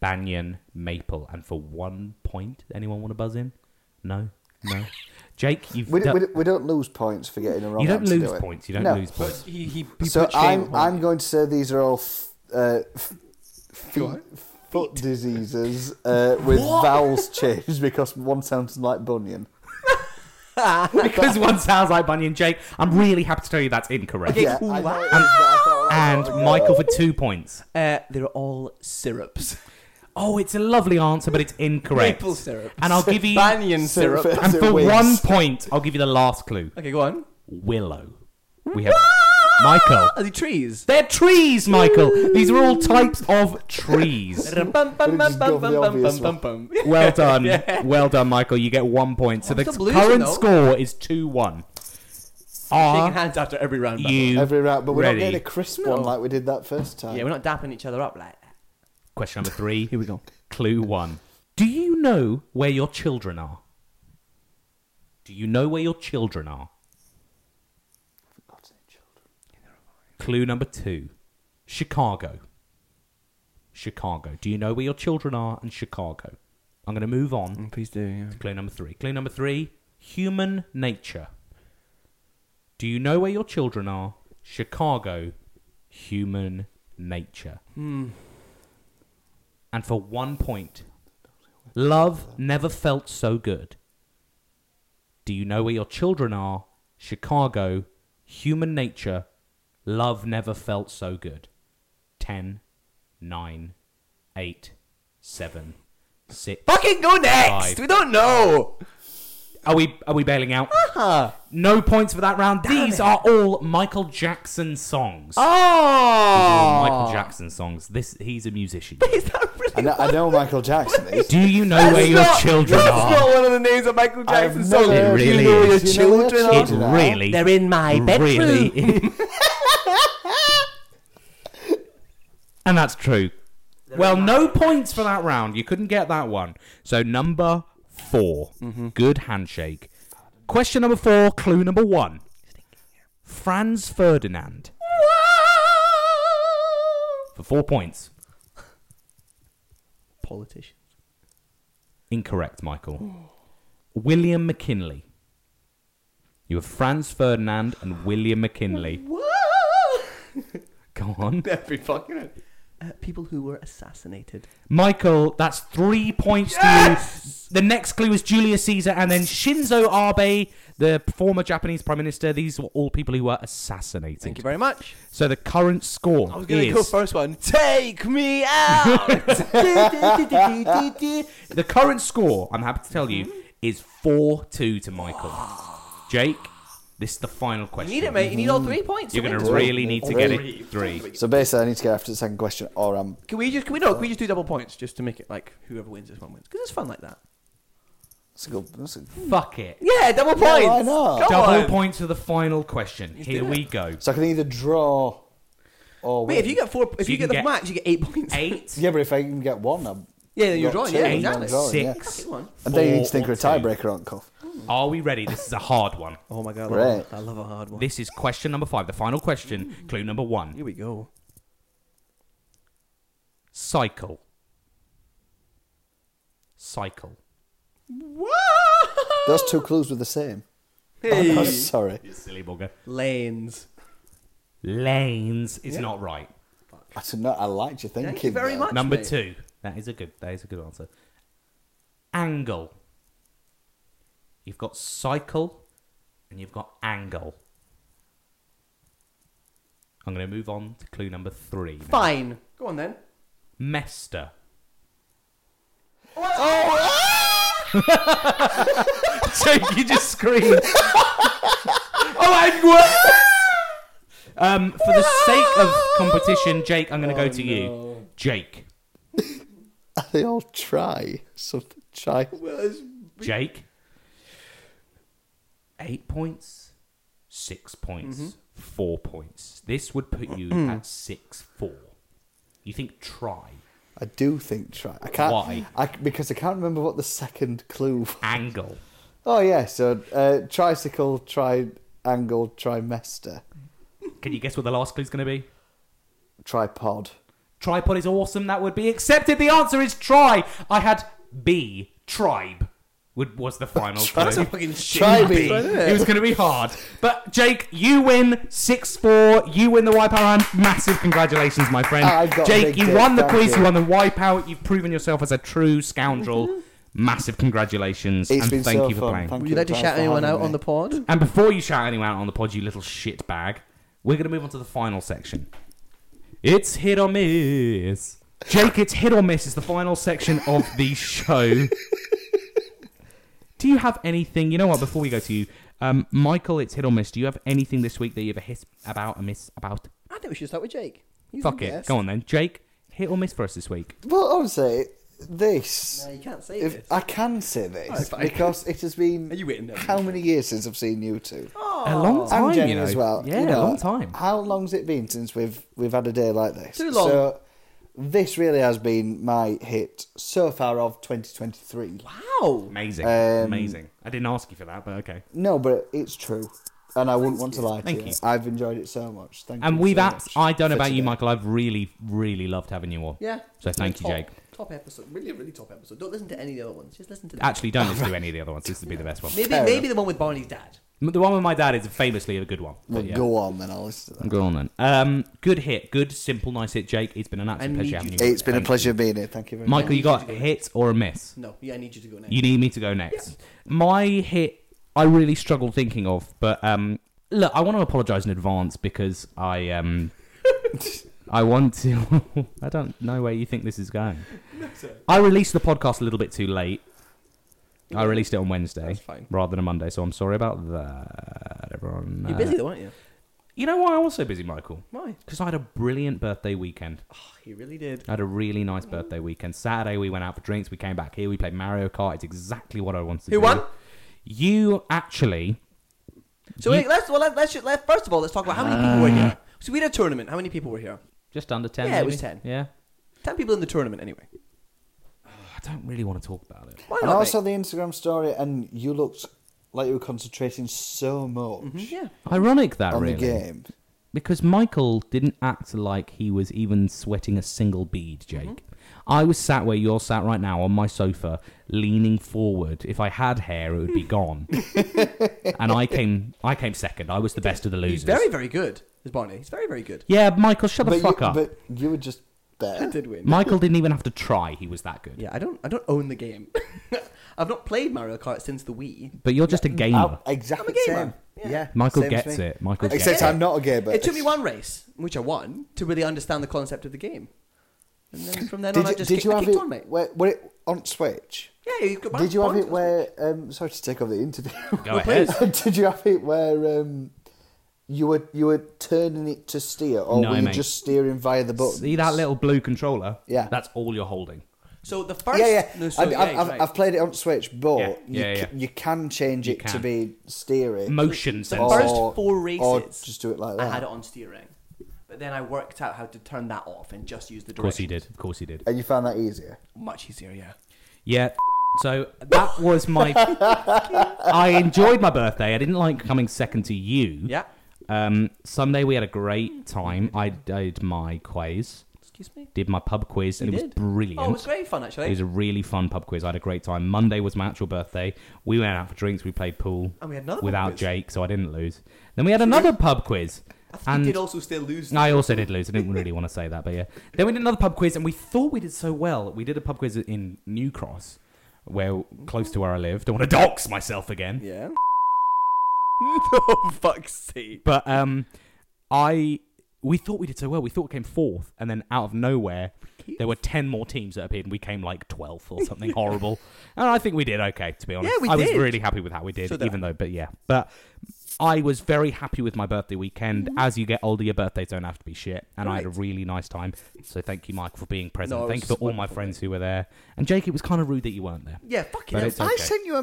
Speaker 1: Banyan, Maple. And for one point, anyone want to buzz in? No? No? Jake, you've
Speaker 3: We,
Speaker 1: done-
Speaker 3: don't- we, don't- we don't lose points for getting a wrong
Speaker 1: you don't
Speaker 3: answer,
Speaker 1: lose
Speaker 3: do we?
Speaker 1: points. You don't
Speaker 3: No.
Speaker 1: lose points.
Speaker 2: he, he, he
Speaker 3: So
Speaker 2: put shame
Speaker 3: I'm
Speaker 2: upon
Speaker 3: I'm going to say these are all f- uh, f- feet, foot diseases uh, with vowels changed because one sounds like bunion.
Speaker 1: because one sounds like Bunyan Jake. I'm really happy to tell you that's incorrect.
Speaker 3: Yeah, I know Oh it is, but I thought
Speaker 1: Um,
Speaker 3: that
Speaker 1: And
Speaker 3: was a-
Speaker 1: Michael for two points.
Speaker 2: Uh, they're all syrups.
Speaker 1: Oh, it's a lovely answer, but it's incorrect.
Speaker 2: Maple syrup.
Speaker 1: And I'll give you.
Speaker 2: Banyan
Speaker 3: So
Speaker 2: syrup.
Speaker 3: fair-
Speaker 1: And
Speaker 3: so
Speaker 1: for
Speaker 3: wings.
Speaker 1: one point, I'll give you the last clue.
Speaker 2: Okay, go on.
Speaker 1: Willow. We have Michael.
Speaker 2: Ah! Are they trees?
Speaker 1: They're trees, Michael. These are all types of trees.
Speaker 2: Bum, bum, bum,
Speaker 3: just go
Speaker 2: bum,
Speaker 3: for the
Speaker 2: bum,
Speaker 3: obvious
Speaker 2: bum, bum, bum.
Speaker 1: Well done. Well done, Michael. You get one point. So
Speaker 2: I'm
Speaker 1: the
Speaker 2: still losing,
Speaker 1: current
Speaker 2: though.
Speaker 1: score is 2 1.
Speaker 2: Shaking
Speaker 1: Are
Speaker 2: hands after every round. by the way.
Speaker 1: you.
Speaker 3: every round, but we're
Speaker 1: ready?
Speaker 3: not getting a crisp one like we did that first time.
Speaker 2: Yeah, we're not dapping each other up like that.
Speaker 1: Question number three.
Speaker 2: Here we go.
Speaker 1: Clue one. Do you know where your children are? Do you know where your children are? Clue number two. Chicago. Chicago. Do you know where your children are in Chicago? I'm going to move on.
Speaker 2: Please do, yeah.
Speaker 1: Clue number three. Clue number three human nature. Do you know where your children are? Chicago, human nature. And for one point, love never felt so good. Do you know where your children are? Chicago, human nature, love never felt so good. Ten, nine, eight, seven, six.
Speaker 2: Fucking go next!
Speaker 1: Five.
Speaker 2: We don't know!
Speaker 1: Are we are we bailing out?
Speaker 2: Uh-huh.
Speaker 1: No points for that round. These are all Michael Jackson songs.
Speaker 2: Oh!
Speaker 1: Michael Jackson songs. This he's a musician.
Speaker 2: Is that really
Speaker 3: I know, I know Michael Jackson is.
Speaker 1: Do you know where your
Speaker 2: not-
Speaker 1: children
Speaker 2: That's
Speaker 1: are?
Speaker 2: not one of the names of Michael
Speaker 3: I have
Speaker 2: Jackson's
Speaker 3: never
Speaker 2: songs.
Speaker 1: It
Speaker 3: heard
Speaker 1: really
Speaker 3: you know
Speaker 1: is.
Speaker 3: your
Speaker 1: Do
Speaker 2: you know where
Speaker 3: children
Speaker 1: it
Speaker 3: are?
Speaker 1: really
Speaker 2: They're in my bedroom.
Speaker 1: really is. and that's true. well, no points for that round. You couldn't get that one. So number 4 good handshake. Question number four, clue number one. Franz Ferdinand. For four points.
Speaker 2: Politicians.
Speaker 1: Incorrect, Michael. William McKinley. You have Franz Ferdinand and William McKinley. Go on.
Speaker 2: Every fucking uh, People who were assassinated.
Speaker 1: Michael, that's three points to you. The next clue is Julius Caesar and then Shinzo Abe, the former Japanese Prime Minister. These were all people who were assassinated.
Speaker 2: Thank you very much.
Speaker 1: so the current score
Speaker 2: I was gonna
Speaker 1: is
Speaker 2: go first one. Take me out. That's
Speaker 1: the current score, I'm happy to tell you,
Speaker 2: Mm-hmm.
Speaker 1: is 4 2 to Michael. Jake, this is the final question.
Speaker 2: You need it, mate. You need all three points.
Speaker 1: You're going
Speaker 2: win.
Speaker 1: to really need to
Speaker 3: Three.
Speaker 1: get it. Three.
Speaker 3: So basically, I need to go after the second question, or um, I'm
Speaker 2: Can we just? Can we no? Can we just do double points just to make it like whoever wins this one wins? Because it's fun like that.
Speaker 3: That's a good. That's a,
Speaker 1: Fuck it.
Speaker 2: Yeah, double points.
Speaker 3: why not?
Speaker 2: Go
Speaker 1: Double
Speaker 2: on.
Speaker 1: points for the final question. Here
Speaker 2: do it.
Speaker 1: we go.
Speaker 3: so I can either draw or
Speaker 2: Wait,
Speaker 3: win.
Speaker 2: if you get four, if
Speaker 1: So
Speaker 2: you,
Speaker 1: you can
Speaker 2: get the
Speaker 1: get
Speaker 2: max, you get eight points.
Speaker 1: Eight,
Speaker 3: yeah, but if I can get one, I'm.
Speaker 2: Yeah, then you're
Speaker 3: got
Speaker 2: drawing.
Speaker 3: two,
Speaker 2: Yeah,
Speaker 3: I'm
Speaker 2: exactly.
Speaker 3: drawing, yeah.
Speaker 1: six,
Speaker 2: Fucking one.
Speaker 3: And then you
Speaker 1: four,
Speaker 3: need to think of
Speaker 1: or
Speaker 3: a
Speaker 1: two.
Speaker 3: tiebreaker, aren't you?
Speaker 1: Are we ready? This is a hard one.
Speaker 2: Oh my god, I
Speaker 3: Great.
Speaker 2: love, I love a hard one.
Speaker 1: This is question number five, the final question, clue number one.
Speaker 2: Here we go.
Speaker 1: Cycle. Cycle.
Speaker 3: Those two clues were the same.
Speaker 2: Hey.
Speaker 3: I'm sorry.
Speaker 1: You silly bugger.
Speaker 2: Lanes.
Speaker 1: lanes is not right.
Speaker 3: I don't know. I liked your thinking.
Speaker 2: Thank you very
Speaker 3: there.
Speaker 2: much.
Speaker 1: Number
Speaker 2: mate.
Speaker 1: two. That is a good. That is a good answer. Angle. You've got cycle, and you've got angle. I'm going to move on to clue number three. now.
Speaker 2: Fine. Go on then.
Speaker 1: Mester. Oh! Jake, you just screamed. oh, and what? Um, for the sake of competition, Jake, I'm going to go to you. Jake.
Speaker 3: They all try something. Try.
Speaker 1: Jake. Eight points, six points, four points. This would put you at six, four. You think try.
Speaker 3: I do think try. I can't.
Speaker 1: Why?
Speaker 3: I, because I can't remember what the second clue. was.
Speaker 1: Angle.
Speaker 3: Oh yeah. So uh, tricycle, tri angle, trimester,
Speaker 1: Can you guess what the last clue's going to be?
Speaker 3: tripod.
Speaker 1: Tripod is awesome. That would be accepted. The answer is try. I had B. Tribe would was the final clue.
Speaker 2: Fucking shit.
Speaker 3: Tribe.
Speaker 1: B. It was going to be hard. But Jake, you win six four. You win the wipeout round. Massive congratulations, my friend.
Speaker 3: I've got a
Speaker 1: Jake,
Speaker 3: big
Speaker 1: you
Speaker 3: dick,
Speaker 1: won the
Speaker 3: thank
Speaker 1: quiz. You.
Speaker 3: you.
Speaker 1: won the wipeout. You've proven yourself as a true scoundrel. Massive congratulations,
Speaker 3: Mm-hmm. It's
Speaker 1: and
Speaker 3: been
Speaker 1: thank
Speaker 3: so
Speaker 1: you for
Speaker 3: fun.
Speaker 1: playing.
Speaker 3: Thank
Speaker 2: Would you like to
Speaker 3: Thanks
Speaker 2: shout
Speaker 3: for
Speaker 2: anyone
Speaker 3: having
Speaker 2: out
Speaker 3: me.
Speaker 2: on the pod?
Speaker 1: And before you shout anyone out on the pod, you little shit bag, we're going to move on to the final section. It's hit or miss. Jake, it's hit or miss is the final section of the show. do you have anything? You know what? Before we go to you, um, Michael, it's hit or miss. Do you have anything this week that you have a hit about, a miss about?
Speaker 2: I think we should start with Jake. He's
Speaker 1: Fuck
Speaker 2: the
Speaker 1: it.
Speaker 2: guest.
Speaker 1: Go on then. Jake, hit or miss for us this week.
Speaker 3: Well, I would say this.
Speaker 2: No, you can't say
Speaker 3: If
Speaker 2: this.
Speaker 3: I can say this
Speaker 2: fine.
Speaker 3: because it has been
Speaker 2: Are you waiting now?
Speaker 3: how many years since I've seen you two?
Speaker 1: a long time,
Speaker 3: and Jenny
Speaker 1: you know.
Speaker 3: as well.
Speaker 1: Yeah,
Speaker 3: you know, Um,
Speaker 1: a long time.
Speaker 3: How long's it been since we've we've had a day like this?
Speaker 2: Too long.
Speaker 3: So this really has been my hit so far of 2023.
Speaker 2: Wow.
Speaker 1: Amazing,
Speaker 3: Um,
Speaker 1: amazing. I didn't ask you for that, but okay.
Speaker 3: No, but it's true, and I wouldn't want to lie to
Speaker 1: Thank
Speaker 3: you.
Speaker 1: you.
Speaker 3: I've enjoyed it so much. Thank you.
Speaker 1: And we've
Speaker 3: so
Speaker 1: at,
Speaker 3: much
Speaker 1: I don't know
Speaker 3: for
Speaker 1: about you,
Speaker 3: today.
Speaker 1: Michael. I've really, really loved having you on.
Speaker 2: Yeah.
Speaker 1: So thank you,
Speaker 2: Top-
Speaker 1: Jake.
Speaker 2: Top episode. Really, really top episode. Don't listen to any of the other ones. Just listen to that.
Speaker 1: Actually, don't listen to any of the other ones. This would be the best one.
Speaker 2: Maybe,
Speaker 3: Fair
Speaker 2: maybe the one with Barney's dad.
Speaker 1: M- The one with my dad is famously a good one.
Speaker 3: Well,
Speaker 1: But yeah.
Speaker 3: Go on, then I'll listen to that.
Speaker 1: Go on then. Um, good hit. Good, simple, nice hit, Jake. It's been an absolute
Speaker 2: I need
Speaker 1: pleasure having you.
Speaker 2: you
Speaker 3: It's been a
Speaker 1: Thank
Speaker 3: pleasure being here. Thank you very
Speaker 1: you. Michael,
Speaker 3: much.
Speaker 1: you got a hit or a miss?
Speaker 2: No, yeah, I need you to go next.
Speaker 1: You need me to go next. My hit, I really struggle thinking of, but um, look, I want to apologise in advance because I um, I want to. I don't know where you think this is going. I released the podcast a little bit too late. I released it on Wednesday
Speaker 2: That's fine.
Speaker 1: rather than a Monday, so I'm sorry about that, everyone.
Speaker 2: You're
Speaker 1: Uh,
Speaker 2: busy though, aren't you?
Speaker 1: You know why I was so busy, Michael?
Speaker 2: Why?
Speaker 1: Because I had a brilliant birthday weekend.
Speaker 2: Oh, he really did.
Speaker 1: I had a really nice birthday weekend. Saturday we went out for drinks. We came back here. We played Mario Kart. It's exactly what I wanted. to
Speaker 2: Who
Speaker 1: do.
Speaker 2: won?
Speaker 1: You actually.
Speaker 2: So
Speaker 1: you- Ah.
Speaker 2: wait, let's well let's, let's let first of all let's talk about how many people were here. So we had a tournament. How many people were here?
Speaker 1: just under ten.
Speaker 2: Yeah, it
Speaker 1: maybe?
Speaker 2: was 10.
Speaker 1: Yeah.
Speaker 2: Ten people in the tournament anyway.
Speaker 1: I don't really want to talk about it.
Speaker 2: Why
Speaker 3: And
Speaker 2: not?
Speaker 3: also the Instagram story, and you looked like you were concentrating so much
Speaker 2: mate? yeah.
Speaker 1: Ironic that
Speaker 3: on
Speaker 1: Mm-hmm, really,
Speaker 3: the game.
Speaker 1: because Michael didn't act like he was even sweating a single bead, Jake.
Speaker 2: Mm-hmm.
Speaker 1: I was sat where you're sat right now on my sofa, leaning forward. If I had hair, it would be gone. and I came, I came second. I was the best of the losers.
Speaker 2: He's very very good. Is Barney? He's very very good.
Speaker 1: yeah, Michael, shut the
Speaker 3: but
Speaker 1: fuck
Speaker 3: you,
Speaker 1: up.
Speaker 3: But you were just there.
Speaker 2: Did win.
Speaker 1: Michael didn't even have to try. He was that good.
Speaker 2: Yeah, I don't I don't own the game. I've not played Mario Kart since the Wii.
Speaker 1: But you're just a gamer.
Speaker 3: Oh, exactly
Speaker 2: I'm a gamer.
Speaker 3: same.
Speaker 2: Yeah.
Speaker 3: Yeah.
Speaker 1: Michael
Speaker 3: same as
Speaker 1: gets
Speaker 3: me.
Speaker 1: it. Michael gets
Speaker 3: Except
Speaker 1: it.
Speaker 3: I'm not a gamer.
Speaker 2: It took me one race, which I won, to really understand the concept of the game. And then from then
Speaker 3: Did
Speaker 2: on,
Speaker 3: you,
Speaker 2: I just
Speaker 3: did
Speaker 2: kicked,
Speaker 3: you
Speaker 2: I
Speaker 3: have
Speaker 2: kicked
Speaker 3: it?
Speaker 2: on, mate.
Speaker 3: Where, were it on Switch?
Speaker 2: Yeah, you could buy
Speaker 3: did you have
Speaker 2: bonds
Speaker 3: it
Speaker 2: on
Speaker 3: where? Um, sorry to take over the interview.
Speaker 1: Go ahead.
Speaker 3: did you have it where um, you were you were turning it to steer, or
Speaker 1: No,
Speaker 3: were you
Speaker 1: mate.
Speaker 3: just steering via the buttons?
Speaker 1: See that little blue controller?
Speaker 3: Yeah.
Speaker 1: That's all you're holding.
Speaker 2: So the first,
Speaker 3: Yeah, yeah.
Speaker 2: No, so,
Speaker 3: I,
Speaker 2: yeah,
Speaker 3: I've,
Speaker 2: you're
Speaker 3: I've,
Speaker 2: right.
Speaker 3: I've played it on Switch, but
Speaker 1: Yeah,
Speaker 3: you,
Speaker 1: yeah,
Speaker 3: ca-
Speaker 1: yeah.
Speaker 3: you can change it to
Speaker 1: can.
Speaker 3: be steering.
Speaker 1: Motion
Speaker 2: the
Speaker 1: sensor.
Speaker 2: Oh. first
Speaker 3: Or-
Speaker 2: four
Speaker 3: or
Speaker 2: races,
Speaker 3: just do it like
Speaker 2: I
Speaker 3: that.
Speaker 2: had it on steering, but then I worked out how to turn that off and just use the
Speaker 1: Of course he
Speaker 2: direction.
Speaker 1: did. Of course he did.
Speaker 3: and you found that easier.
Speaker 2: Much easier, yeah.
Speaker 1: Yeah. So that was my. I enjoyed my birthday. I didn't like coming second to you.
Speaker 2: Yeah.
Speaker 1: Um, Sunday we had a great time. I did my quiz,
Speaker 2: Excuse me.
Speaker 1: did my pub quiz, and
Speaker 2: You
Speaker 1: it was
Speaker 2: did?
Speaker 1: brilliant.
Speaker 2: Oh, it was great fun actually.
Speaker 1: It was a really fun pub quiz. I had a great time. Monday was my actual birthday. We went out for drinks. We played pool
Speaker 2: And we had another Oh, pub
Speaker 1: without
Speaker 2: quiz.
Speaker 1: Jake, so I didn't lose. Then we had another pub quiz.
Speaker 2: I think
Speaker 1: And-
Speaker 2: he did also still lose.
Speaker 1: I also did lose. I didn't really want to say that, but yeah. Then we did another pub quiz, and we thought we did so well. We did a pub quiz in New Cross, where close to where I live. Don't want to dox myself again.
Speaker 2: Yeah. no fuck's sake.
Speaker 1: But um, I we thought we did so well. We thought we came fourth, and then out of nowhere, there were ten more teams that appeared, and we came like twelfth or something horrible. And I think we did okay, to be honest.
Speaker 2: Yeah, we
Speaker 1: I
Speaker 2: did.
Speaker 1: was really happy with how we did,
Speaker 2: So did
Speaker 1: even though. But yeah, but I was very happy with my birthday weekend. As you get older, your birthdays don't have to be shit, and I had a
Speaker 2: Mm-hmm. Right.
Speaker 1: really nice time. So thank you, Mike, for being present.
Speaker 2: No, it
Speaker 1: thank
Speaker 2: was
Speaker 1: you for
Speaker 2: a
Speaker 1: all my
Speaker 2: wonderful
Speaker 1: friends who were there. And Jake, it was kind of rude that you weren't there.
Speaker 2: Yeah, fucking
Speaker 1: But
Speaker 2: hell.
Speaker 1: it's
Speaker 3: I
Speaker 1: okay.
Speaker 3: sent you a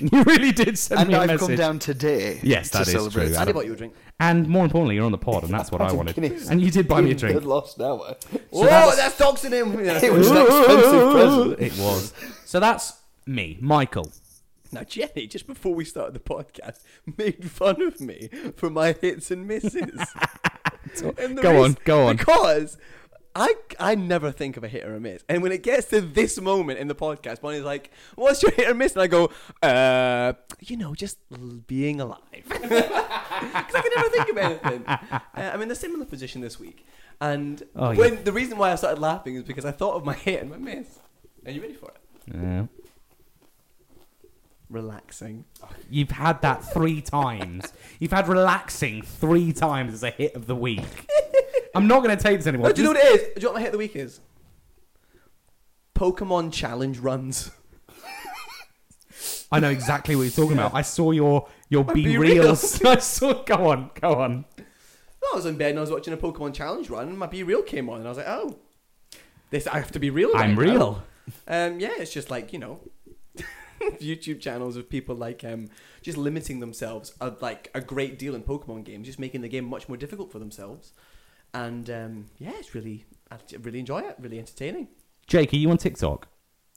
Speaker 1: You really did send
Speaker 3: and
Speaker 1: me a
Speaker 3: I've
Speaker 1: message.
Speaker 3: come down today.
Speaker 1: Yes,
Speaker 3: to
Speaker 1: that is
Speaker 3: celebrate.
Speaker 1: true.
Speaker 2: Andy bought you a drink.
Speaker 1: And more importantly, you're on the pod, and that's what I wanted. And you did buy me a drink.
Speaker 3: Good lost hour.
Speaker 2: Whoa, that's, doxing him.
Speaker 3: It was an expensive present.
Speaker 1: It was. So that's me, Michael.
Speaker 2: Now, Jenny, just before we started the podcast, made fun of me for my hits and misses. And the
Speaker 1: Go on, go on.
Speaker 2: Because I I never think of a hit or a miss, and when it gets to this moment in the podcast, Bonnie's like, "What's your hit or miss?" And I go, "Uh, you know, just l- being alive," because I can never think of anything. Uh, I'm in a similar position this week, and
Speaker 1: Oh, yeah.
Speaker 2: when the reason why I started laughing is because I thought of my hit and my miss. Are you ready for it?
Speaker 1: Yeah.
Speaker 2: Relaxing.
Speaker 1: You've had that three times. You've had relaxing three times as a hit of the week. I'm not going to take this anymore.
Speaker 2: No, do you know what it is? Do you know what my hit of the week is? Pokemon challenge runs.
Speaker 1: I know exactly what you're talking about. I saw your your
Speaker 2: My
Speaker 1: be,
Speaker 2: Be
Speaker 1: reels. I saw. Go on, go on.
Speaker 2: I was in bed and I was watching a Pokemon challenge run, and my Be Real came on, and I was like, oh, this I have to be real. right
Speaker 1: I'm
Speaker 2: now."
Speaker 1: real.
Speaker 2: Um, yeah, it's just like you know, YouTube channels of people like um, just limiting themselves uh, like a great deal in Pokemon games, just making the game much more difficult for themselves. And um, yeah, it's really I really enjoy it, really entertaining.
Speaker 1: Jake, are you on TikTok?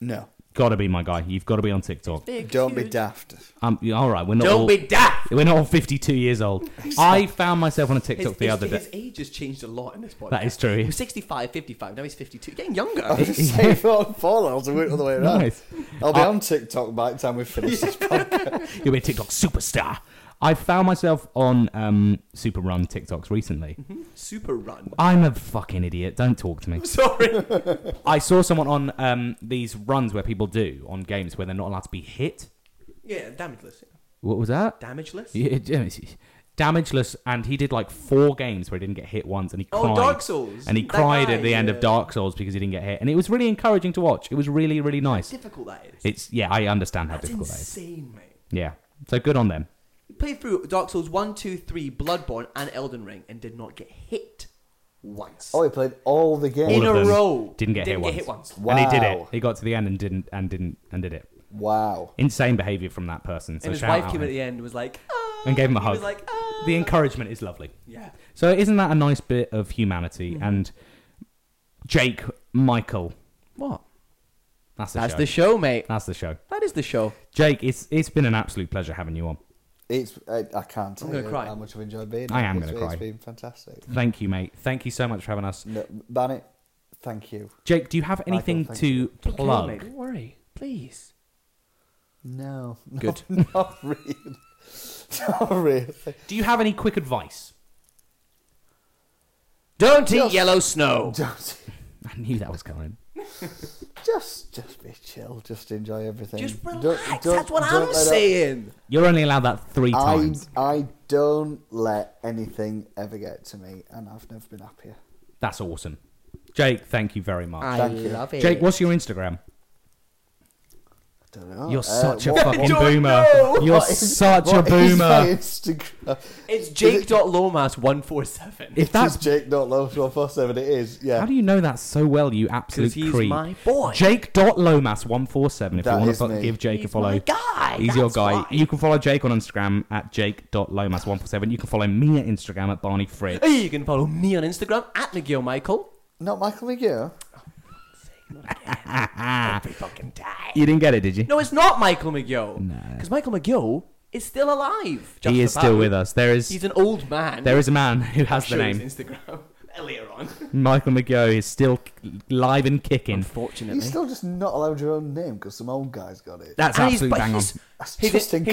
Speaker 3: No,
Speaker 1: Gotta be my guy. You've got to be on TikTok.
Speaker 2: Big,
Speaker 3: don't be
Speaker 2: huge-
Speaker 3: daft.
Speaker 1: Um, yeah, all right, we're not.
Speaker 2: Don't
Speaker 1: all,
Speaker 2: be daft.
Speaker 1: We're not all 52 years old. I found myself on a TikTok
Speaker 2: His,
Speaker 1: the
Speaker 2: his-
Speaker 1: other day.
Speaker 2: his age has changed a lot in this podcast.
Speaker 1: That is true.
Speaker 2: He was 65, 55, now he's 52. Getting younger.
Speaker 1: Oh,
Speaker 3: I was just saying, on four hours, I went all the way around.
Speaker 1: Nice.
Speaker 3: I'll be on TikTok by the time we finish this podcast.
Speaker 1: You'll be a TikTok superstar. I found myself on um, Super Run TikToks recently.
Speaker 2: Mm-hmm. Super run.
Speaker 1: I'm a fucking idiot. Don't talk to me.
Speaker 2: Sorry.
Speaker 1: I saw someone on um, these runs where people do on games where they're not allowed to be hit.
Speaker 2: yeah, damageless.
Speaker 1: What was that?
Speaker 2: Damageless?
Speaker 1: Yeah, yeah, it's- it's Damageless, and he did like four games where he didn't get hit once, and he
Speaker 2: Oh,
Speaker 1: cried.
Speaker 2: Dark Souls.
Speaker 1: And he
Speaker 2: That
Speaker 1: cried
Speaker 2: guy,
Speaker 1: at the end
Speaker 2: yeah.
Speaker 1: of Dark Souls because he didn't get hit, and it was really encouraging to watch. It was really, really nice.
Speaker 2: Difficult that is.
Speaker 1: It's yeah, I understand how
Speaker 2: That's
Speaker 1: difficult that is.
Speaker 2: insane, mate.
Speaker 1: Yeah, so good on them.
Speaker 2: He played through Dark Souls 1, 2, 3, Bloodborne, and Elden Ring and did not get hit once.
Speaker 3: Oh, he played all the games.
Speaker 2: in
Speaker 1: all
Speaker 2: a
Speaker 1: of them
Speaker 2: row.
Speaker 1: Didn't get hit
Speaker 2: didn't
Speaker 1: once.
Speaker 2: Get hit once.
Speaker 1: And he did it.
Speaker 3: Wow.
Speaker 1: He got to the end and didn't and didn't and did it.
Speaker 3: Wow.
Speaker 1: Insane behavior from that person. So
Speaker 2: and his
Speaker 1: shout
Speaker 2: wife
Speaker 1: out
Speaker 2: came
Speaker 1: him.
Speaker 2: at the end and was like, ah.
Speaker 1: and gave him a
Speaker 2: He
Speaker 1: hug.
Speaker 2: was like, ah.
Speaker 1: the encouragement is lovely. Mm-hmm.
Speaker 2: yeah.
Speaker 1: So isn't that a nice bit of humanity? And Jake Michael,
Speaker 2: What?
Speaker 1: that's the
Speaker 2: That's
Speaker 1: show.
Speaker 2: the show, mate.
Speaker 1: that's the show.
Speaker 2: That is the show.
Speaker 1: Jake, it's it's been an absolute pleasure having you on.
Speaker 3: It's I, I can't tell
Speaker 2: gonna
Speaker 3: you
Speaker 2: cry.
Speaker 3: how much I've enjoyed being.
Speaker 1: I am
Speaker 3: here. It's-
Speaker 1: gonna cry.
Speaker 3: It's been fantastic.
Speaker 1: Thank you, mate. Thank you so much for having us.
Speaker 3: No, Barnett, thank you.
Speaker 1: Jake, do you have anything
Speaker 3: thank
Speaker 1: to
Speaker 3: you.
Speaker 2: Okay,
Speaker 1: plug?
Speaker 2: mate, don't worry. Please.
Speaker 3: No, no,
Speaker 1: Good.
Speaker 3: Not really. Not really.
Speaker 1: do you have any quick advice?
Speaker 2: Don't eat yellow snow.
Speaker 3: Just,
Speaker 1: I knew that was coming.
Speaker 3: just, just be chill. Just enjoy everything.
Speaker 2: Just
Speaker 3: Don't-
Speaker 2: relax.
Speaker 3: don't-
Speaker 2: That's what
Speaker 3: don't
Speaker 2: I'm
Speaker 3: let it-
Speaker 2: saying.
Speaker 1: You're only allowed that three
Speaker 3: I,
Speaker 1: times.
Speaker 3: I don't let anything ever get to me, and I've never been happier.
Speaker 1: That's awesome. Jake, thank you very much.
Speaker 2: I
Speaker 3: Thank you.
Speaker 2: love it.
Speaker 1: Jake, what's your Instagram?
Speaker 3: I don't know.
Speaker 1: You're
Speaker 3: Uh,
Speaker 1: such a
Speaker 3: what-
Speaker 1: fucking
Speaker 2: don't
Speaker 1: boomer.
Speaker 2: know.
Speaker 1: You're
Speaker 3: what is-
Speaker 1: such a
Speaker 3: what is my
Speaker 1: boomer.
Speaker 3: Instagram?
Speaker 2: It's jake.lomas147.
Speaker 1: If
Speaker 3: That's
Speaker 1: that's
Speaker 3: Jake not love one four seven. It is. Yeah.
Speaker 1: how do you know that so well, you absolute
Speaker 2: Because he's
Speaker 1: creep?
Speaker 2: my boy.
Speaker 1: Jake.lomas147 if
Speaker 3: That
Speaker 1: you want
Speaker 3: is
Speaker 1: to
Speaker 3: me.
Speaker 1: give Jake a
Speaker 2: He's
Speaker 1: follow.
Speaker 2: my guy.
Speaker 1: He's your
Speaker 2: that's
Speaker 1: guy.
Speaker 2: why.
Speaker 1: You can follow Jake on Instagram at jake.lomas147. You can follow me at Instagram at Barney Fritz.
Speaker 2: Hey, you can follow me on Instagram at Nagil Michael.
Speaker 3: Not Michael McGill.
Speaker 2: Every fucking time.
Speaker 1: You didn't get it, did you?
Speaker 2: No, it's not Michael McGill. Because Michael McGill is still alive. just
Speaker 1: he is
Speaker 2: about.
Speaker 1: still with us. There is
Speaker 2: He's an old man.
Speaker 1: there is a man who has the
Speaker 2: Show his
Speaker 1: name.
Speaker 2: Instagram earlier on.
Speaker 1: Michael McGill is still live and kicking.
Speaker 2: Unfortunately.
Speaker 3: You're still just not allowed your own name because some old guy's got it.
Speaker 1: That's
Speaker 2: And he's-
Speaker 1: absolutely
Speaker 2: but
Speaker 1: bang on.
Speaker 2: he's-
Speaker 3: That's
Speaker 2: his,
Speaker 3: just
Speaker 2: his- his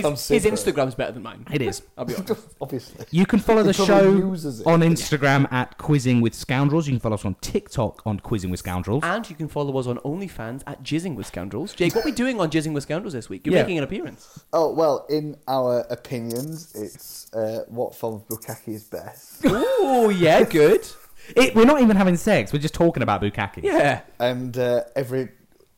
Speaker 3: inconceivable.
Speaker 2: Instagram's better than mine.
Speaker 1: It is.
Speaker 2: I'll be honest.
Speaker 3: Obviously.
Speaker 1: You can follow
Speaker 3: He
Speaker 1: the
Speaker 3: probably
Speaker 1: show
Speaker 3: uses it.
Speaker 1: on Instagram at Quizzing with Scoundrels. You can follow us on TikTok on Quizzing with Scoundrels.
Speaker 2: And you can follow us on OnlyFans at Jizzing with Scoundrels. Jake, what are we doing on Jizzing with Scoundrels this week? You're
Speaker 1: Yeah.
Speaker 2: making an appearance.
Speaker 3: Oh well, in our opinions, it's uh, what form of bukkake is best.
Speaker 2: Oh yeah, good.
Speaker 1: It, we're not even having sex. We're just talking about bukkake.
Speaker 2: Yeah.
Speaker 3: and uh, every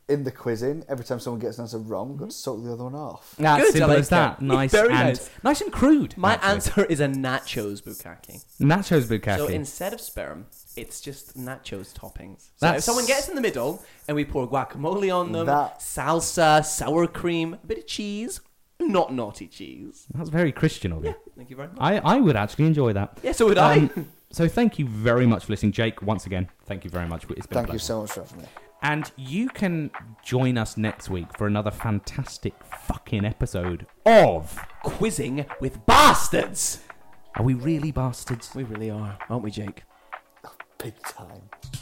Speaker 3: in the quizzing, every time someone gets an answer wrong, got to suck the other one off.
Speaker 1: That's
Speaker 2: Good, I
Speaker 1: simple
Speaker 2: like
Speaker 1: as that.
Speaker 2: that.
Speaker 1: Nice
Speaker 2: Very
Speaker 1: and
Speaker 2: nice.
Speaker 1: nice and crude.
Speaker 2: My
Speaker 1: actually.
Speaker 2: answer is a nachos bukkake.
Speaker 1: Nachos bukkake.
Speaker 2: So instead of sperm, it's just nachos toppings. So if
Speaker 1: That's-
Speaker 2: someone gets in the middle and we pour guacamole on them,
Speaker 3: That-
Speaker 2: salsa, sour cream, a bit of cheese, not naughty cheese.
Speaker 1: That's very Christian of you.
Speaker 2: Thank you very much.
Speaker 1: I, I would actually enjoy that.
Speaker 2: Yeah, so would I.
Speaker 1: Uh, Um, so thank you very much for listening, Jake. Once again, thank you very much. It's been a
Speaker 3: Thank you
Speaker 1: pleasure.
Speaker 3: so much for having me.
Speaker 1: And you can join us next week for another fantastic fucking episode of.
Speaker 2: Quizzing with bastards.
Speaker 1: Are we really bastards?
Speaker 2: We really are, aren't we, Jake?
Speaker 3: Big time.